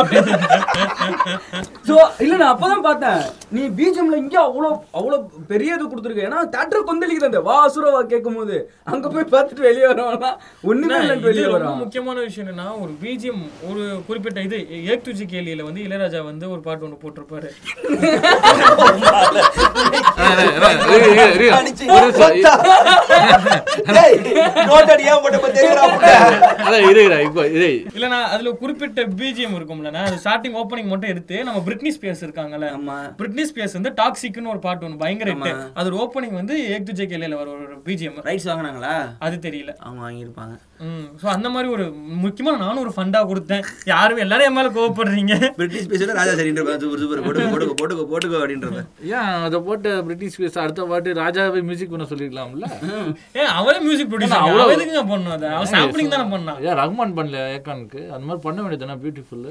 S1: சோ இல்ல நான் அப்பதான் பார்த்தேன் நீ பீஜம்ல இங்க அவ்வளவு அவ்வளவு பெரிய இது கொடுத்துருக்கு ஏன்னா தேட்டர் கொந்தளிக்குது அந்த வா அசுரவா கேட்கும் போது அங்க போய் பார்த்துட்டு வெளியே வரவனா ஒண்ணுமே
S2: என்ன,
S1: இல்லைன்னு
S2: இது
S1: வெளியே
S2: ரொம்ப
S1: வரும்
S2: முக்கியமான விஷயம் என்னன்னா ஒரு பிஜிஎம் ஒரு குறிப்பிட்ட இது ஏக்டுஜி கேலியில வந்து இளையராஜா வந்து ஒரு பாட்டு ஒன்று போட்டிருப்பாரு
S6: ஒரு நிமிஷம். அதான் இருக்குடா இப்போ இதே
S2: இல்லனா அதுல குறிப்பிட்ட பிஜிஎம் இருக்கும்ல அது ஸ்டார்டிங் ஓப்பனிங் மட்டும் எடுத்து நம்ம பிரிட்னி ஸ்பியர்ஸ் இருக்காங்கல்ல
S5: ஆமா
S2: பிரிட்னி ஸ்பியர்ஸ் வந்து டாக்ஸிக்னு ஒரு பாட்டு ஒன்று பயங்கர hit. அது ஒரு ஓப்பனிங் வந்து ஏக்டுஜி கேலியில வர ஒரு பிஜிஎம்
S5: ரைட்ஸ் வாங்கினாங்களா
S2: அது தெரியல
S5: அவங்க வாங்கியிருப்பாங்க
S2: ம் ஸோ அந்த மாதிரி ஒரு முக்கியமா நானும் ஒரு ஃபண்டா கொடுத்தேன் யாரும் எல்லாரும் என் மேல கோவப்படுறீங்க
S5: பிரிட்டிஷ் பேசிட்டு ராஜா சரின்ற சூப்பர் சூப்பர் போட்டுக்கோ போட்டுக்கோ போட்டுக்கோ போட்டுக்கோ அப்படின்றத
S6: ஏன் அதை போட்ட பிரிட்டிஷ் பேச அடுத்த பாட்டு ராஜாவே மியூசிக் பண்ண (laughs) சொல்லிருக்கலாம்ல
S2: ஏன் அவளே மியூசிக் ப்ரொடியூசர்
S6: அவ்வளவு-
S2: அவ எதுக்குங்க பண்ணும் அதை அவன் சாம்பிளிங் தானே பண்ணா
S6: ஏன் ரஹ்மான் பண்ணல ஏகானுக்கு அந்த மாதிரி பண்ண வேண்டியதுனா பியூட்டிஃபுல்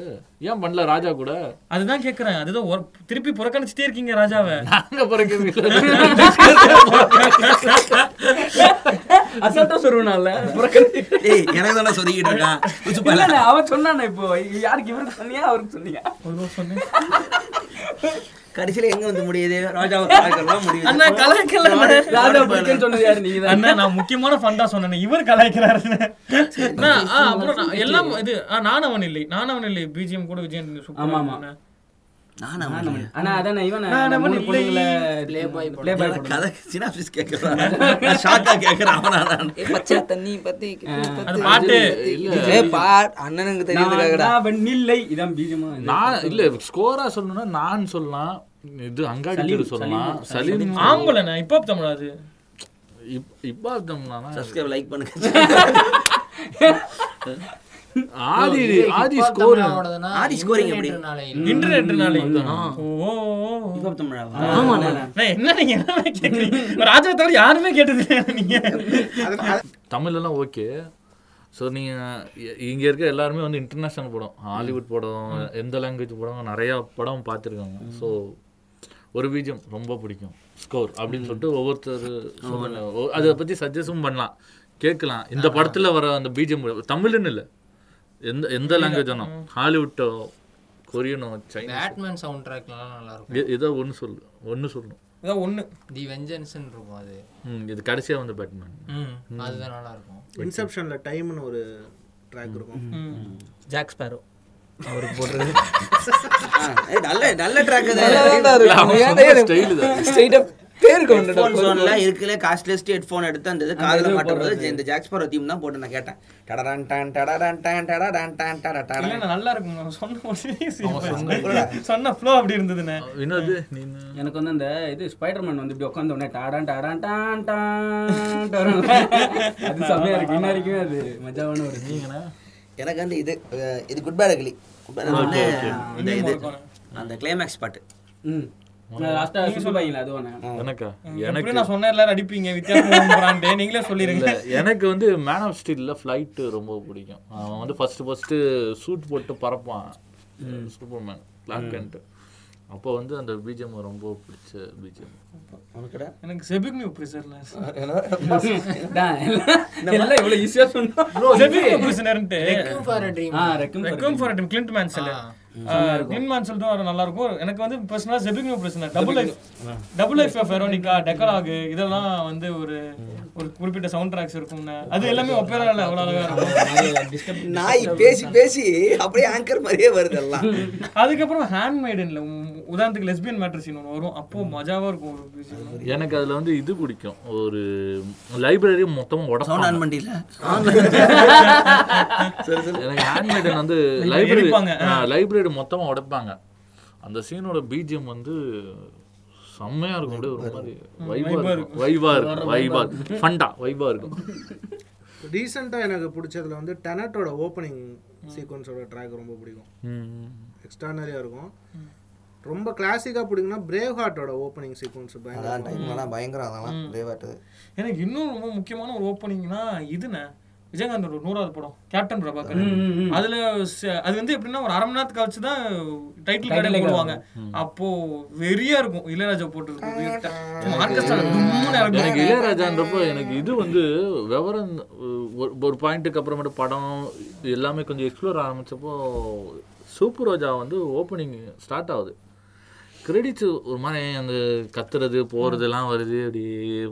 S6: ஏன் பண்ணல ராஜா கூட
S2: அதுதான் கேக்குறேன் அதுதான் ஒரு- திருப்பி புறக்கணிச்சுட்டே இருக்கீங்க ராஜாவை
S6: நாங்க பிறகு (laughs)
S1: அசால்ட்டா சொல்லுவான்ல புறக்கணி
S5: ஏய் எனக்கு தானே சொல்லிக்கிட்டு இருக்கான் புதுசு
S1: இல்ல
S5: பல்ல.
S1: இல்ல, அவன் சொன்னானே இப்போ இ- யாருக்கு இவருக்கு சொன்னியா அவருக்கு சொன்னியா
S2: ஒழுங்கா சொன்னேன்
S5: கடைசியில எங்க வந்து முடியுது ராஜாவை கலாய்க்கலாம் முடியுது
S2: அண்ணா கலாய்க்கல
S1: ராஜா பிடிக்குன்னு சொன்னது யாரு நீங்க தான்
S2: அண்ணா நான் முக்கியமான ஃபண்டா சொன்னேன் இவர் கலாய்க்கிறாரு நான், ஆ, அப்புறம் நான் எல்லாம் இது ஆ, நானவன் இல்லை நானவன் இல்லை பிஜிஎம் கூட விஜயன் சூப்பரா
S1: ஆமா, ஆமா.
S2: இருக்குண்ணே.
S5: நானா முடியும்
S1: ஆனா அதானே இவன்
S2: நான் நம்ம
S1: மூணு
S2: இல்லை.
S1: பொண்ணுங்கள
S4: Play by
S1: play by
S5: நான்
S1: போடுறான்.
S5: கதை சினாப்சிஸ் கேட்கறான் நான் ஷாக்கா கேட்கறான் அவனா நான்
S10: ஏ, பச்சை தண்ணி பத்தி
S2: அது பாட்டு
S3: அண்ணனுக்கு
S1: நான்
S3: தெரியுதுக்காகடா
S1: நான் வெண் இல்லை, இதான் பீஜமா இது.
S6: நான் இல்ல ஸ்கோரா சொல்லணும்னா நான் சொல்லலாம் இது அங்காடி தெரு சொல்லலாம் சலீம்
S2: ஆம்பளண்ணா இப்போ தமிழா அது
S6: இப்- இப்பாப்தம்னா
S5: சப்ஸ்கிரைப் லைக் பண்ணுங்க
S6: ஆதி ஆதி ஸ்கோர்
S5: ஆதி scoring எப்படி?
S2: இன்டர்நெட்னாலே ஓ ஓ, ஓ.
S5: ஹிப்ஹாப் தமிழாவா
S2: நான் என்ன நீங்க எல்லாமே கேக்குறீங்க ராஜா தவிர யாருமே கேட்டது இல்லையா நீங்க
S6: தமிழ்லாம் ஓகே ஸோ நீங்கள் இங்கே இருக்க எல்லாருமே வந்து இன்டர்நேஷ்னல் படம் ஹாலிவுட் படம் எந்த லாங்குவேஜ் படம் நிறையா படம் பார்த்துருக்காங்க ஸோ ஒரு பீஜம் ரொம்ப பிடிக்கும் ஸ்கோர் அப்படின்னு சொல்லிட்டு ஒவ்வொருத்தர் சொல்லுங்க. ஒ- அதை பற்றி சஜஸ்டும் பண்ணலாம் கேட்கலாம் இந்த படத்தில் வர அந்த பீஜம் தமிழ்னு இல்லை எந்த எந்த லாங்குவேஜ் ஆனும் ஹாலிவுட்டோ கொரியனோ சைனா
S4: பேட்மேன் சவுண்ட் ட்ராக்லாம் நல்லா இருக்கும்
S6: ஏதோ ஒன்று சொல்லு ஒன்று சொல்லணும்
S2: அதான் ஒண்ணு
S4: தி வெஞ்சன்ஸ்ன்னு இருக்கும் அது
S6: ம், இது கடைசியாக வந்து பேட்மேன்
S4: அதுதான் நல்லா இருக்கும்
S7: இன்செப்ஷன்ல டைம்னு ஒரு ட்ராக் இருக்கும்
S11: ஜாக் ஸ்பேரோ அவருக்கு போடுறது
S5: ஆ, ஏய், நல்ல நல்ல ட்ராக் ஹெட்ஃபோன்ஸ்லாம் இருக்குல்ல காஸ்ட்லியஸ்ட் ஹெட்ஃபோன் எடுத்து அந்த இது காதுல மாட்டும்போது இந்த ஜாக்ஸ்பரோ தீம் தான் போட்டு நான் கேட்டேன் டடடான் டான் டடடான் டான் டடடான் டான் டடடான்
S2: இல்ல நல்லா இருக்கும் நான் சொன்ன ஒரு serious இல்ல. சொன்ன flow அப்படி இருந்ததுண்ணே
S6: வினோது நீ என்ன?
S1: எனக்கு வந்து அந்த இது ஸ்பைடர்மேன் வந்து இப்படி உட்காந்த உடனே டாடான் டாடான் டான் டான் டான். அது செம்மையா இருக்கு இன்ன வரைக்குமே அது மஜாவான ஒரு நீங்கண்ணா
S5: எனக்கு வந்து இது அஹ், இது குட் பேட் அக்லி வந்து அந்த இது அந்த கிளைமேக்ஸ் பாட்டு
S1: ம் லாஸ்டா சுசுபாய்ங்களா அது ஒன்று
S6: எனக்கா
S2: எப்படி
S6: எனக்கு
S2: நான் சொன்ன எல்லாரும் அடிப்பீங்க வித்தியாசம் நீங்களே சொல்லிருங்க
S6: இல்ல, எனக்கு வந்து மேன் ஆஃப் ஸ்டீல்ல ஃப்ளைட்டு ரொம்ப பிடிக்கும் அவன் வந்து ஃபர்ஸ்ட் ஃபர்ஸ்ட் சூட் போட்டு பறப்பான் சூப்பர்மேன் பிளாக் அண்ட் அப்போ வந்து அந்த பிஜிஎம் ரொம்ப பிடிச்ச பிஜிஎம்
S5: உனக்குடா
S2: எனக்கு செபிக் நியூ பிரிசர்ல
S5: (laughs)
S1: எல்லாம் இவ்வளோ ஈஸியாக சொன்னா
S2: Zbigniew பிரிசனர்ன்ட்டு
S4: for dream
S1: ah requiem
S2: requiem for time Clint Mansell Clint Mansell தான் நல்லா இருக்கும் எனக்கு வந்து பர்சனலா Zbigniew Preisner double life double life of Veronica டெக்கலாக் இதெல்லாம் வந்து ஒரு ஒரு குறிப்பிட்ட சவுண்ட் ட்ராக்ஸ் இருக்கும்ண்ணே அது எல்லாமே ஒப்பேரா இல்ல அவ்வளவு அழகா இருக்கும்
S1: (laughs)
S5: நாய் பேசி பேசி அப்படியே ஆங்கர் மாதிரியே வருது எல்லாம்
S2: அதுக்கப்புறம் ஹேண்ட்மேடுன்ல உதாரணத்துக்கு லெஸ்பியன் மேட்ரு சீன் ஒன்று வரும் அப்போ மஜாவா இருக்கும் ஒரு விஷயம்.
S6: எனக்கு அதுல வந்து இது பிடிக்கும் ஒரு லைப்ரரி மொத்தமா
S5: சவுண்ட்
S6: உடப்பான்
S5: ஆன் பண்ணில
S6: எனக்கு ஹேண்ட்மேடன் (laughs) வந்து லைப்ரரி
S2: எரிப்பாங்க.
S6: லைப்ரரி மொத்தமா உடைப்பாங்க அந்த சீனோட பிஜிஎம் வந்து செம்மையா இருக்கும் அப்படியே ஒரு மாதிரி வைபா இருக்கும் வைபா இருக்கும் வைபா ஃபண்டா வைபா இருக்கும்
S7: ரீசெண்டாக எனக்கு பிடிச்சதுல வந்து டெனட்டோட ஓப்பனிங் சீக்வன்ஸோட ட்ராக் ரொம்ப பிடிக்கும்
S6: (laughs) ம்.
S7: எக்ஸ்ட்ரானரியாக இருக்கும் ரொம்ப கிளாசிக்காக பிடிக்கும்னா பிரேவ் ஹார்ட்டோட ஓப்பனிங் சீக்வன்ஸ் பயங்கர
S5: டைம்லாம் பயங்கரம் அதெல்லாம் லேவாட்டு
S2: எனக்கு இன்னும் ரொம்ப முக்கியமான ஒரு ஓப்பனிங்னா இதுண்ணே விஜயகாந்தோட நூறாவது படம் கேப்டன் பிரபாகர் அதுல ச- அது வந்து எப்படின்னா ஒரு அரை மணி நேரத்துக்கு கழிச்சு தான் டைட்டில் கார்டே போடுவாங்க அப்போ வெறியா இருக்கும் இளையராஜா போட்டு ஆர்கெஸ்ட்ரா தும்முன்னு இறக்கும்
S6: எனக்கு இளையராஜான்றப்போ எனக்கு இது வந்து விவரம் ஒரு- ஒரு பாயிண்ட்டுக்கு அப்புறமேட்டு படம் இது எல்லாமே கொஞ்சம் எக்ஸ்ப்ளோர் ஆரம்பிச்சப்போ சூப்பர் ரோஜா வந்து ஓப்பனிங் ஸ்டார்ட் ஆகுது கிரெடிட்ஸ் ஒரு மாதிரி அந்த கத்துறது போகிறதுலாம் வருது அப்படி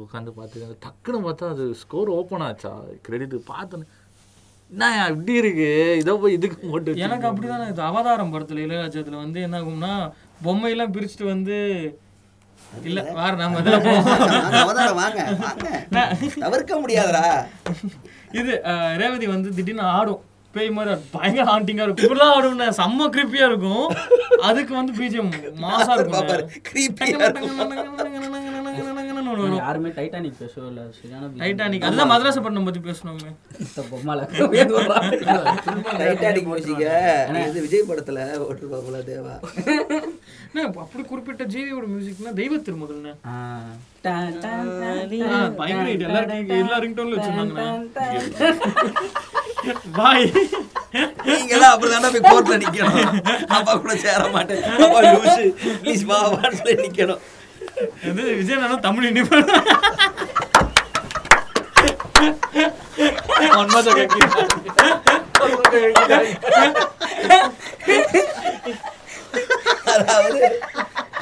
S6: உட்காந்து பார்த்து டக்குன்னு பார்த்தா அது ஸ்கோர் ஓப்பன் ஆச்சா கிரெடிட் பார்த்தோன்னே என்ன இப்படி இருக்கு இதை போய் இதுக்கு போட்டு
S2: எனக்கு
S6: வச்சிருக்கீங்க.
S2: அப்படிதான் இது அவதாரம் படத்துல இளையராஜாத்துல வந்து என்ன ஆகும்னா பொம்மையெல்லாம் பிரிச்சுட்டு வந்து இல்ல வேற நாம இதுல போவோம்
S5: வாங்க வாங்க தவிர்க்க முடியாதுடா
S2: (laughs) இது அஹ், ரேவதி வந்து திடீர்னு ஆடும் பேய் மாதிரி ஆடும். பயங்கர ஹாண்டிங்கா இருக்கும் இப்படிலாம் ஆடும்னா செம்ம கிரிப்பியா இருக்கும் அதுக்கு வந்து பிஜிஎம் மாசா
S5: பாப்பாரு
S2: இருக்கும்
S5: creepy-ஆ இருக்கும்
S2: டங்கு ஒண்ணு வரும்.
S1: யாருமே டைட்டானிக் பேசவே இல்லை சரியான
S2: டைட்டானிக் அதெல்லாம் மதராச பட்டினம் பத்தி பேசணுமே
S1: பொம்மால
S5: டைட்டானிக் முடிச்சிக்க இது விஜய் படத்துல ஓட்டுருப்பாப்புல தேவா
S2: என்ன, அப்படி குறிப்பிட்ட ஜீவியோட மியூசிக்னா தெய்வ திருமகள்ண்ணே ஆ, பயங்கர hit. எல்லா ring- எல்லா ringtone-லயும் வச்சிருந்தாங்கண்ணே. பாய்
S5: நீங்களாம் அப்படிதாண்டா போய் கோர்ட்ல நிக்கணும் அப்பா கூட சேர மாட்டேன் அப்பா லூசு ப்ளீஸ் வா வான்னு சொல்லி நிக்கணும்
S2: இது விஜய் நானும் தமிழ் (laughs) இனிப்பேன்
S5: அதாவது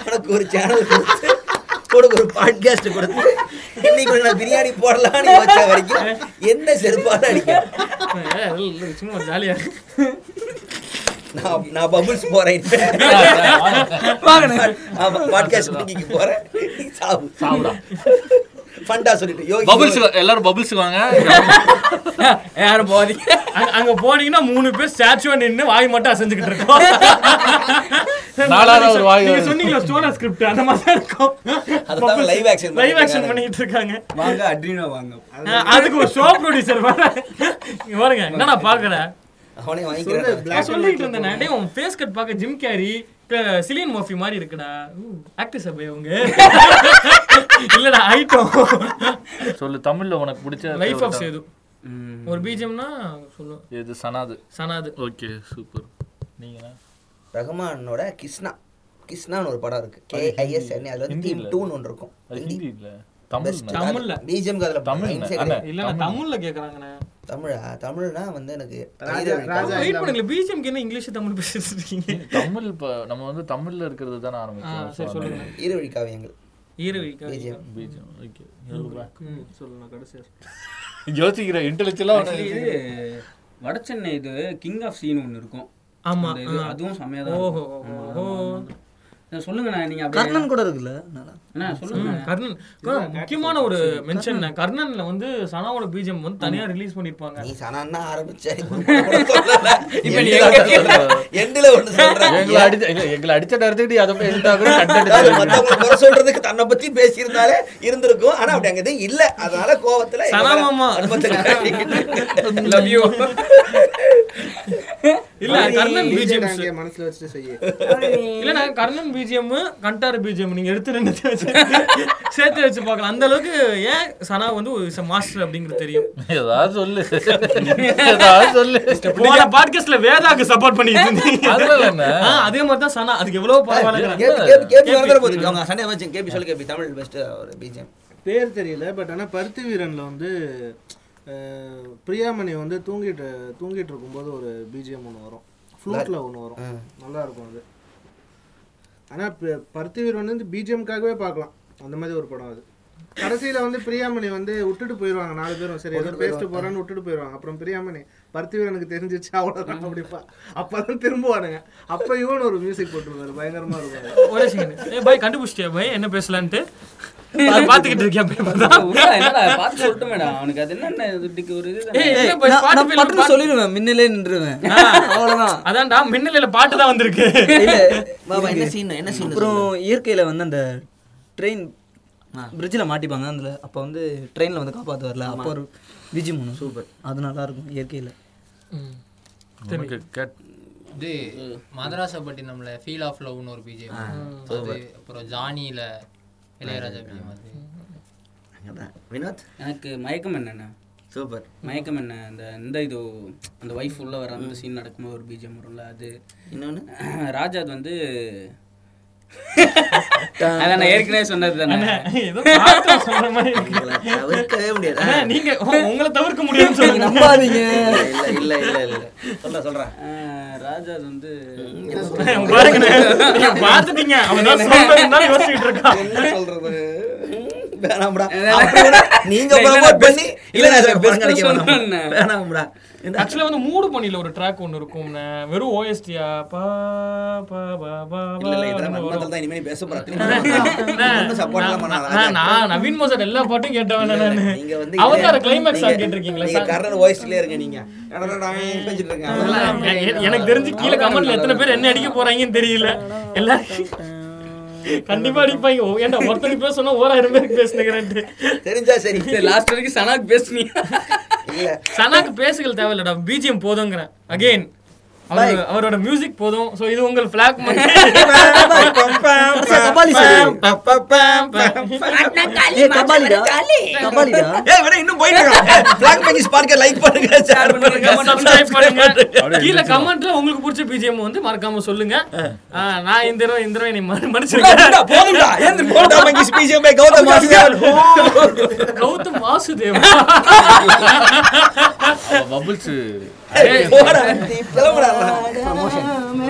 S5: உனக்கு ஒரு சேனல் கொடுத்து உனக்கு ஒரு பாட்காஸ்ட் கொடுத்து இன்னைக்கு உனக்கு நான் பிரியாணி போடலாம்னு யோசிச்ச வரைக்கும் என்ன செருப்பால அடிக்கும்
S2: சும்மா ஜாலியா
S5: நான் நான் பபுள்ஸ் போறேன் ஆமா பாட்காஸ்ட் முடிக்க போறேன் நீ சாவு
S6: சாப்பிடா.
S5: ஃபண்டா சொல்லிட்டு யோகி
S6: Bubbles வா- எல்லாரும் பபுள்ஸ் வாங்க (laughs)
S5: (laughs)
S1: யாரும் போகாதீங்க
S2: அங்க- அங்க போனீங்கன்னா மூணு பேர் ஸ்டாச்சுவா நின்னு வாய் மட்டும் அசைஞ்சுக்கிட்டு இருக்கோம்
S6: (laughs) நாலாவது ஒரு வாய்
S2: நீங்க
S6: வரும்.
S2: சொன்னீங்களா ஸ்டோனா ஸ்கிரிப்ட் அந்த மாதிரி தான் இருக்கும்
S5: அதான் live action
S2: லைவ் ஆக்ஷன்
S5: பண்ணிட்டு
S2: பண்ணிட்டு இருக்காங்க
S1: வாங்க அட்ரீனோ வாங்க
S2: அஹ் அதுக்கு ஒரு ஷோ ப்ரொடியூசர் வர இங்க பாருங்க என்ன நான் பாக்குறேன்
S5: அவனே வாங்கிக்கிறேன்
S2: நான் சொல்லிட்டு இருந்தேன் நான், டேய், உன் ஃபேஸ் கட் பார்க்க ஜிம் கேரி க- சிலியன் மோஃபி மாதிரி இருக்குடா ஆக்டர்ஸ் அபே அவங்க (laughs) இல்லடா ஐட்டம்
S6: சொல்லு தமிழ்ல உனக்கு பிடிச்ச
S2: லைஃப் ஆஃப்
S6: favourite
S2: சேது ஒரு பீஜம்னா சொல்லுவேன்
S6: ஆ? இது சனாது
S2: சனாது
S6: ஓகே சூப்பர் நீங்களா
S5: ரஹ்மானோட கிருஷ்ணா கிருஷ்ணான்னு ஒரு படம் இருக்கு கேஐஎஸ்என் அது வந்து தீம் டூன்னு ஒன்று இருக்கும்
S6: அது ஹிந்தி இல்ல தமிழ்
S2: தமிழ்ல.
S5: பிஜிஎம் அதில்
S6: தமிழ்ல. அண்ணே.
S5: தமிழ்
S2: இல்ல நான் தமிழ்ல கேக்குறாங்கண்ணே
S5: தமிழா தமிழ்னா வந்து எனக்கு
S2: வெயிட் பண்ணுங்களேன் பிஜிஎம்க்கு என்ன இங்கிலீஷ் தமிழ் பேசிட்டு இருக்கீங்க
S6: தமிழ் இப்ப நம்ம வந்து தமிழ்ல இருக்கிறது தானே ஆரம்பிச்சோம்
S2: சரி சொல்லுங்க
S5: ஈரவழி காவியங்கள்
S2: ஈரவிக்கா
S5: பிஜிஎம்
S6: பீஜம் ஓகே
S2: சொல்லுங்க கடைசியா
S6: யோசிக்கிறேன் இன்டெலெக்சுவலா
S1: இது வட சென்னை இது கிங் ஆஃப் சீன் ஒன்னு இருக்கும்
S2: ஆமா
S1: அந்த இது, அதுவும் செம்மையா தான்
S2: ஓஹோ
S1: இருக்கும். ஆமா, ஆமா, ஆமா. நான் சொல்லுங்கண்ணா நீங்க அப்படியே
S5: கர்ணன் கூட இருக்குல்ல நல்லா
S1: அண்ணா, சொல்லுங்க
S2: கர்ணன் அஹ், முக்கியமான ஒரு மென்ஷன் கர்ணன்ல வந்து சனாவோட பீஜம் வந்து தனியா ரிலீஸ் பண்ணிருப்பாங்க
S5: நீ சனான்னா ஆரம்பிச்ச
S6: இப்ப நீ எங்க கேக்குற?
S5: எண்டுல ஒண்ணு சொல்றேன்
S6: எங்களை அடிச்ச இல்ல, எங்களை அடிச்ச நேரத்துக்கு நீ அதை போய் edit ஆகுற, content
S5: அதாவது
S6: எடுத்து வைக்கிற.
S5: மத்தவங்களை குறை சொல்றதுக்கு தன்னை பத்தி பேசியிருந்தாலே இருந்திருக்கும் ஆனா அப்படி அங்க எதுவும் இல்ல அதனால கோவத்துல எங்க மேல
S2: சனாமாமா.
S5: அனுபவத்துல
S2: (laughs)
S5: காட்டிக்கிட்டு.
S1: லவ் யூ
S2: இல்ல கர்ணன் பீஜம்
S7: மனசுல வச்சுட்டு செய்ய
S2: இல்ல நான் கர்ணன் பிஜிஎம் கண்டார பிஜிஎம் நீங்க எடுத்து ரெண்டு வச்சு சேர்த்து வச்சு பார்க்கலாம் அந்த அளவுக்கு ஏன் சனா வந்து ஒரு மாஸ்டர் அப்படிங்கிறது தெரியும்
S6: ஏதாவது சொல்லு ஏதாவது சொல்லு
S2: போன பாட்காஸ்ட்ல வேதாக்கு சப்போர்ட் பண்ணிட்டு இருந்தீங்க
S6: அதுல என்ன?
S2: ஆ, அதே மாதிரி தான் சனா அதுக்கு எவ்வளவு பரவாயில்ல
S5: கேபி- கேபி- கேபி வரதுல போகுது. அவங்க சண்டை வச்சு கேபி சொல்லு கேபி தமிழ் பெஸ்ட் ஒரு பிஜிஎம்
S7: பேர் தெரியல பட் ஆனா பருத்தி வீரன்ல வந்து அஹ், பிரியாமணி வந்து தூங்கிட்டு தூங்கிட்டு இருக்கும்போது ஒரு பிஜிஎம் ஒன்று வரும் ஃப்ளூட்டில் ஒன்று வரும் நல்லா இருக்கும் அது ஆனா ப- பருத்தி வீரன் வந்து பிஜிஎம்காகவே பார்க்கலாம் அந்த மாதிரி ஒரு படம் அது கடைசியில வந்து பிரியாமணி வந்து விட்டுட்டு போயிடுவாங்க நாலு பேரும் சரி ஏதோ பேசிட்டு போறான்னு விட்டுட்டு போயிடுவாங்க அப்புறம் பிரியாமணி பருத்தி வீரனுக்கு தெரிஞ்சிச்சு அவ்வளோதான் அப்படிப்பா அப்பதான் திரும்புவானுங்க அப்ப இவன் ஒரு மியூசிக் போட்டுருவாரு பயங்கரமா இருக்கும் அது.
S2: ஒரே செகண்ட் ஏ பாய் கண்டுபிடிச்சிட்டியா பாய் என்ன பேசலான்ட்டு நான் பாத்துக்கிட்டு இருக்கேன் பாய், அதான்.
S1: என்னடா பார்த்து சொல்லிட்டு மேடம் அவனுக்கு அது என்னென்ன இதுக்கு ஒரு இது
S2: ஏய், என்ன பாய், பாட்டு
S12: நான்
S2: பையில
S12: பட்டுன்னு சொல்லிடுவேன் மின்னலே நின்றுவேன் அவ்வளவுதான்
S2: அதான்டா மின்னலையில பாட்டு தான் வந்திருக்கு
S12: (laughs) இல்ல,
S5: பாபா என்ன சீன் என்ன சீன்
S12: அப்புறம் இயற்கையில வந்து அந்த ட்ரெயின் பிரிட்ஜில் மாட்டிப்பாங்க அதுல அப்போ வந்து ட்ரெயினில் வந்து காப்பாற்றுவார்ல அப்போ ஒரு விஜி மூணு சூப்பர் அது நல்லா இருக்கும் இயற்கையில
S6: உனக்கு கேட்-
S4: இது மதராசப்பட்டினம்ல ஃபீல் ஆஃப் லவ்னு ஒரு பிஜிஎம் அது அப்புறம் ஜானியில இளையராஜா பிஜிஎம் அது
S5: அங்கதான். வினோத்
S1: எனக்கு மயக்கம் என்னண்ணா
S5: சூப்பர்
S1: மயக்கம் என்ன அந்த இந்த இது அந்த வைஃப் உள்ள வர அந்த சீன் நடக்கும்போது ஒரு பீஜம் வரும்ல அது
S5: இன்னொன்னு
S1: ராஜாத் வந்து அதான் நான் ஏற்கனவே சொன்னது தானே
S2: ஏதோ பாட்டு சொல்ற மாதிரி இருக்கு.
S5: உங்களை தவிர்க்கவே முடியாது ஆ,
S2: அண்ணா, நீங்க ஓ, உங்களை தவிர்க்க முடியும்னு சொல்லுங்க
S12: நம்பாதீங்க
S5: இல்ல இல்ல இல்ல இல்ல சொல்ற சொல்றேன்
S1: ராஜாத் வந்து
S2: பாருங்கண்ணே, நீங்க பாத்துட்டீங்க அவன் தான் சொல்றதுனால யோசிச்சுட்டு இருக்கான்
S5: (laughs) என்ன சொல்றது வேணாம்டா அப்புறம் நீங்க ப்ரமோட் பண்ணி இல்ல நான்
S1: best
S5: பெஸ்ட் கிடைக்க
S1: சொன்னேன்.
S5: வேணாம் வேணாம்டா என்ன
S2: ஆக்சுவலா வந்து மூடு பண்ணில ஒரு ட்ராக் ஒன்னு இருக்கும் வெறும் ஓஎஸ்டியா பா பா பா பா பா
S5: இல்ல இல்ல இதெல்லாம்
S2: அப்படின்னு
S5: நண்பர்கள்
S2: வரும்.
S5: தான் இனிமே நீ பேச போற திரும்ப சப்போர்ட் எல்லாம் பண்ணாத
S2: அண்ணா, நான் நவீன் மோசட் எல்லா பாட்டும் கேட்டவன் நானு
S5: நீங்க வந்து
S2: அவதார climax
S5: நீங்க-
S2: song கேட்டிருக்கீங்களா
S5: நீங்க
S2: sir?
S5: கர்ணன் வாய்ஸ்லயே இருங்க நீங்க என்னடா நான் பேசிட்டு இருக்கேன் அதெல்லாம்
S2: எ- எ- எனக்கு தெரிஞ்சு கீழே கமெண்ட்ல எத்தனை பேர் என்ன அடிக்க போறாங்கன்னு தெரியல எல்லாரும் கண்டிப்பா அடிப்பாங்க ஓ, ஏன்டா ஒருத்தருக்கு பேர் சொன்னா ஓராயிரம் பேருக்கு பேசுனுங்கிறேன்
S5: தெரிஞ்சா சரி
S1: லாஸ்ட் வரைக்கும் சனாக்கு பேசுனீங்க
S5: இல்ல
S2: சனாக்கு பேசுகள் தேவையில்லடா பிஜிஎம் போதுங்கிறேன் அகைன் அவர் அவரோட மியூசிக் போதும் சோ இது உங்கள் (laughs) ஃபிளாக்
S12: கபாலி சொல்லு. ஏய், கபாலிடா கபாலிடா
S5: ஏய் வேணா இன்னும் போயிட்டு (laughs) இருக்கோம் பிளாக் பேஜ் பார்க்க லைக் பண்ணுங்க ஷேர் பண்ணுங்க
S2: Subscribe பண்ணுங்க. கீழ கமெண்ட்ல உங்களுக்கு பிடிச்ச பிஜிஎம் வந்து மறக்காம சொல்லுங்க ஆ, நான் இந்த தடவை இந்த தடவை நீ மன்னிச்சிருக்கேன்
S5: போதும்டா, போதும்டா ஏந்து போடா மங்கி ஸ்பீச்சியம் பை கௌதம் வாசுதேவன் (laughs)
S2: கௌதம் வாசுதேவ்
S6: அவ bubbles உ.
S5: போடா கிளம்புடா